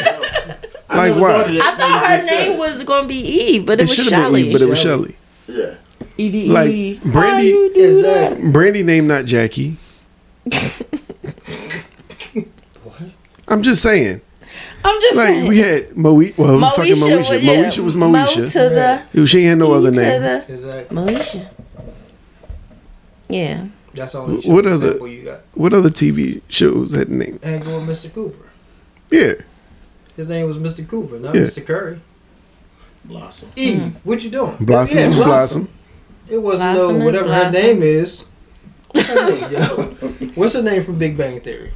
B: I never
D: why?
B: thought of that
C: I
B: till you
C: thought her
B: just said
C: name
B: it.
C: was gonna be Eve, but it,
D: It
C: was
D: should have been
C: Shelly.
D: Eve, but it was Shelly.
B: Yeah.
C: Eve,
D: Like,
C: Eve.
D: Brandy-
C: How you do
A: Exactly.
D: Brandy named not Jackie. I'm just saying.
C: that? I'm just
D: Like
C: saying.
D: we had Moe well it was fucking Moesha.
C: was- yeah,
D: Moesha was
C: Mo
D: Moesha.
C: to the
D: It was- she had no
C: E
D: other
C: to
D: name.
C: the-
A: Exactly.
C: Moesha. Yeah.
A: That's all. You
D: Wh-
A: should
D: what
A: what
D: other-
A: example you got?
D: What other TV shows had name?
A: Angle with Mr. Cooper.
D: Yeah.
A: His name was Mr. Cooper, not
D: Yeah.
A: Mr. Curry.
B: Blossom.
A: Eve,
C: Mm.
A: what you doing?
D: Blossom
A: Yeah,
D: was Blossom.
A: It wasn't no
C: Blossom is
A: whatever her
C: Blossom.
A: name is. Her name, yo. What's her name from Big Bang Theory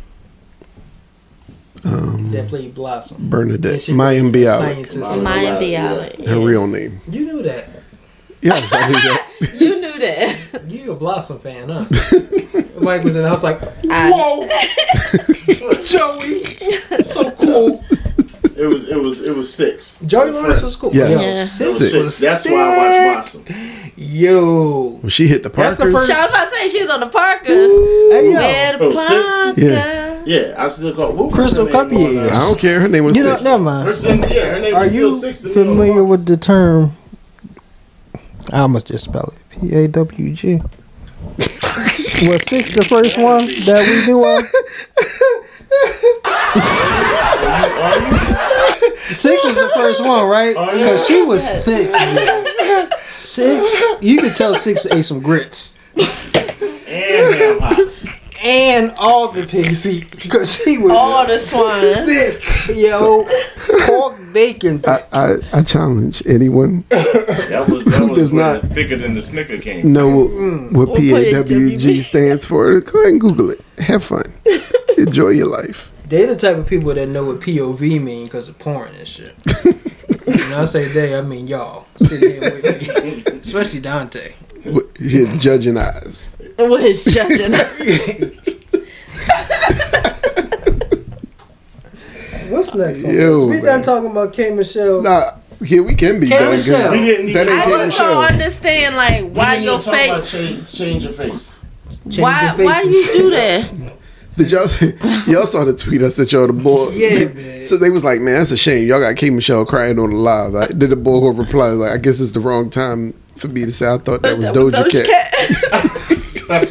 A: that
D: Um,
A: played Blossom?
D: Bernadette.
A: she
D: Maya
A: played the
D: Bialik.
A: scientist.
B: Maya.
C: Maya
B: Yeah.
C: Bialik.
D: Her real name.
A: You knew that.
D: Yes, I knew that.
C: You knew that.
A: You a Blossom fan, huh? Mike was in. the house like,
C: Whoa.
A: Joey, so cool.
B: It was it was it was six.
A: Joey
B: It
A: Lawrence was cool.
D: Yes.
A: Yo,
C: Yeah.
B: It was
A: sis
B: six.
D: Six.
A: was
B: That's why I watched Blossom.
A: sick. Yo,
D: When she hit the
A: That's
D: Parkers.
A: the first-
C: So I was about to say she's on the Parkers.
A: hey yo,
C: Where the
B: Oh,
C: Parkers.
D: six?
B: Yeah, I still call what was
A: Crystal
B: her name on,
A: Cuphead.
D: I don't care. Her name was
A: you know,
D: Six.
A: never
B: Uh, her
A: mind.
B: son- yeah, her name
A: Are
B: was still
A: you
B: six. to me on
A: familiar
B: Blossom.
A: with the term? I almost just spell it. P A W G. Was six the first one that we knew of? Six was the first one, right?
B: Oh, yeah.
A: Because she was thick. Six, you could tell Six ate some grits.
B: And Ham Hocks.
A: and all the pig feet because she was
C: All the swine.
A: thick, yo. pork bacon.
D: I, I, I challenge anyone
B: That was that
D: Who
B: was
D: does
B: where
D: not-
B: thicker than the snicker came.
D: know what, what
C: We'll put it
D: PAWG
C: WB.
D: stands for. Go ahead and Google it. Have fun. Enjoy your life.
A: They the type of people that know what POV mean because of porn and shit. when I say they, I mean y'all. Sit here with me. Especially Dante.
D: With his judging eyes.
C: What is judging?
A: What's next? on
D: Yo,
A: this? we done
D: man.
A: talking about K Michelle.
D: Nah, yeah, we can be
A: Can
D: done.
A: we
D: 'cause
A: show?
B: We didn't even,
D: That ain't
C: I
D: Give it a
C: just
D: show.
C: don't understand like why
B: we didn't even
C: your
B: talk about
C: face.
B: change, change your face.
A: Changing
C: Why? Why
A: faces.
C: you do that?
D: Did y'all y'all saw the tweet I sent y'all the boy?
A: Yeah, man.
D: So they was like, man, that's a shame. Y'all got K Michelle crying on the live. I, did the boy who replied like, I guess it's the wrong time for me to say. I thought that was Doja Cat.
A: I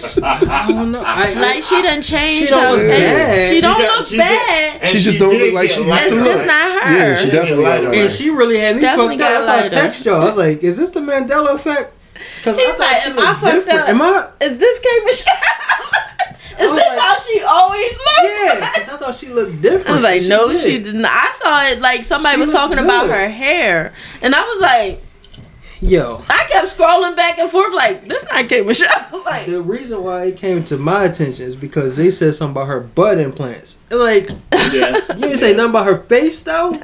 A: don't know. I,
C: like she done changed
A: She don't
C: her
A: look bad.
C: face. She,
A: She
C: don't
B: got-
C: look
B: she
C: bad.
B: did- and
D: She just don't
B: did
D: look like
B: get
D: she
B: lighter.
D: used
C: That's
D: to
C: just not her.
D: Yeah, she
B: She did
D: definitely
B: light
D: got
B: up.
A: and
D: lighter.
A: she really had me
C: Definitely
A: fucked up.
C: got
A: So I
C: lighter.
A: text y'all. I was like, "Is this the Mandela effect?" Because I
C: He's
A: thought
C: like,
A: she
C: "Am
A: looked
C: I fucked
A: different.
C: up?"
A: Am I?
C: Is this Kate Michelle? Is
A: I was
C: this
A: like-
C: how she always looks?
A: Yeah, 'cause I thought she looked different.
C: I was like, no,
A: did.
C: she didn't. I saw it like somebody
A: She
C: was
A: looked
C: talking about
A: good.
C: her hair, and I was like,
A: Yo,
C: I kept scrolling back and forth, like this not Kate Michelle. like,
A: the reason why it came to my attention is because they said something about her butt implants. Like, you
B: Yes. You
A: didn't say nothing about her face though.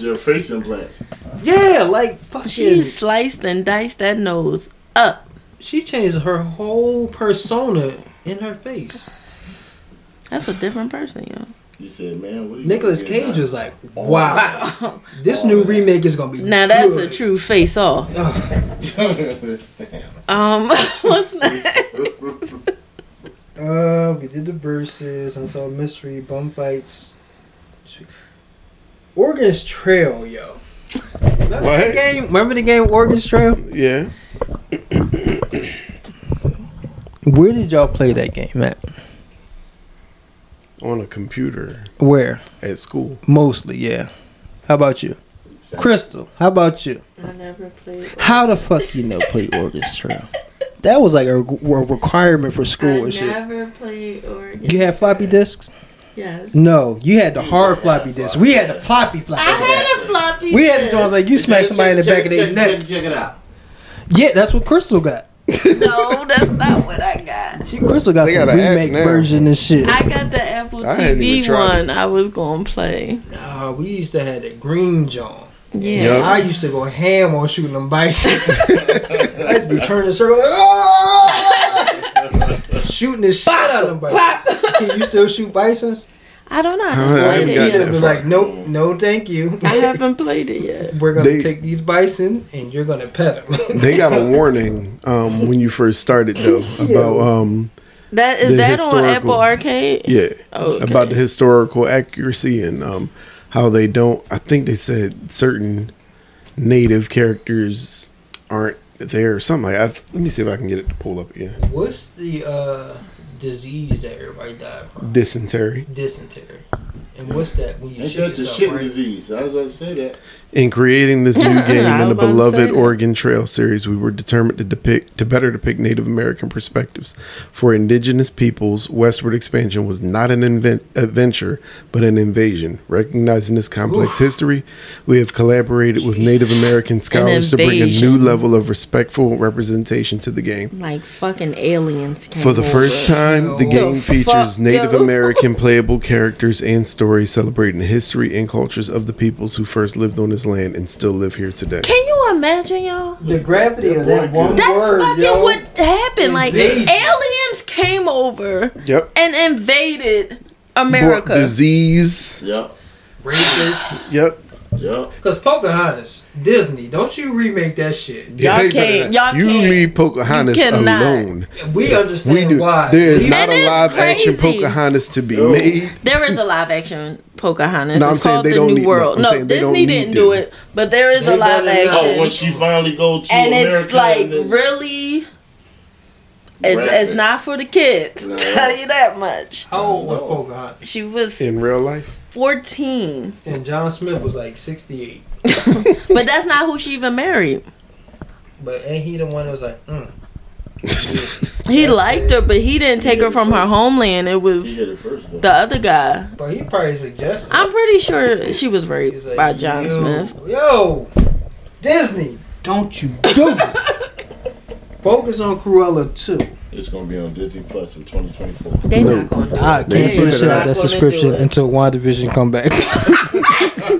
B: your face implants.
A: Yeah, like fucking.
C: she sliced and diced that nose up.
A: She changed her whole persona in her face.
C: That's a different person, yo.
B: You said, man, what are you
A: Nicolas
B: doing?
A: Cage was like, wow,
C: Wow.
A: this new remake is gonna be.
C: Now that's a
A: good.
C: true face off.
A: Ugh.
C: Um, what's next?
A: Uh, we did the verses and so mystery bum fights. Oregon's Trail, yo. Remember the
D: What?
A: game? Remember the game Oregon's Trail?
D: Yeah.
A: Where did y'all play that game at?
D: On a computer
A: Where?
D: at school.
A: Mostly, yeah. How about you? Crystal, how about you?
C: I never played.
A: How the fuck you know play Oregon's Trail? That was like a, a requirement for school and shit.
C: played or
A: You had floppy disks?
C: Yes.
A: No, you had the hard floppy disk. We had the floppy floppy.
C: I had a floppy.
A: We had the
C: disk.
A: joints like you smack somebody in the back of their neck.
B: Check, check it out.
A: Yeah, that's what Crystal got.
C: No, that's not what I got.
A: She Crystal got
D: They
A: some
D: got an act
A: remake
D: now.
A: version and shit.
C: I got the Apple
D: I hadn't even
C: TV
D: tried
C: one. I was gonna play.
A: Nah, we used to have the green John.
C: Yeah.
D: Yup.
A: I used to go ham on shooting them bicycles. I used to be turning circles, "Ah!" shooting the shit out of them
C: Pop.
A: bisons. Can you still shoot bisons?
C: I don't know. I
D: I
C: haven't
D: haven't
C: played
A: Yeah,
C: it
D: got
C: yet.
A: but
D: that far.
A: like, nope, no, thank you.
C: I haven't played it yet.
A: We're gonna
D: They-
A: take these bison and you're gonna pet them.
D: They got a warning um, when you first started though about um,
C: That is
D: The
C: that on
D: historical-
C: Apple Arcade?
D: yeah
C: Okay.
D: about the historical accuracy and um, how they don't. I think they said certain native characters aren't there or something like. I've, let me see if I can get it to pull up again.
A: What's the uh, disease that everybody died from?
D: Dysentery,
A: Dysentery. And what's that when you
B: Ain't
A: shit
B: that the
A: yourself?
B: shit
A: right?
B: disease? I was about to say that.
D: in creating this new
C: Yeah,
D: game
C: I
D: in
C: was
D: the
C: about to say
D: beloved
C: that.
D: Oregon Trail series, we were determined to depict to better depict Native American perspectives. For indigenous peoples, westward expansion was not an invent, adventure, but an invasion. Recognizing this complex history, we have collaborated with Native American scholars to bring a new
C: invasion.
D: level of respectful representation to the game.
C: Like fucking aliens. Came
D: For the
C: over.
D: first time, the
A: The
D: game
C: fuck,
D: features Native
C: yo.
D: American playable characters and stories celebrating the history and cultures of the peoples who first lived on this land and still live here today.
C: Can you imagine, y'all?
A: The gravity of that one
C: That's
A: word,
C: fucking
A: yo.
C: what happened. Like
A: Invasion.
C: aliens came over
D: Yep.
C: and invaded America.
D: Brought Disease.
B: Yep.
A: Rapist.
D: Yep.
B: Yep.
A: Because Pocahontas, Disney, don't you remake that shit.
C: Y'all
D: Yeah, you
C: can't-
D: better-
C: y'all
D: you
C: can't.
D: leave Pocahontas
C: You cannot.
D: alone.
A: We understand
D: We do.
A: why.
D: There is
A: We-
C: That
D: not a
C: is
D: live action
C: crazy.
D: Pocahontas to be
B: No.
D: made.
C: There is a live action Pocahontas.
D: No, I'm
C: it's
D: saying
C: called
D: they
C: The
D: don't
C: New
D: need- no,
C: World.
D: I'm
C: No,
D: saying they don't
C: Disney
D: need
C: didn't
D: to.
C: do it, but there is
A: They
C: a live
A: better not.
B: Oh,
C: action.
B: when she finally go to
C: and
B: America,
C: it's like
B: and then-
C: really it's, it's
B: Graphic.
C: not for the kids.
B: No.
C: Tell you that much.
A: How old was Pocahontas?
C: She was
D: In real life,
C: 14.
A: And John Smith was like 68.
C: But that's not who she even married.
A: But ain't he the one that was like, mm.
C: He liked her, but he didn't take her from her homeland. It
B: He
C: was
B: hit it first. Though.
C: the other guy.
A: But he probably suggested.
C: I'm pretty sure she was raped
A: He's like,
C: by John
A: yo,
C: Smith.
A: Yo, Disney, don't you do it. Focus on Cruella too.
B: It's gonna be on Disney Plus in 2024.
C: They
D: No.
C: not gonna do it.
A: I
D: They
A: cancel the
D: said
A: shit
D: that.
A: out that
C: Not gonna
A: subscription
C: do it.
A: until WandaVision come back.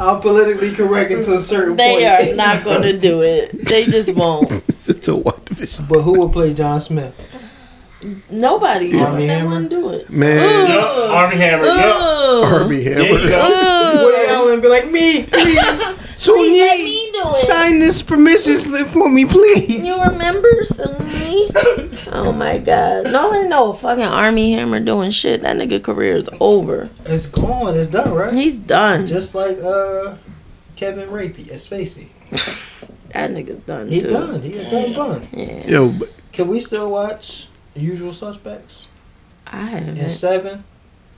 A: I'm politically correct until a certain
C: They
A: point.
C: are not gonna do it. They just won't.
D: it's a what division.
A: But who will play John Smith?
C: Nobody.
A: Army
C: They
A: Hammer?
C: wouldn't do it.
D: Man,
B: Yup, Army Hammer. Yup.
C: Ooh.
D: Army Hammer.
B: There you go.
A: Woody
C: Ooh.
A: Allen be like, me, please.
C: Please let
A: Sony,
C: me do it.
A: sign this permission slip for me, please.
C: You remember Sunny? Oh my god. No, ain't no fucking Army Hammer doing shit. That nigga career is over.
A: It's gone. It's done, right?
C: He's done.
A: Just like uh, Kevin Rapey and Spacey.
C: That nigga's done
A: He
C: too.
A: done. He a done bun.
C: Yeah.
D: yo, but
A: Can we still watch Usual Suspects
C: I
A: and
C: haven't.
A: Seven?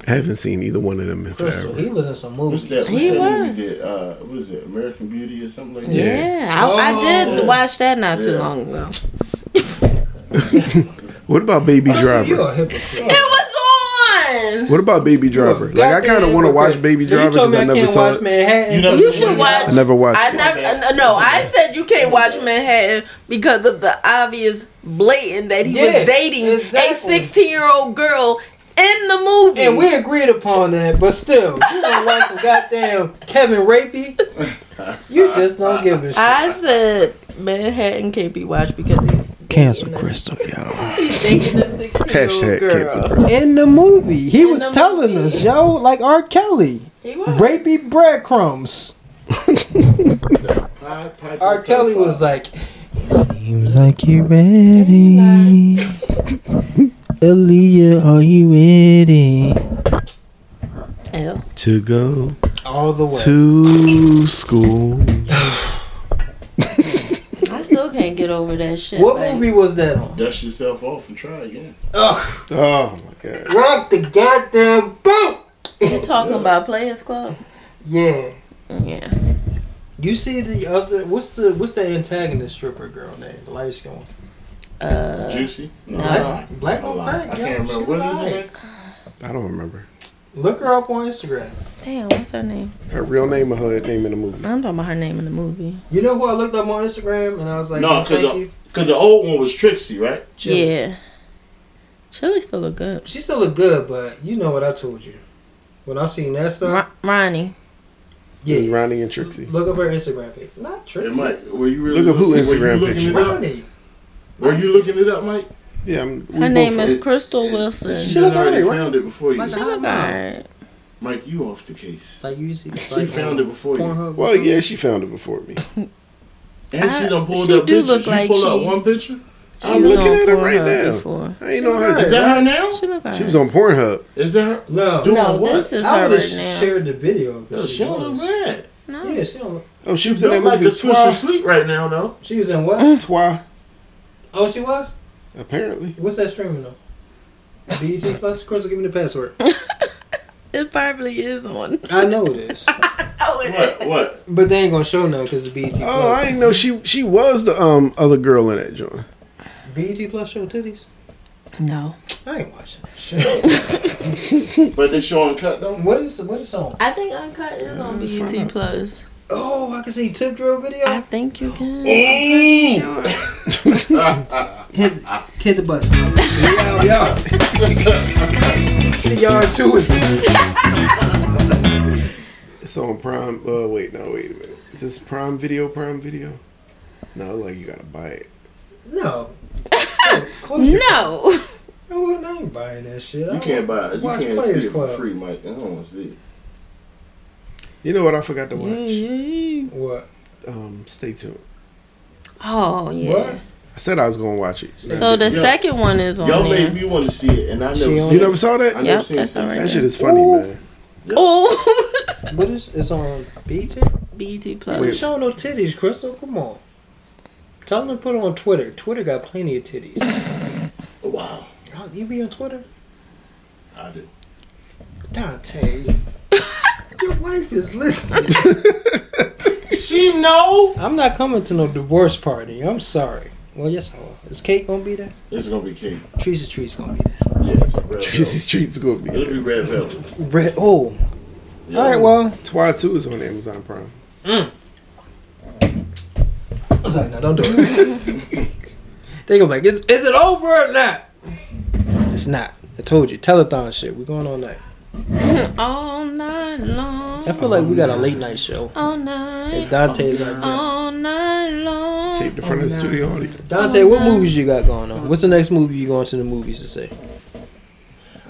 D: I haven't seen either one of them in
A: Crystal,
D: forever.
A: he was in some movies.
B: What's that? What's
C: He
B: that
C: was.
B: Movie that, uh, what is it? American Beauty or something like that.
D: Yeah.
C: Yeah, I, I
A: Oh.
C: did watch that not too
B: Yeah.
C: long ago.
D: What about Baby
A: Crystal, You
D: Driver?
A: a hypocrite.
C: It was on.
D: What about Baby Driver? Like I kind of want to watch Baby
A: You
D: Driver
A: told
D: because
A: me
D: I never
A: can't
D: saw
A: watch
D: it.
A: Manhattan.
B: You know-
C: You should watch.
D: I never watched.
C: I
D: it.
C: never. uh, No, I said you can't watch Manhattan because of the obvious blatant that he
A: Yeah,
C: was dating
A: exactly.
C: a 16 year old girl in the movie.
A: and we agreed upon that, but still, you don't watch some goddamn Kevin Rapey. You just don't give a shit.
C: I said Manhattan can't be watched because he's dating a-
A: yo.
C: He's dating a 16 year
D: Hashtag
C: old
D: cancel
C: girl.
D: Crystal.
A: In the movie, he
C: In
A: was
C: the
A: telling
C: movie.
A: us, yo, like R. Kelly,
C: He was.
A: Rapey breadcrumbs.
B: Pie- pie-
A: R.
B: pie-
A: Kelly
B: pie-
A: was like, seems like you're ready.
C: He's not.
A: Aaliyah, are you ready?
C: Ew.
D: To go
A: All the way.
D: to school.
C: I still can't get over that shit.
A: what
C: like-
A: movie was that on?
B: Dust yourself off and try again.
A: Ugh,
D: Oh my god.
A: rock the goddamn boat!
C: You talking about Players Club?
A: Yeah.
C: Yeah.
A: You see the other what's the what's the antagonist stripper girl name? The light skin one.
C: Uh,
B: Juicy. No,
C: no.
B: I lied.
A: Black
B: I
A: on
B: lied.
A: crack,
B: I
A: yo.
B: can't remember
A: She
B: what is her
A: lied.
B: name.
D: I don't remember
A: Look her up on Instagram.
C: damn, what's her name?
D: her real name or her name in the movie.
C: I'm talking about her name in the movie.
A: You know who I looked up on Instagram and I was like,
B: No,
A: no,
B: 'cause uh,
A: thank
B: the-
A: you.
B: Cause the old one was Trixie, right?
A: Chili.
C: Yeah. Chili still look good.
A: She still look good, but you know what I told you. When I seen that stuff,
C: Ron- Ronnie.
A: yeah.
D: Mm, Ronnie and Trixie.
A: Look up her Instagram page. Not
B: It
A: Trixie.
B: might. Were you really
D: Look up who
B: were you
D: Instagram
B: looking
D: picture.
B: it up?
A: Ronnie.
B: Were you looking it up, Mike?
D: Yeah, I'm, we
C: Her name
D: both-
C: is
B: it-
C: Crystal
B: She
C: Wilson.
D: look
B: done already
D: alright, right?
B: found it before you.
A: Like,
C: She look alright.
B: Mike, you off the case.
A: Like you see,
B: She found it before you,
D: Well, yeah, she found it before me.
B: and she
C: I-
B: done pulled
C: she
B: up
C: do
B: pictures.
C: look
B: she
C: like
B: pulled up
C: she-
B: one picture.
D: I'm
C: was
D: looking
C: on
D: at her right
C: Pornhub
D: now.
C: Before.
D: I ain't on her.
B: Is that her now?
C: She look alright.
D: She was on Pornhub.
B: Is that her?
A: No,
B: Doing
C: No,
B: what?
C: this is
A: I
C: her
A: would have
C: right now.
A: shared the video. if
B: Yo, she don't look
A: was.
B: bad.
C: No.
A: Yeah, she don't. Look,
D: Oh, she was
B: She
D: in that
B: look like
D: movie
B: the Twisted
D: Twa.
B: Sleep right now, though.
A: she was in
C: Mm.
A: what?
D: Twa,
A: Oh, she was.
D: apparently.
A: What's that streaming though? BET Plus. Crystal, give me the password.
C: It probably is on.
A: I know this,
C: Oh, it
B: What?
C: is.
B: What?
A: but they ain't gonna show no because it's BET E Plus.
D: Oh, I didn't know she she was the um other girl in that joint.
A: BET E Plus show titties.
C: No.
A: I ain't watching that shit.
B: But they showing cut though.
A: what is what is on?
C: I think Uncut is on
D: let's find
C: BET
D: out.
C: Plus.
A: Oh, I can see tip drill video.
C: I think you can.
D: Oh,
C: I'm pretty sure.
A: hit, hit the button. yeah, yeah. See y'all too.
D: It's on Prime. Uh, wait, no, wait a minute. Is this Prime Video? Prime Video? No, like you gotta buy it.
A: No. Hey, close your-
C: No.
A: Oh, I ain't buying that shit. I
B: You
A: don't-
B: can't buy it. You
A: Watch
B: can't
A: Players
B: see it for
A: Club.
B: free, Mike. I don't want to see it.
D: You know what? I forgot to watch.
C: Yeah.
A: What?
D: Um, stay tuned.
C: Oh yeah.
A: What?
D: I said I was gonna watch it.
C: So the
B: Yo,
C: second one is on
B: Y'all
C: there.
B: made me want to see it, and I
A: She
B: never.
A: on-
B: seen
D: you
B: it.
D: never saw
B: I
D: that?
B: never
C: Yep,
B: seen
C: that's
B: it.
C: alright.
D: That shit is funny,
A: Ooh.
D: man.
C: Oh.
A: What is? It's on E BT.
C: BET Plus.
A: You ain't
D: Wait.
A: show no titties, Crystal. Come on. Tell them to put it on Twitter. Twitter got plenty of titties.
B: Wow,
A: Oh, you be on Twitter?
B: I do.
A: Dante. Your wife is listening.
B: She know.
A: I'm not coming to no divorce party. I'm sorry. Well, yes, I will. Is Kate gonna be there?
B: It's gonna be Kate.
A: Trees of Trees gonna be there.
B: Yeah, it's a red
D: Tracy
B: velvet.
D: Street's gonna be.
B: It'll
D: there.
B: be red velvet.
A: Red. Oh,
B: Yeah.
A: all right. Well,
D: Twi Two is on Amazon Prime.
A: I was like, no, don't do it. they gonna be like, is, is it over or not? It's not. I told you, telethon shit. We're going all night.
C: All night long.
A: I feel like we got a late night show.
C: All night.
A: And Dante's our guest.
C: All night long.
D: Taped in front of the studio audience.
A: Dante, what movies you got going on? What's the next movie you going to the movies to see?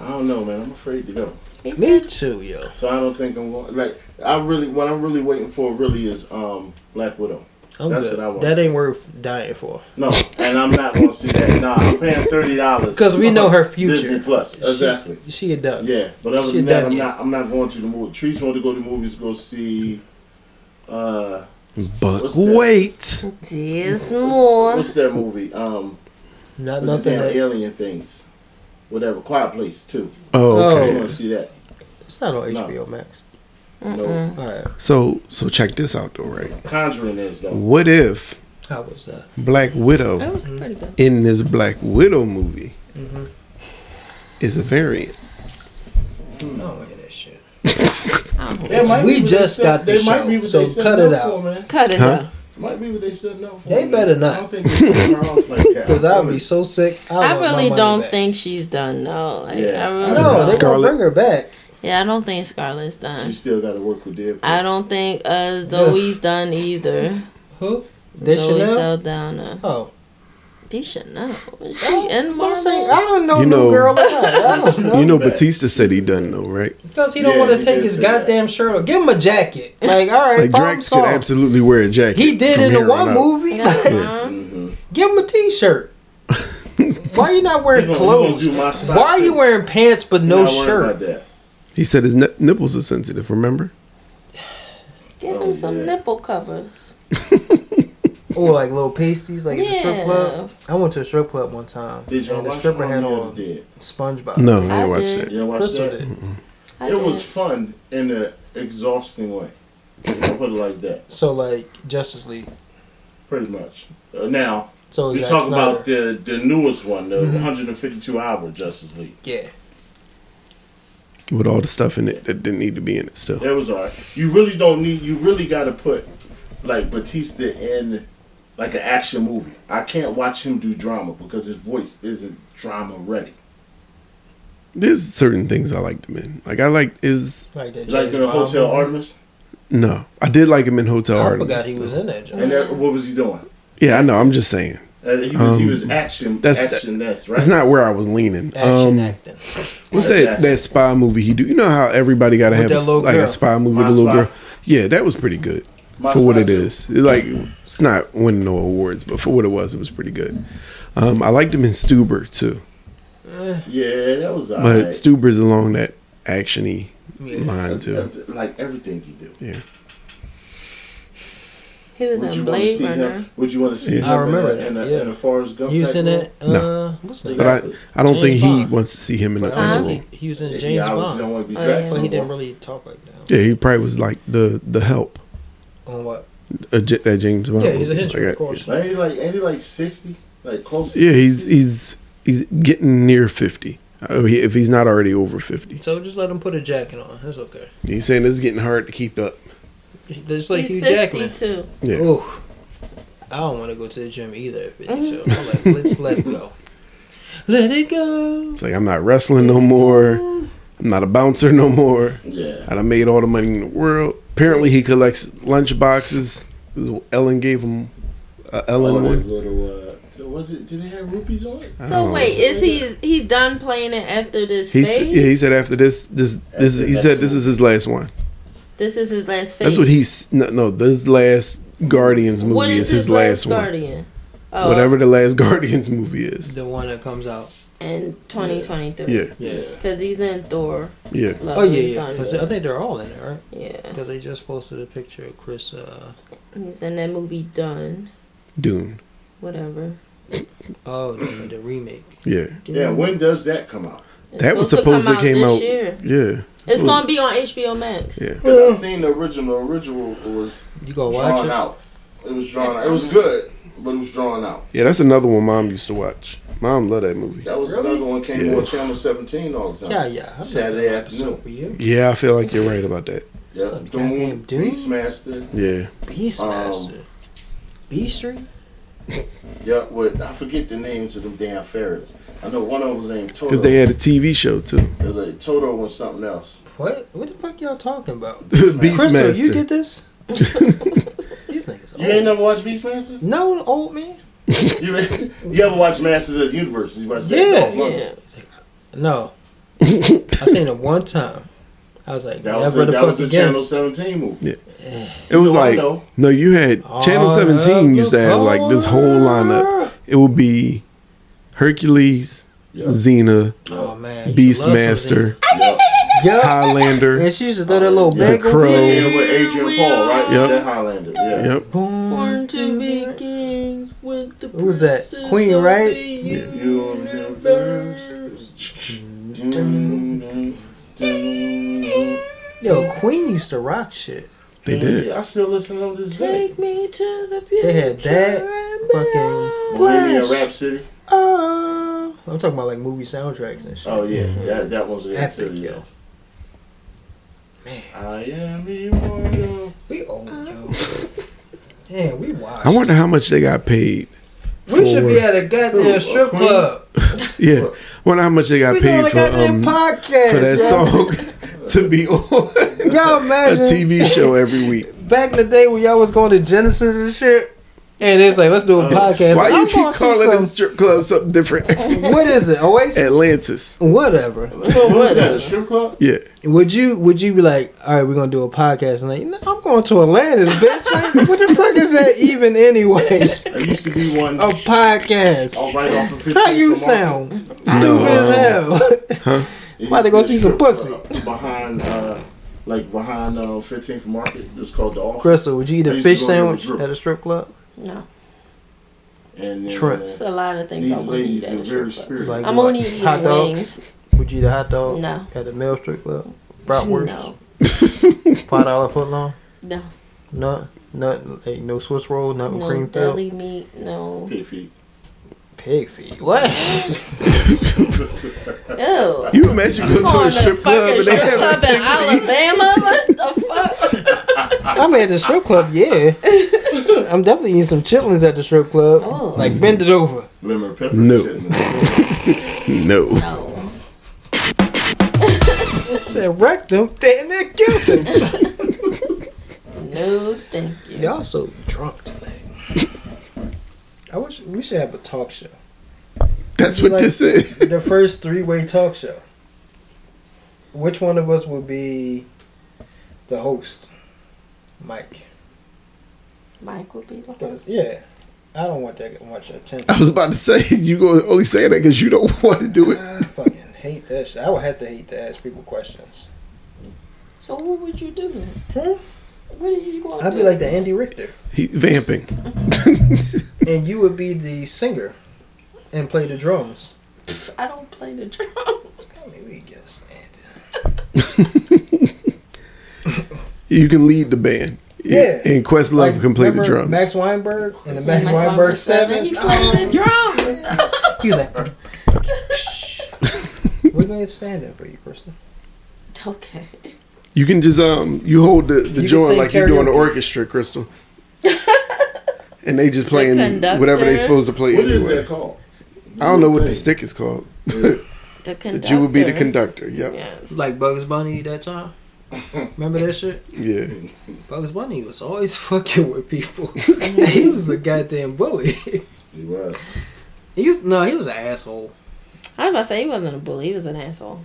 B: I don't know, man. I'm afraid to go.
C: He
A: Me
C: said-
A: too, yo.
B: So I don't think I'm going. Like I really, what I'm really waiting for really is um Black Widow.
A: I'm
B: That's
A: good.
B: what I want.
A: That ain't worth dying for.
B: No, and I'm not going to see that. Nah, I'm paying thirty dollars
A: 'Cause we know her future.
B: Disney Plus,
A: She-
B: exactly.
A: She a duck.
B: Yeah, but other
A: She
B: than that,
A: done
B: I'm
A: it.
B: not. I'm not going to the movie. Trees wanted to go to the movies. Go see. Uh,
D: But
B: What's that?
D: wait,
C: There's more.
B: what's that movie? Um,
A: Not
B: with the
A: nothing.
B: damn
A: That,
B: alien things, whatever. Quiet Place too.
D: oh,
B: I
D: okay.
B: want to see that.
A: it's not on
B: No.
A: HBO Max.
B: No,
A: All right.
D: So so check this out though, right?
B: Conjuring is though.
D: What if
A: How was that?
D: Black Widow
C: That was pretty good.
D: in this Black Widow movie
A: Mhm.
D: is a variant?
A: I don't want to hear that shit.
B: That might
A: We
B: be what
A: just
B: they
A: got
B: set-
A: the
B: they might
A: show,
B: be what
A: so
B: they setting
A: cut it
B: up
A: out.
B: For, man.
C: Cut it
D: Huh?
C: up.
B: Might be what they setting up for.
A: They
B: man.
A: better not.
B: I don't think they're going around like that.
A: Cause I'd be so sick. I,
C: I
A: want my
C: really
A: money
C: don't
A: back.
C: think she's done. No, like
B: Yeah.
C: I really.
B: No,
A: No, they gonna
D: Scarlet-
A: bring her back.
C: Yeah, I don't think Scarlett's
B: You
C: done.
B: still got to work with Deadpool.
C: I don't think uh, Zoe's done either.
A: Who? This
C: Zoe
A: Chanel.
C: Saldana.
A: Oh.
C: They should know. Is she in
A: I'm saying,
C: Marvel?
A: I don't know
D: You
A: no
D: know-
A: girl. alive. I don't know.
D: You know,
B: Back.
D: Batista said he done though, right?
A: because he don't
B: Yeah,
A: want to
B: he
A: take
B: did
A: his
B: say that.
A: goddamn shirt off. Give him a jacket. Like, all right,
D: Like
A: problem
D: Drax could
A: solved.
D: absolutely wear a jacket.
A: He did
D: from
A: in the
D: here on
A: one
D: out.
A: movie. Like,
C: Uh-huh.
B: Mm-hmm.
A: give him a t-shirt. Why you not
B: He's
A: wearing
B: gonna,
A: clothes?
B: He gonna do my spot
A: Why are
B: too.
A: you wearing pants but
B: You're
A: no
B: not worried
A: shirt?
B: About that.
D: He said his nip- nipples are sensitive. Remember?
C: Give
B: Oh,
C: him some
B: yeah.
C: nipple covers.
A: Or Oh, like little pasties, like at the strip
C: Yeah.
A: club. I went to a strip club one time,
B: Did y'all
A: and the
B: watch
A: stripper
B: it?
A: had
B: No,
A: on
B: did.
A: SpongeBob.
D: No, I
C: I
D: didn't watch
C: did.
D: that.
B: You didn't watch
A: Crystal
B: that?
A: Uh, did.
C: I
B: It
C: did.
B: was fun in an exhausting way. I'll put it like that,
A: So like Justice League.
B: pretty much. Uh, now,
A: So
B: we
A: Zack
B: talk
A: Snyder.
B: about the the newest one, the
A: Mm-hmm.
B: 152 hour Justice League.
A: yeah.
D: With all the stuff in it that didn't need to be in it still.
B: That was alright. You really don't need. You really got to put like Batista in like an action movie. I can't watch him do drama because his voice isn't drama ready.
D: There's certain things I liked him in. Like I liked is
A: Like that.
B: Like
A: James
B: in a
A: Bond
B: Hotel
A: movie.
B: Artemis,
D: no. I did like him in Hotel
A: I
D: Artemis.
A: forgot he was in that. Joint.
B: and that, what was he doing?
D: Yeah, I know. I'm just saying.
B: Uh, he was he
D: Um,
B: was action.
D: that's-
B: action. that's right.
D: That's not where I was leaning.
A: Action
D: Um,
A: acting.
D: What's that
B: Exactly.
D: that spy movie he do? You know how everybody got to
A: With
D: have a,
A: that
D: s-
A: little
D: like
A: girl.
D: a spy movie
B: My
D: with a little
B: Spy.
D: girl. Yeah, that was pretty good
B: My
D: for what
B: Spy
D: it
B: too.
D: is. It, Like it's not winning no awards, but for what it was, it was pretty good. Um, I liked him in Stuber too,
B: Yeah, that was all
D: but
B: right.
D: Stuber's along that actiony line too.
B: Ev- Like everything he do.
D: Yeah,
C: He was
B: Would you
C: in
B: want to
C: Blade
B: see
C: Runner.
B: him? Would you want to see
D: Yeah.
B: him?
A: I remember
B: in a, in a,
A: that, yeah.
B: in a Forrest Gump.
A: He was
B: type
A: in
B: role?
A: that. Uh,
D: No.
A: What's
B: They
A: the
D: but I
B: Exactly.
D: I don't
A: James
D: think he
A: Bond.
D: wants to see him in that
A: But
D: type
A: I
D: of
A: don't
D: role.
A: think he was in
B: Yeah,
A: James
B: I was-
A: Bond.
B: don't want to be
C: Oh,
B: Drax
A: But he
B: no
A: didn't
B: more.
A: really talk like that.
D: Yeah, he probably was like the the help
A: On what?
D: uh, J- that James Bond.
A: Yeah, he's a
D: movie.
A: henchman,
D: Like,
A: of course.
B: Ain't he like ain't he like sixty? Like close.
D: Yeah, he's he's he's getting near fifty. Oh, he, if he's not already over fifty.
A: So just let him put a jacket on. That's okay.
D: You saying this is getting hard to keep up?
A: Just like
C: He's
A: Hugh Jackman.
C: 52.
D: Yeah.
A: Oof. I don't want to go to the gym either. If it's so. I'm like, let's let it go. Let it go.
D: It's like I'm not wrestling no more. I'm not a bouncer no more.
B: Yeah.
D: I done made all the money in the world. Apparently, he collects lunch boxes. 'Cause Ellen gave him a
B: All
D: Ellen
B: that
D: one.
B: little. Uh, was it? Did they have rupees on it?
C: So
D: Oh.
C: wait, is he he's done playing it after this
D: He said,
C: phase?
D: yeah, he said after this, this, this,
B: After
D: he
B: that
D: said this
B: one.
D: is his last one.
C: This is his last phase.
D: That's what he's no, no this last Guardians movie
C: What
D: is, his, last, one.
C: Guardian? Oh,
D: Whatever the last Guardians movie is.
A: The one that comes out.
C: in 2023.
D: Yeah,
A: Yeah.
C: Because he's in Thor.
D: yeah.
C: Love
A: Oh
C: and
A: yeah, yeah. 'Cause I
C: Thunder.
A: think they're all in it, right?
C: Yeah,
A: Because they just posted a picture of Chris. Uh,
C: he's in that movie Done.
D: Dune.
C: Whatever.
A: oh, the, the remake.
D: Yeah,
C: Dune.
B: Yeah. When does that come out?
C: It's
D: That was supposed to came
C: this
D: out-
C: Year.
D: yeah.
C: It's gonna be on HBO Max.
D: Yeah.
B: 'Cause I seen the original. Original was
A: You gonna watch
B: drawn
A: it?
B: out. It was drawn out. It was good. but it was drawn out.
D: Yeah, that's another one mom used to watch. Mom loved that movie.
B: That was another one came
D: Yeah.
B: on channel seventeen all the time.
A: Yeah, yeah. I'm
B: Saturday
A: not gonna
B: afternoon.
A: For you.
D: Yeah, I feel like you're right about that.
B: Yeah,
A: Some
B: Doom,
A: goddamn Doom.
B: Beastmaster.
D: Yeah.
B: Um,
A: Beastmaster. Beast Street?
B: Yeah, with I forget the names of them damn ferrets. I know one of them was named Toto.
D: Because they had a TV show too.
B: It was like Toto was something else.
A: What? What the fuck y'all talking about? Crystal, you
D: Beastmaster.
A: get this? These niggas
B: You ain't
A: old.
B: never watched Beastmaster?
A: No, old man.
B: You, you ever watched Masters of the Universe? You watched that?
A: Yeah,
B: Dolph Lundgren?
C: Yeah.
A: No. I seen it one time. I was like,
B: That was,
A: never
B: a,
A: the
B: that was
A: fuck
B: a
A: again.
B: Channel 17 movie.
D: It was
B: No, I
D: like
B: know.
D: no, you had Channel
A: All
D: Seventeen
A: of
D: used
A: the
D: to have like this whole lineup.
A: power.
D: It would be Hercules,
B: Yeah.
D: Xena,
A: Oh man, I used to love
D: Beastmaster,
B: Yeah.
A: those things. Yeah,
D: Highlander.
A: and she used to throw that little
B: Yeah.
A: bag.
D: The
A: over
D: Crow.
A: there.
B: Yeah, with Adrian Paul, right?
D: Yep.
B: That Highlander. Yeah.
D: Yep.
A: Boom.
C: Born to be kings with the
A: Who was that?
C: princes
A: Queen,
C: of
A: right?
C: the
B: You and the verse. Mm-hmm.
A: Yo, Queen used to rock shit.
D: They did.
B: Yeah, I still listen to them to this day.
C: Take me to the future.
A: had that
C: and
A: fucking-
C: beyond.
B: Bohemian
A: Flash.
B: Rhapsody.
D: Uh,
A: Oh, I'm talking about like movie soundtracks and shit.
B: Oh yeah,
D: Mm-hmm.
B: that that was good
A: Epic,
B: too.
A: yo.
B: Yeah.
A: Man,
B: I am immortal.
A: we old, yo. Damn, we wild.
D: Uh. I wonder how much they got paid.
A: we should be
D: for-
A: at a
B: Who,
A: goddamn
B: a
A: strip
B: queen?
A: club.
D: Yeah. Wonder how much they got
A: We doing
D: paid
A: a
D: for um
A: goddamn podcast.
D: for that
A: yo.
D: song to be on
A: Y'all
D: a
A: imagine
D: TV show every week.
A: back in the day when y'all was going to Genesis and shit, and it's like let's do a podcast.
D: Uh, Why
A: I'm
D: you keep
A: gonna see
D: calling
A: some-
D: this strip club something different?
A: What is it? Oasis.
D: Atlantis.
A: Whatever.
B: What was that? A strip club?
D: Yeah.
A: Would you would you be like, all right, we're gonna do a podcast, and like, no, I'm going to Atlantis, bitch. Like, what the fuck is that even anyway?
B: I used to be one.
A: A
B: Oh,
A: podcast.
B: right off of 15th
A: How you
B: and Market.
A: sound? Stupid as hell.
B: It
A: About to
B: used
A: go
B: be a
A: see some
B: strip
A: pussy.
B: club Behind, uh, like behind uh, 15th Market. It was called the Office.
A: Crystal, would you eat
B: I
A: a
B: used to
A: fish
B: go there with
A: sandwich
B: Drew.
A: at a strip club?
C: No,
B: And then,
A: Trent.
B: uh,
C: it's a lot of things
B: these
C: I would eat
B: ladies
C: at
B: are
C: a
B: very
C: strip club.
B: spiritual.
A: Like
C: I'm
A: what?
C: only eating
A: hot dog?
C: wings.
A: Would you eat a hot dog
C: No,
A: at a male strip club? Bratwurst,
C: no,
A: five dollar foot long.
C: no,
A: Nut, nut, like no Swiss roll, nothing
C: no
A: cream filled.
C: deli meat. No,
B: pig feet.
A: Pig feet. What?
C: ew.
D: You imagine going to a
C: on
D: strip
C: the fucking
D: club and they
C: strip
D: have
C: club in Alabama. What the fuck?
A: I'm at the strip club, yeah. I'm definitely eating some chitlins at the strip club.
C: Oh.
A: Like bend it over.
B: Lemon pepper
D: No.
B: shit. in the-
D: no.
C: No.
A: Said rectum, damn that guilty.
C: No, thank you.
A: Y'all so drunk tonight. I wish we should have a talk show.
D: That's what this is.
A: The first three way talk show. Which one of us would be the host? Mike.
C: Mike would be the
A: Because
C: host.
A: yeah. I don't want that much attention.
D: I was about to say you go only say that because you don't want to do it.
A: I fucking hate that shit. I would have to hate to ask people questions.
C: So what would you do then?
A: Hmm?
C: What are you going to
A: I'd be like the Andy Richter.
D: He vamping.
A: And you would be the singer and play the drums.
C: I don't play the drum.
A: Maybe we get a stand.
D: you can lead the band.
A: Yeah.
D: And Questlove can play the drums.
A: Max Weinberg and the Max, Weinberg,
C: He
A: Seven.
C: plays the drums.
A: He was like, we're going to stand in for you, Kristen.
C: okay.
D: you can just um you hold the, the
A: can
D: joint
A: sing
D: like you do in the
A: karaoke.
D: orchestra, Crystal. and they just playing whatever
C: conductor.
D: they supposed to play
B: What is
D: anyway.
B: that called?
D: I don't know what the
B: Thing.
D: stick is called.
C: The
D: But
C: conductor.
D: you would be the conductor. Yep.
C: Yes.
A: Like Bugs Bunny that time. Remember that shit?
D: Yeah.
A: Bugs Bunny was always fucking with people. he was a goddamn bully.
B: He was.
A: he was no, he was an asshole.
C: I was about to say he wasn't a bully. He was an asshole.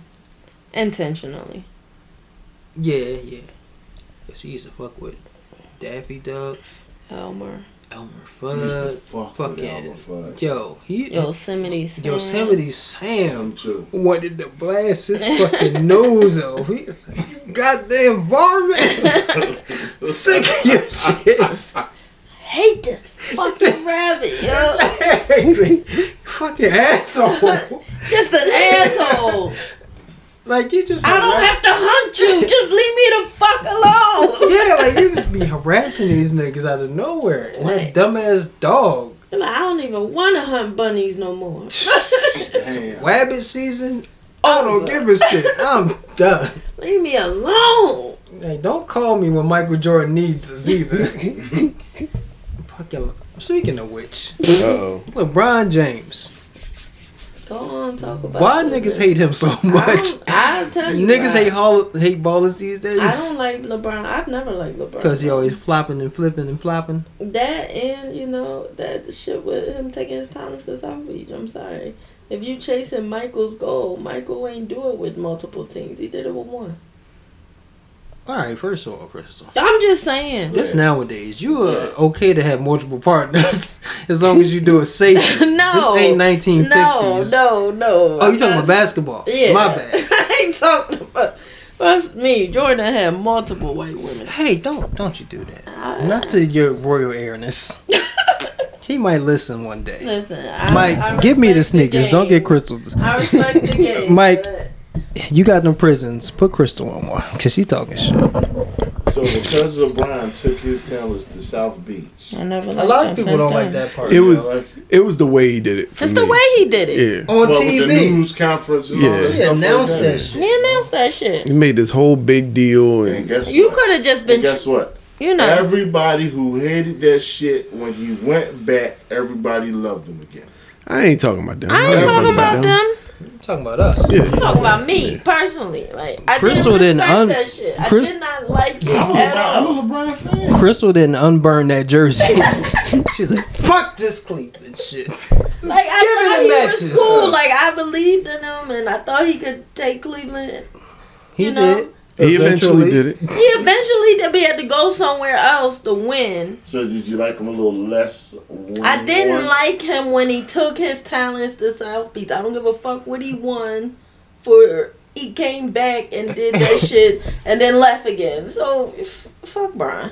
C: Intentionally.
A: Yeah, yeah. Cause he used to fuck with Daffy Duck,
C: Elmer.
A: Elmer
B: He used to
A: Fudd.
B: fuck with
A: fucking-
B: Elmer Fudd.
A: Yo, he
C: Yosemite Sam.
A: Yosemite
B: Him
A: Sam
B: too.
A: wanted to blast his fucking nose off. He was like, "You goddamn varmint! Sick of your shit!
C: Hate this fucking rabbit, yo.
A: Angry. Fucking asshole!
C: Just an asshole.
A: Like you just
C: I don't
A: harass-
C: have to hunt you. Just leave me the fuck alone.
A: Yeah, like you just be harassing these niggas out of nowhere. And that
C: Right.
A: dumbass dog.
C: I'm like, I don't even want to hunt bunnies no more.
B: Damn.
A: Wabbit season? I don't
C: Over.
A: give a shit. I'm done.
C: Leave me alone.
A: Hey, don't call me when Michael Jordan needs us either. Fucking speaking of which,
D: Uh-oh.
A: LeBron James.
C: Go on, talk about
A: Why
C: it.
A: niggas hate him so
C: I
A: much?
C: don't- I'll tell you.
A: Niggas
C: why.
A: hate hall- hate ballers these
C: I
A: days
C: don't like LeBron. I've never liked LeBron.
A: because he always flopping and flipping and flopping.
C: That and, you know, that shit with him taking his talents is outreach. I'm sorry. If you chasing Michael's goal, Michael ain't do it with multiple teams. He did it with one.
A: All right, first of all, first of all,
C: I'm just saying.
A: this nowadays you are okay to have multiple partners as long as you do it safely.
C: No.
A: this ain't nineteen
C: No,
A: fifties.
C: no, no.
A: Oh, you talking about
C: basketball?
A: basketball?
C: Yeah.
A: My bad.
C: I ain't talking about. That's me. Jordan had multiple white women.
A: Hey, don't don't you do that.
C: I,
A: Not to your royal airness. he might listen one day.
C: Listen, I,
A: Mike,
C: I
A: give me the
C: respect
A: sneakers. Don't get
C: game.
A: crystals.
C: I respect the game.
A: Mike.
C: but
A: You got no prisons. Put crystal on one, cause she talking shit.
B: So because LeBron took his talents to South Beach,
C: I never
A: A
C: liked
A: lot
C: him
A: of people
C: since
A: don't like
C: then.
A: that part.
D: It
B: you know,
D: was
B: like,
D: it was the way he did it. for
C: It's the
D: me.
C: way he did it.
D: Yeah.
A: on
B: well, with the
A: TV.
B: news conference and all
D: Yeah.
B: that
D: He
A: They
B: stuff
A: announced
B: like
A: that shit.
C: He announced that shit.
D: He made this whole big deal
B: And
D: and
B: guess
C: You
B: what?
C: could have just
B: And
C: been,
B: guess what?
C: you know.
B: Everybody who hated that shit when he went back, everybody loved him again.
D: I ain't talking about them.
C: I ain't
B: Everybody
C: talking about
B: like
C: them.
A: I'm talking about us.
D: Yeah.
C: I'm talking about me personally. Like I
A: Crystal didn't
C: didn't respect
A: un- Oh,
C: that shit. I
A: Chris-
C: did not like it
B: I'm a
C: at all.
B: LeBron, I'm a LeBron fan.
A: Crystal didn't unburn that jersey. She's like, fuck this Cleveland shit.
C: Like I
A: Give me
C: thought
A: the
C: he
A: matches.
C: was cool. Like I believed in him, and I thought he could take Cleveland.
A: He
C: You know?
A: did.
D: he eventually did it.
C: He eventually did. But he had to go somewhere else to win.
B: So did you like him a little less? When
C: I
B: he
C: didn't
B: won?
C: like him when he took his talents to South Beach. I don't give a fuck what he won for. He came back and did that shit, and then left again. So f- fuck Brian.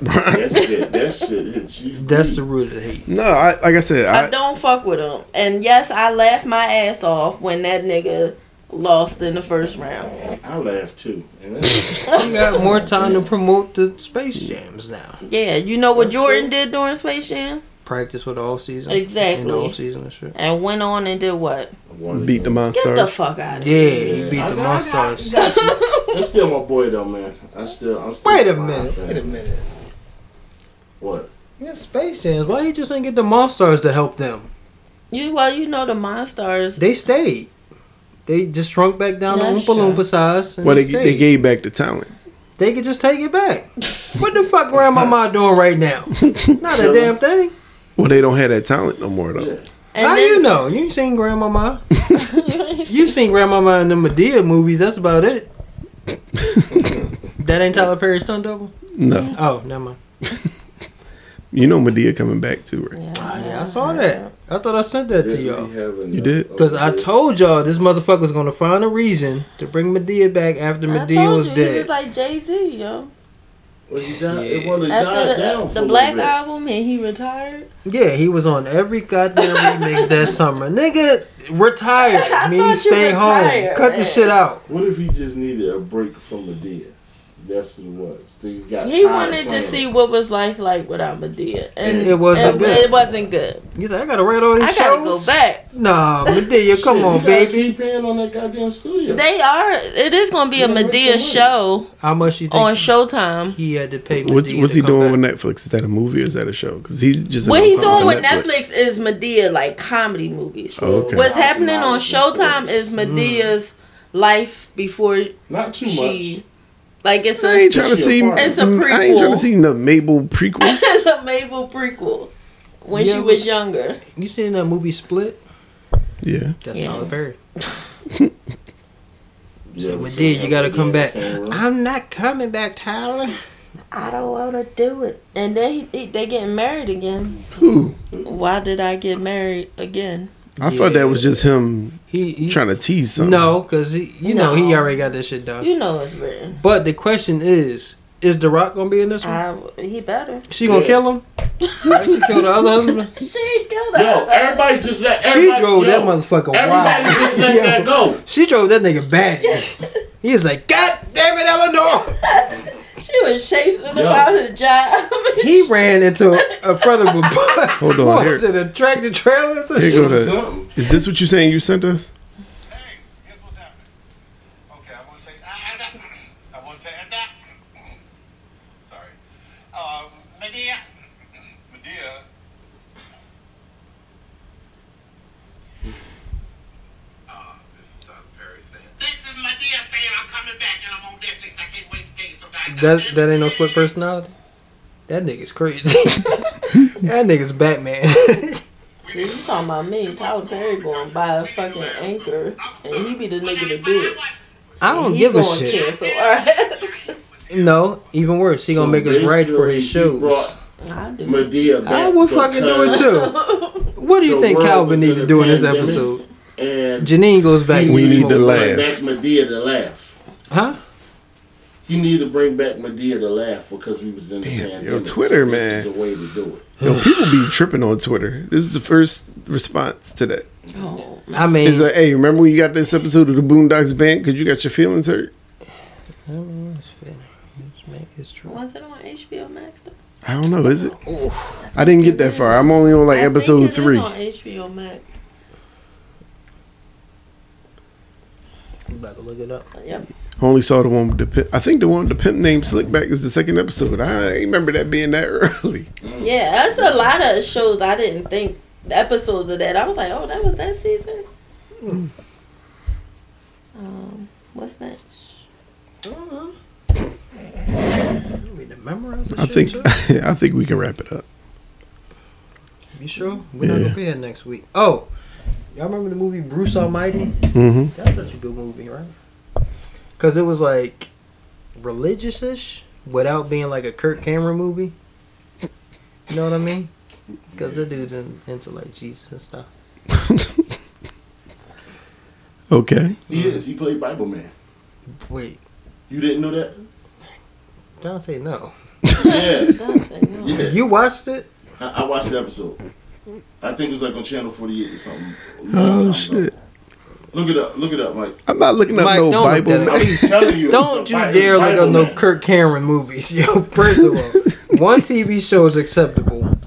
D: Brian.
B: That shit, that shit hit you.
A: That's the root of the hate.
D: No, I like I said,
C: I,
D: I,
C: don't fuck with him. And yes, I laughed my ass off when that nigga lost in the first round.
B: I laughed too. And that's-
A: You got more time to promote the Space Jams now.
C: Yeah, you know what
B: That's
C: Jordan
B: true.
C: did during Space Jam?
A: Practice for the all season.
C: Exactly.
A: In the all season and shit.
C: And went on and did what?
B: One
D: beat the
B: again.
C: Get the
D: monsters.
C: fuck out of
A: Yeah,
C: here.
A: he beat
B: I
A: the
B: got- I got-
A: Monstars.
B: got you. That's still my boy though, man. I still, I'm still.
A: Wait a
B: LeBron
A: minute.
B: fan.
A: Wait a minute.
B: What?
A: Yeah, Space Jams. Why you just didn't get the Monstars to help them?
C: You well, you know the Monstars.
A: They stayed. They just shrunk back down to
C: That's
A: Oompa Loompa size. and
D: Well, they
A: stayed.
D: they gave back the talent.
A: They could just take it back. what the fuck grandmama doing right now? Not a damn thing.
D: Well, they don't have that talent no more though.
B: Yeah.
C: And
A: How
C: then,
A: you know? Ah, You ain't seen grandmama. you seen grandmama in the Medea movies. That's about it. that ain't Tyler Perry's stunt double?
D: No,
A: Oh, never mind.
D: you know Medea coming back too, right?
A: Ah, yeah, I saw that. I thought I sent that
B: Did
A: to
B: he
A: y'all.
B: have enough
D: You did?
A: Because I
B: of it?
A: told y'all this motherfucker was going to find a reason to bring Medea back after
C: I
A: Medea
C: told
A: was
C: you, He
A: dead.
C: was like Jay Z, yo.
B: Well, he died.
A: Yeah.
B: It wanna die
C: After
B: down
C: the,
B: for
C: the
B: a
C: Black
B: little bit.
C: album and he retired.
A: yeah, he was on every goddamn remix that summer. Nigga,
C: I
A: retire. Means
C: thought you
A: stay home.
C: retired,
A: Cut the
C: man.
A: shit out.
B: What if he just needed a break from Medea? That's what it was. They got
C: He
B: tired
C: wanted
B: playing
C: to see
B: him.
C: what was life like without Medea, and
A: It wasn't
C: and
A: good.
C: It wasn't good.
A: You said I gotta write all these
C: I
A: shows.
C: gotta go back.
A: Nah, Medea,
B: Shit,
A: come
B: you
A: on,
B: gotta
A: baby.
B: Keep paying on that goddamn studio.
C: They are. It is gonna be a
B: Yeah, make the
C: Medea
B: money.
C: show
A: How much you think
C: on Showtime.
A: he had to pay? Medea
D: What, what's
A: to
D: he
A: come
D: doing
A: back?
D: with Netflix? Is that a movie or is that a show? Because he's just
C: What
D: announced
C: he's doing
D: something
C: with
D: on
C: Netflix is Medea like comedy movies.
D: Oh, okay. Mm.
C: What's happening on
B: Thousand dollars
C: Showtime
B: Netflix.
C: is Medea's life before
B: not too
C: she, like it's
D: I
C: a
D: ain't trying to see.
C: It's a
D: I ain't
C: prequel.
D: trying to see no Mabel prequel.
C: it's a Mabel prequel when
A: Yeah,
C: she
A: but-
C: was younger.
A: You seen that movie Split?
D: Yeah,
A: That's
C: Yeah.
A: Tyler Perry.
B: much. Yeah,
A: Medea, you gotta come back.
B: I,
A: I'm not coming back, Tyler.
C: I don't want to do it. And then he, he, they getting married again.
D: who?
C: Why did I get married again?
D: I thought that was just him
A: He, he
D: trying to tease something.
A: no, cause he, you know, he
C: No.
A: already got that shit done.
C: You know it's written.
A: But the question is, Is The Rock gonna be in this one?
C: I, he better.
A: she gonna
B: Yeah.
A: kill him? Like she killed her other husband.
C: She killed her.
B: Yo, everybody just let everybody.
A: She drove
B: yo,
A: that motherfucker
B: Everybody
A: wild.
B: just let that
A: Yo.
B: go.
A: She drove that nigga bad. He was like, God damn it, Eleanor!
C: She was chasing him
B: Yo.
C: out of the job.
A: He ran into a, a front of a bus.
D: Hold on,
A: What was
D: here-
A: it a tractor trailer? or some
D: Here
A: shit?
D: go the.
B: Something.
D: Is this what you saying you sent us?
F: Hey, here's what's happening. Okay, I won't take. I, I, don't- I won't take. I, don't- sorry. Um, Medea. Medea. Uh, this is Tyler Perry saying. This is Medea saying I'm coming back and I'm on Netflix. I can't wait to tell you so guys.
A: That that ain't no split personality. That nigga's crazy. that nigga's Batman.
C: See, you talking about me? Tyler Perry going to buy a fucking anchor, and he be the nigga to do it.
A: I don't
C: He
A: give a
C: gonna
A: shit.
C: cancel us.
A: No, even worse, he gonna make us right for his
B: Basically, he
A: shows.
B: brought
C: I do.
B: Madea
A: I
B: back
A: would fucking do it
B: because-
A: too. What do you
B: uh, the
A: think
B: world
A: Calvin
B: was
A: need
B: in
A: to
B: a
A: do in this
B: pandemic.
A: episode?
B: And
A: Janine goes back.
B: he
A: to
D: We
B: needs
D: need to
B: bring
D: laugh.
B: Back Madea to laugh.
A: Huh?
B: You need to bring back Medea to laugh because we was in the
D: Damn,
B: pandemic.
D: yo, Twitter,
B: so
D: man.
B: This is a way to do it.
D: Yo, people be tripping on Twitter. This is the first response to that.
A: I mean,
D: It's like, hey, remember when you got this episode of the Boondocks band because you got your feelings hurt?
A: it's true.
C: Was it on HBO Max? Though?
D: I don't know, is it? I didn't get that far. I'm only on like
C: I think it
D: episode
C: is
D: three.
C: on HBO Max.
A: I'm about to look it up.
C: Yep.
D: I only saw the one with the pimp. I think the one with the pimp named Slickback is the second episode. I ain't remember that being that early.
C: Yeah, that's a lot of shows I didn't think the episodes of that. I was like, oh, that was that season.
D: Hmm.
C: Um, what's next?
A: You mean to memorize this
D: I
A: shit,
D: think
A: too?
D: I think we can wrap it up.
A: You sure? We're not
D: Yeah.
A: gonna be here next week. Oh, y'all remember the movie Bruce Almighty?
D: hmm
A: That's such a good movie, right? Because it was like religious ish without being like a Kirk Cameron movie. You know what I mean? Because the dude's in, into like Jesus and stuff.
D: okay.
B: He is. He played Bible Man.
A: Wait,
B: You didn't know that?
A: don't say no.
B: Yeah.
C: Don't say no.
B: yeah.
A: You watched it?
B: I, I watched the episode. I think it was like on Channel 48 or something. a long time
D: Oh
B: ago.
D: shit!
B: Look it up. Look it up, Mike.
D: I'm not looking up
A: Mike,
D: no
A: don't look
D: Bible.
A: that up.
D: man.
B: I'm telling you.
A: Don't
B: it's
A: you
B: a Bi-
A: dare look
B: Bible
A: up no
B: Man.
A: Kirk Cameron movies, yo. First of all, one TV show is acceptable.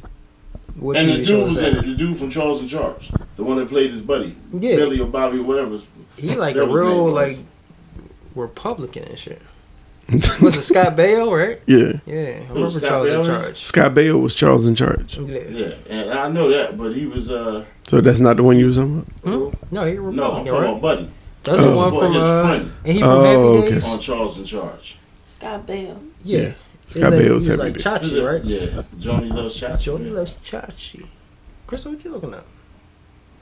A: What
B: And the
A: show
B: dude was
A: that?
B: in it. The dude from Charles in Charge. The one that played his buddy.
A: Yeah.
B: Billy or Bobby or whatever.
A: He like
B: That
A: a
B: was his
A: real
B: name,
A: like Republican and shit. Was it Scott Baio, right?
D: yeah,
A: Yeah, I
B: Who,
A: remember
B: Scott
A: Charles in
B: Baio is?
A: charge.
D: Scott Baio was Charles in charge,
A: Yeah.
B: Yeah. And I know that, but he was, uh.
D: so that's not the one you was talking about.
A: Hmm? No, he a
B: No, I'm
A: Republican,
B: talking about
A: right?
B: Buddy.
A: That's
D: Oh.
A: the one
B: Boy,
A: from
B: his
A: uh,
B: friend
A: and he from
D: Oh,
A: Happy
D: okay.
A: Days.
B: on Charles in Charge.
C: Scott Bell.
A: Yeah,
D: Yeah.
A: His
D: Scott
A: name-
D: Baio
A: he
D: was
A: was
D: happy.
A: like
D: days.
A: Chachi, right?
B: Yeah. Johnny loves Chachi.
A: Jody
B: man.
A: loves Chachi. Chris, what you looking up?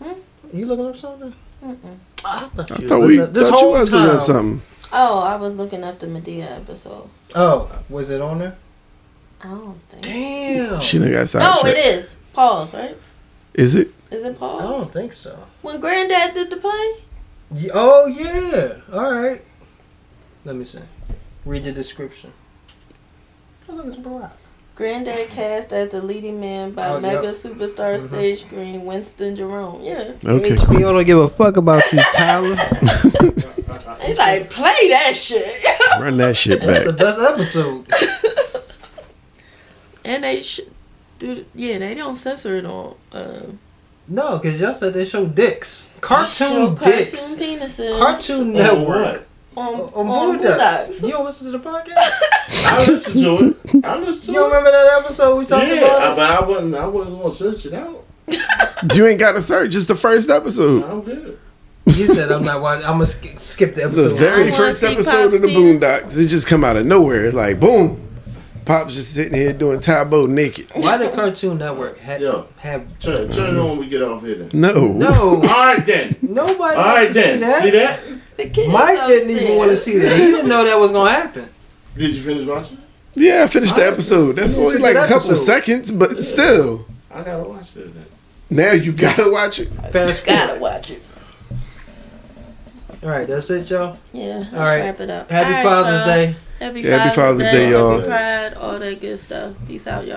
C: Hmm?
A: You looking up something?
C: Mm-mm.
A: I thought,
D: I
A: you
D: thought
A: was
D: we
A: looking up- this
D: thought you
A: whole
D: was looking up
A: time-
D: something.
C: Oh, I was looking up the Medea episode.
A: Oh, was it on there?
C: I don't think.
A: Damn.
D: She done got
C: No,
D: sidetracked.
C: it is. Pause, right?
D: Is it?
C: Is
A: I
C: it pause?
A: don't think so.
C: When Granddad did the play?
A: Ye- Oh yeah. All right. Let me see. Read the description. Oh, look, it's Barack.
C: Granddad cast as the leading man by
A: Oh,
C: mega
A: yep.
C: superstar stage screen Winston Jerome. Yeah.
D: Okay.
A: HBO don't give a fuck about you, Tyler.
C: He's like, play that shit.
D: Run that shit
A: That's the
D: back.
A: best episode.
C: and they sh- do, yeah, they don't censor it on uh,
A: No, because y'all said they show dicks.
C: show
A: Cartoon dicks.
C: cartoon penises,
A: Cartoon
B: On
A: Network.
B: Oh, what?
A: On,
C: on, on,
A: on
C: Boondocks.
A: Boondocks. You don't listen to the podcast?
B: I listened to it. I listened
A: you
B: to
A: don't
B: it.
A: remember that episode we talked
B: yeah, I-
A: about?
B: but I wasn't. I wasn't gonna search it out.
D: You ain't got to search. It's the first episode.
B: I'm good.
A: You said I'm not watching. I'm going to skip the
D: The
A: episode.
D: very
C: You wanna
D: first
C: see
D: episode
C: Pops
D: of the
C: dance?
D: Boondocks. It just come out of nowhere. It's like boom. Pop's just sitting here doing Tybo naked.
A: Why did Cartoon Network ha-
B: Yo.
A: have.
B: Turn, turn it on when we get off here. Then.
D: No.
B: All
A: No.
B: right then.
A: Nobody
B: All right
A: wants to
B: then.
A: see that.
B: See that?
C: The kids
A: Mike didn't even want to see that. He didn't know that was going to happen.
B: Did you finish watching?
D: Yeah, I finished the episode. That's
A: It's a
D: only
A: good
D: like a couple
A: episode.
D: seconds, but still.
B: I gotta watch that. Then.
D: Now you gotta watch it.
A: Fast forward.
C: Gotta watch it.
A: All right, that's it, y'all.
C: Yeah, let's
A: All right.
C: wrap it up.
A: Happy
C: All right,
A: Father's
C: y'all.
A: Day.
C: Happy,
D: Yeah, happy Father's Day, y'all.
C: Happy Pride, all that good stuff. Peace out,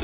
C: y'all.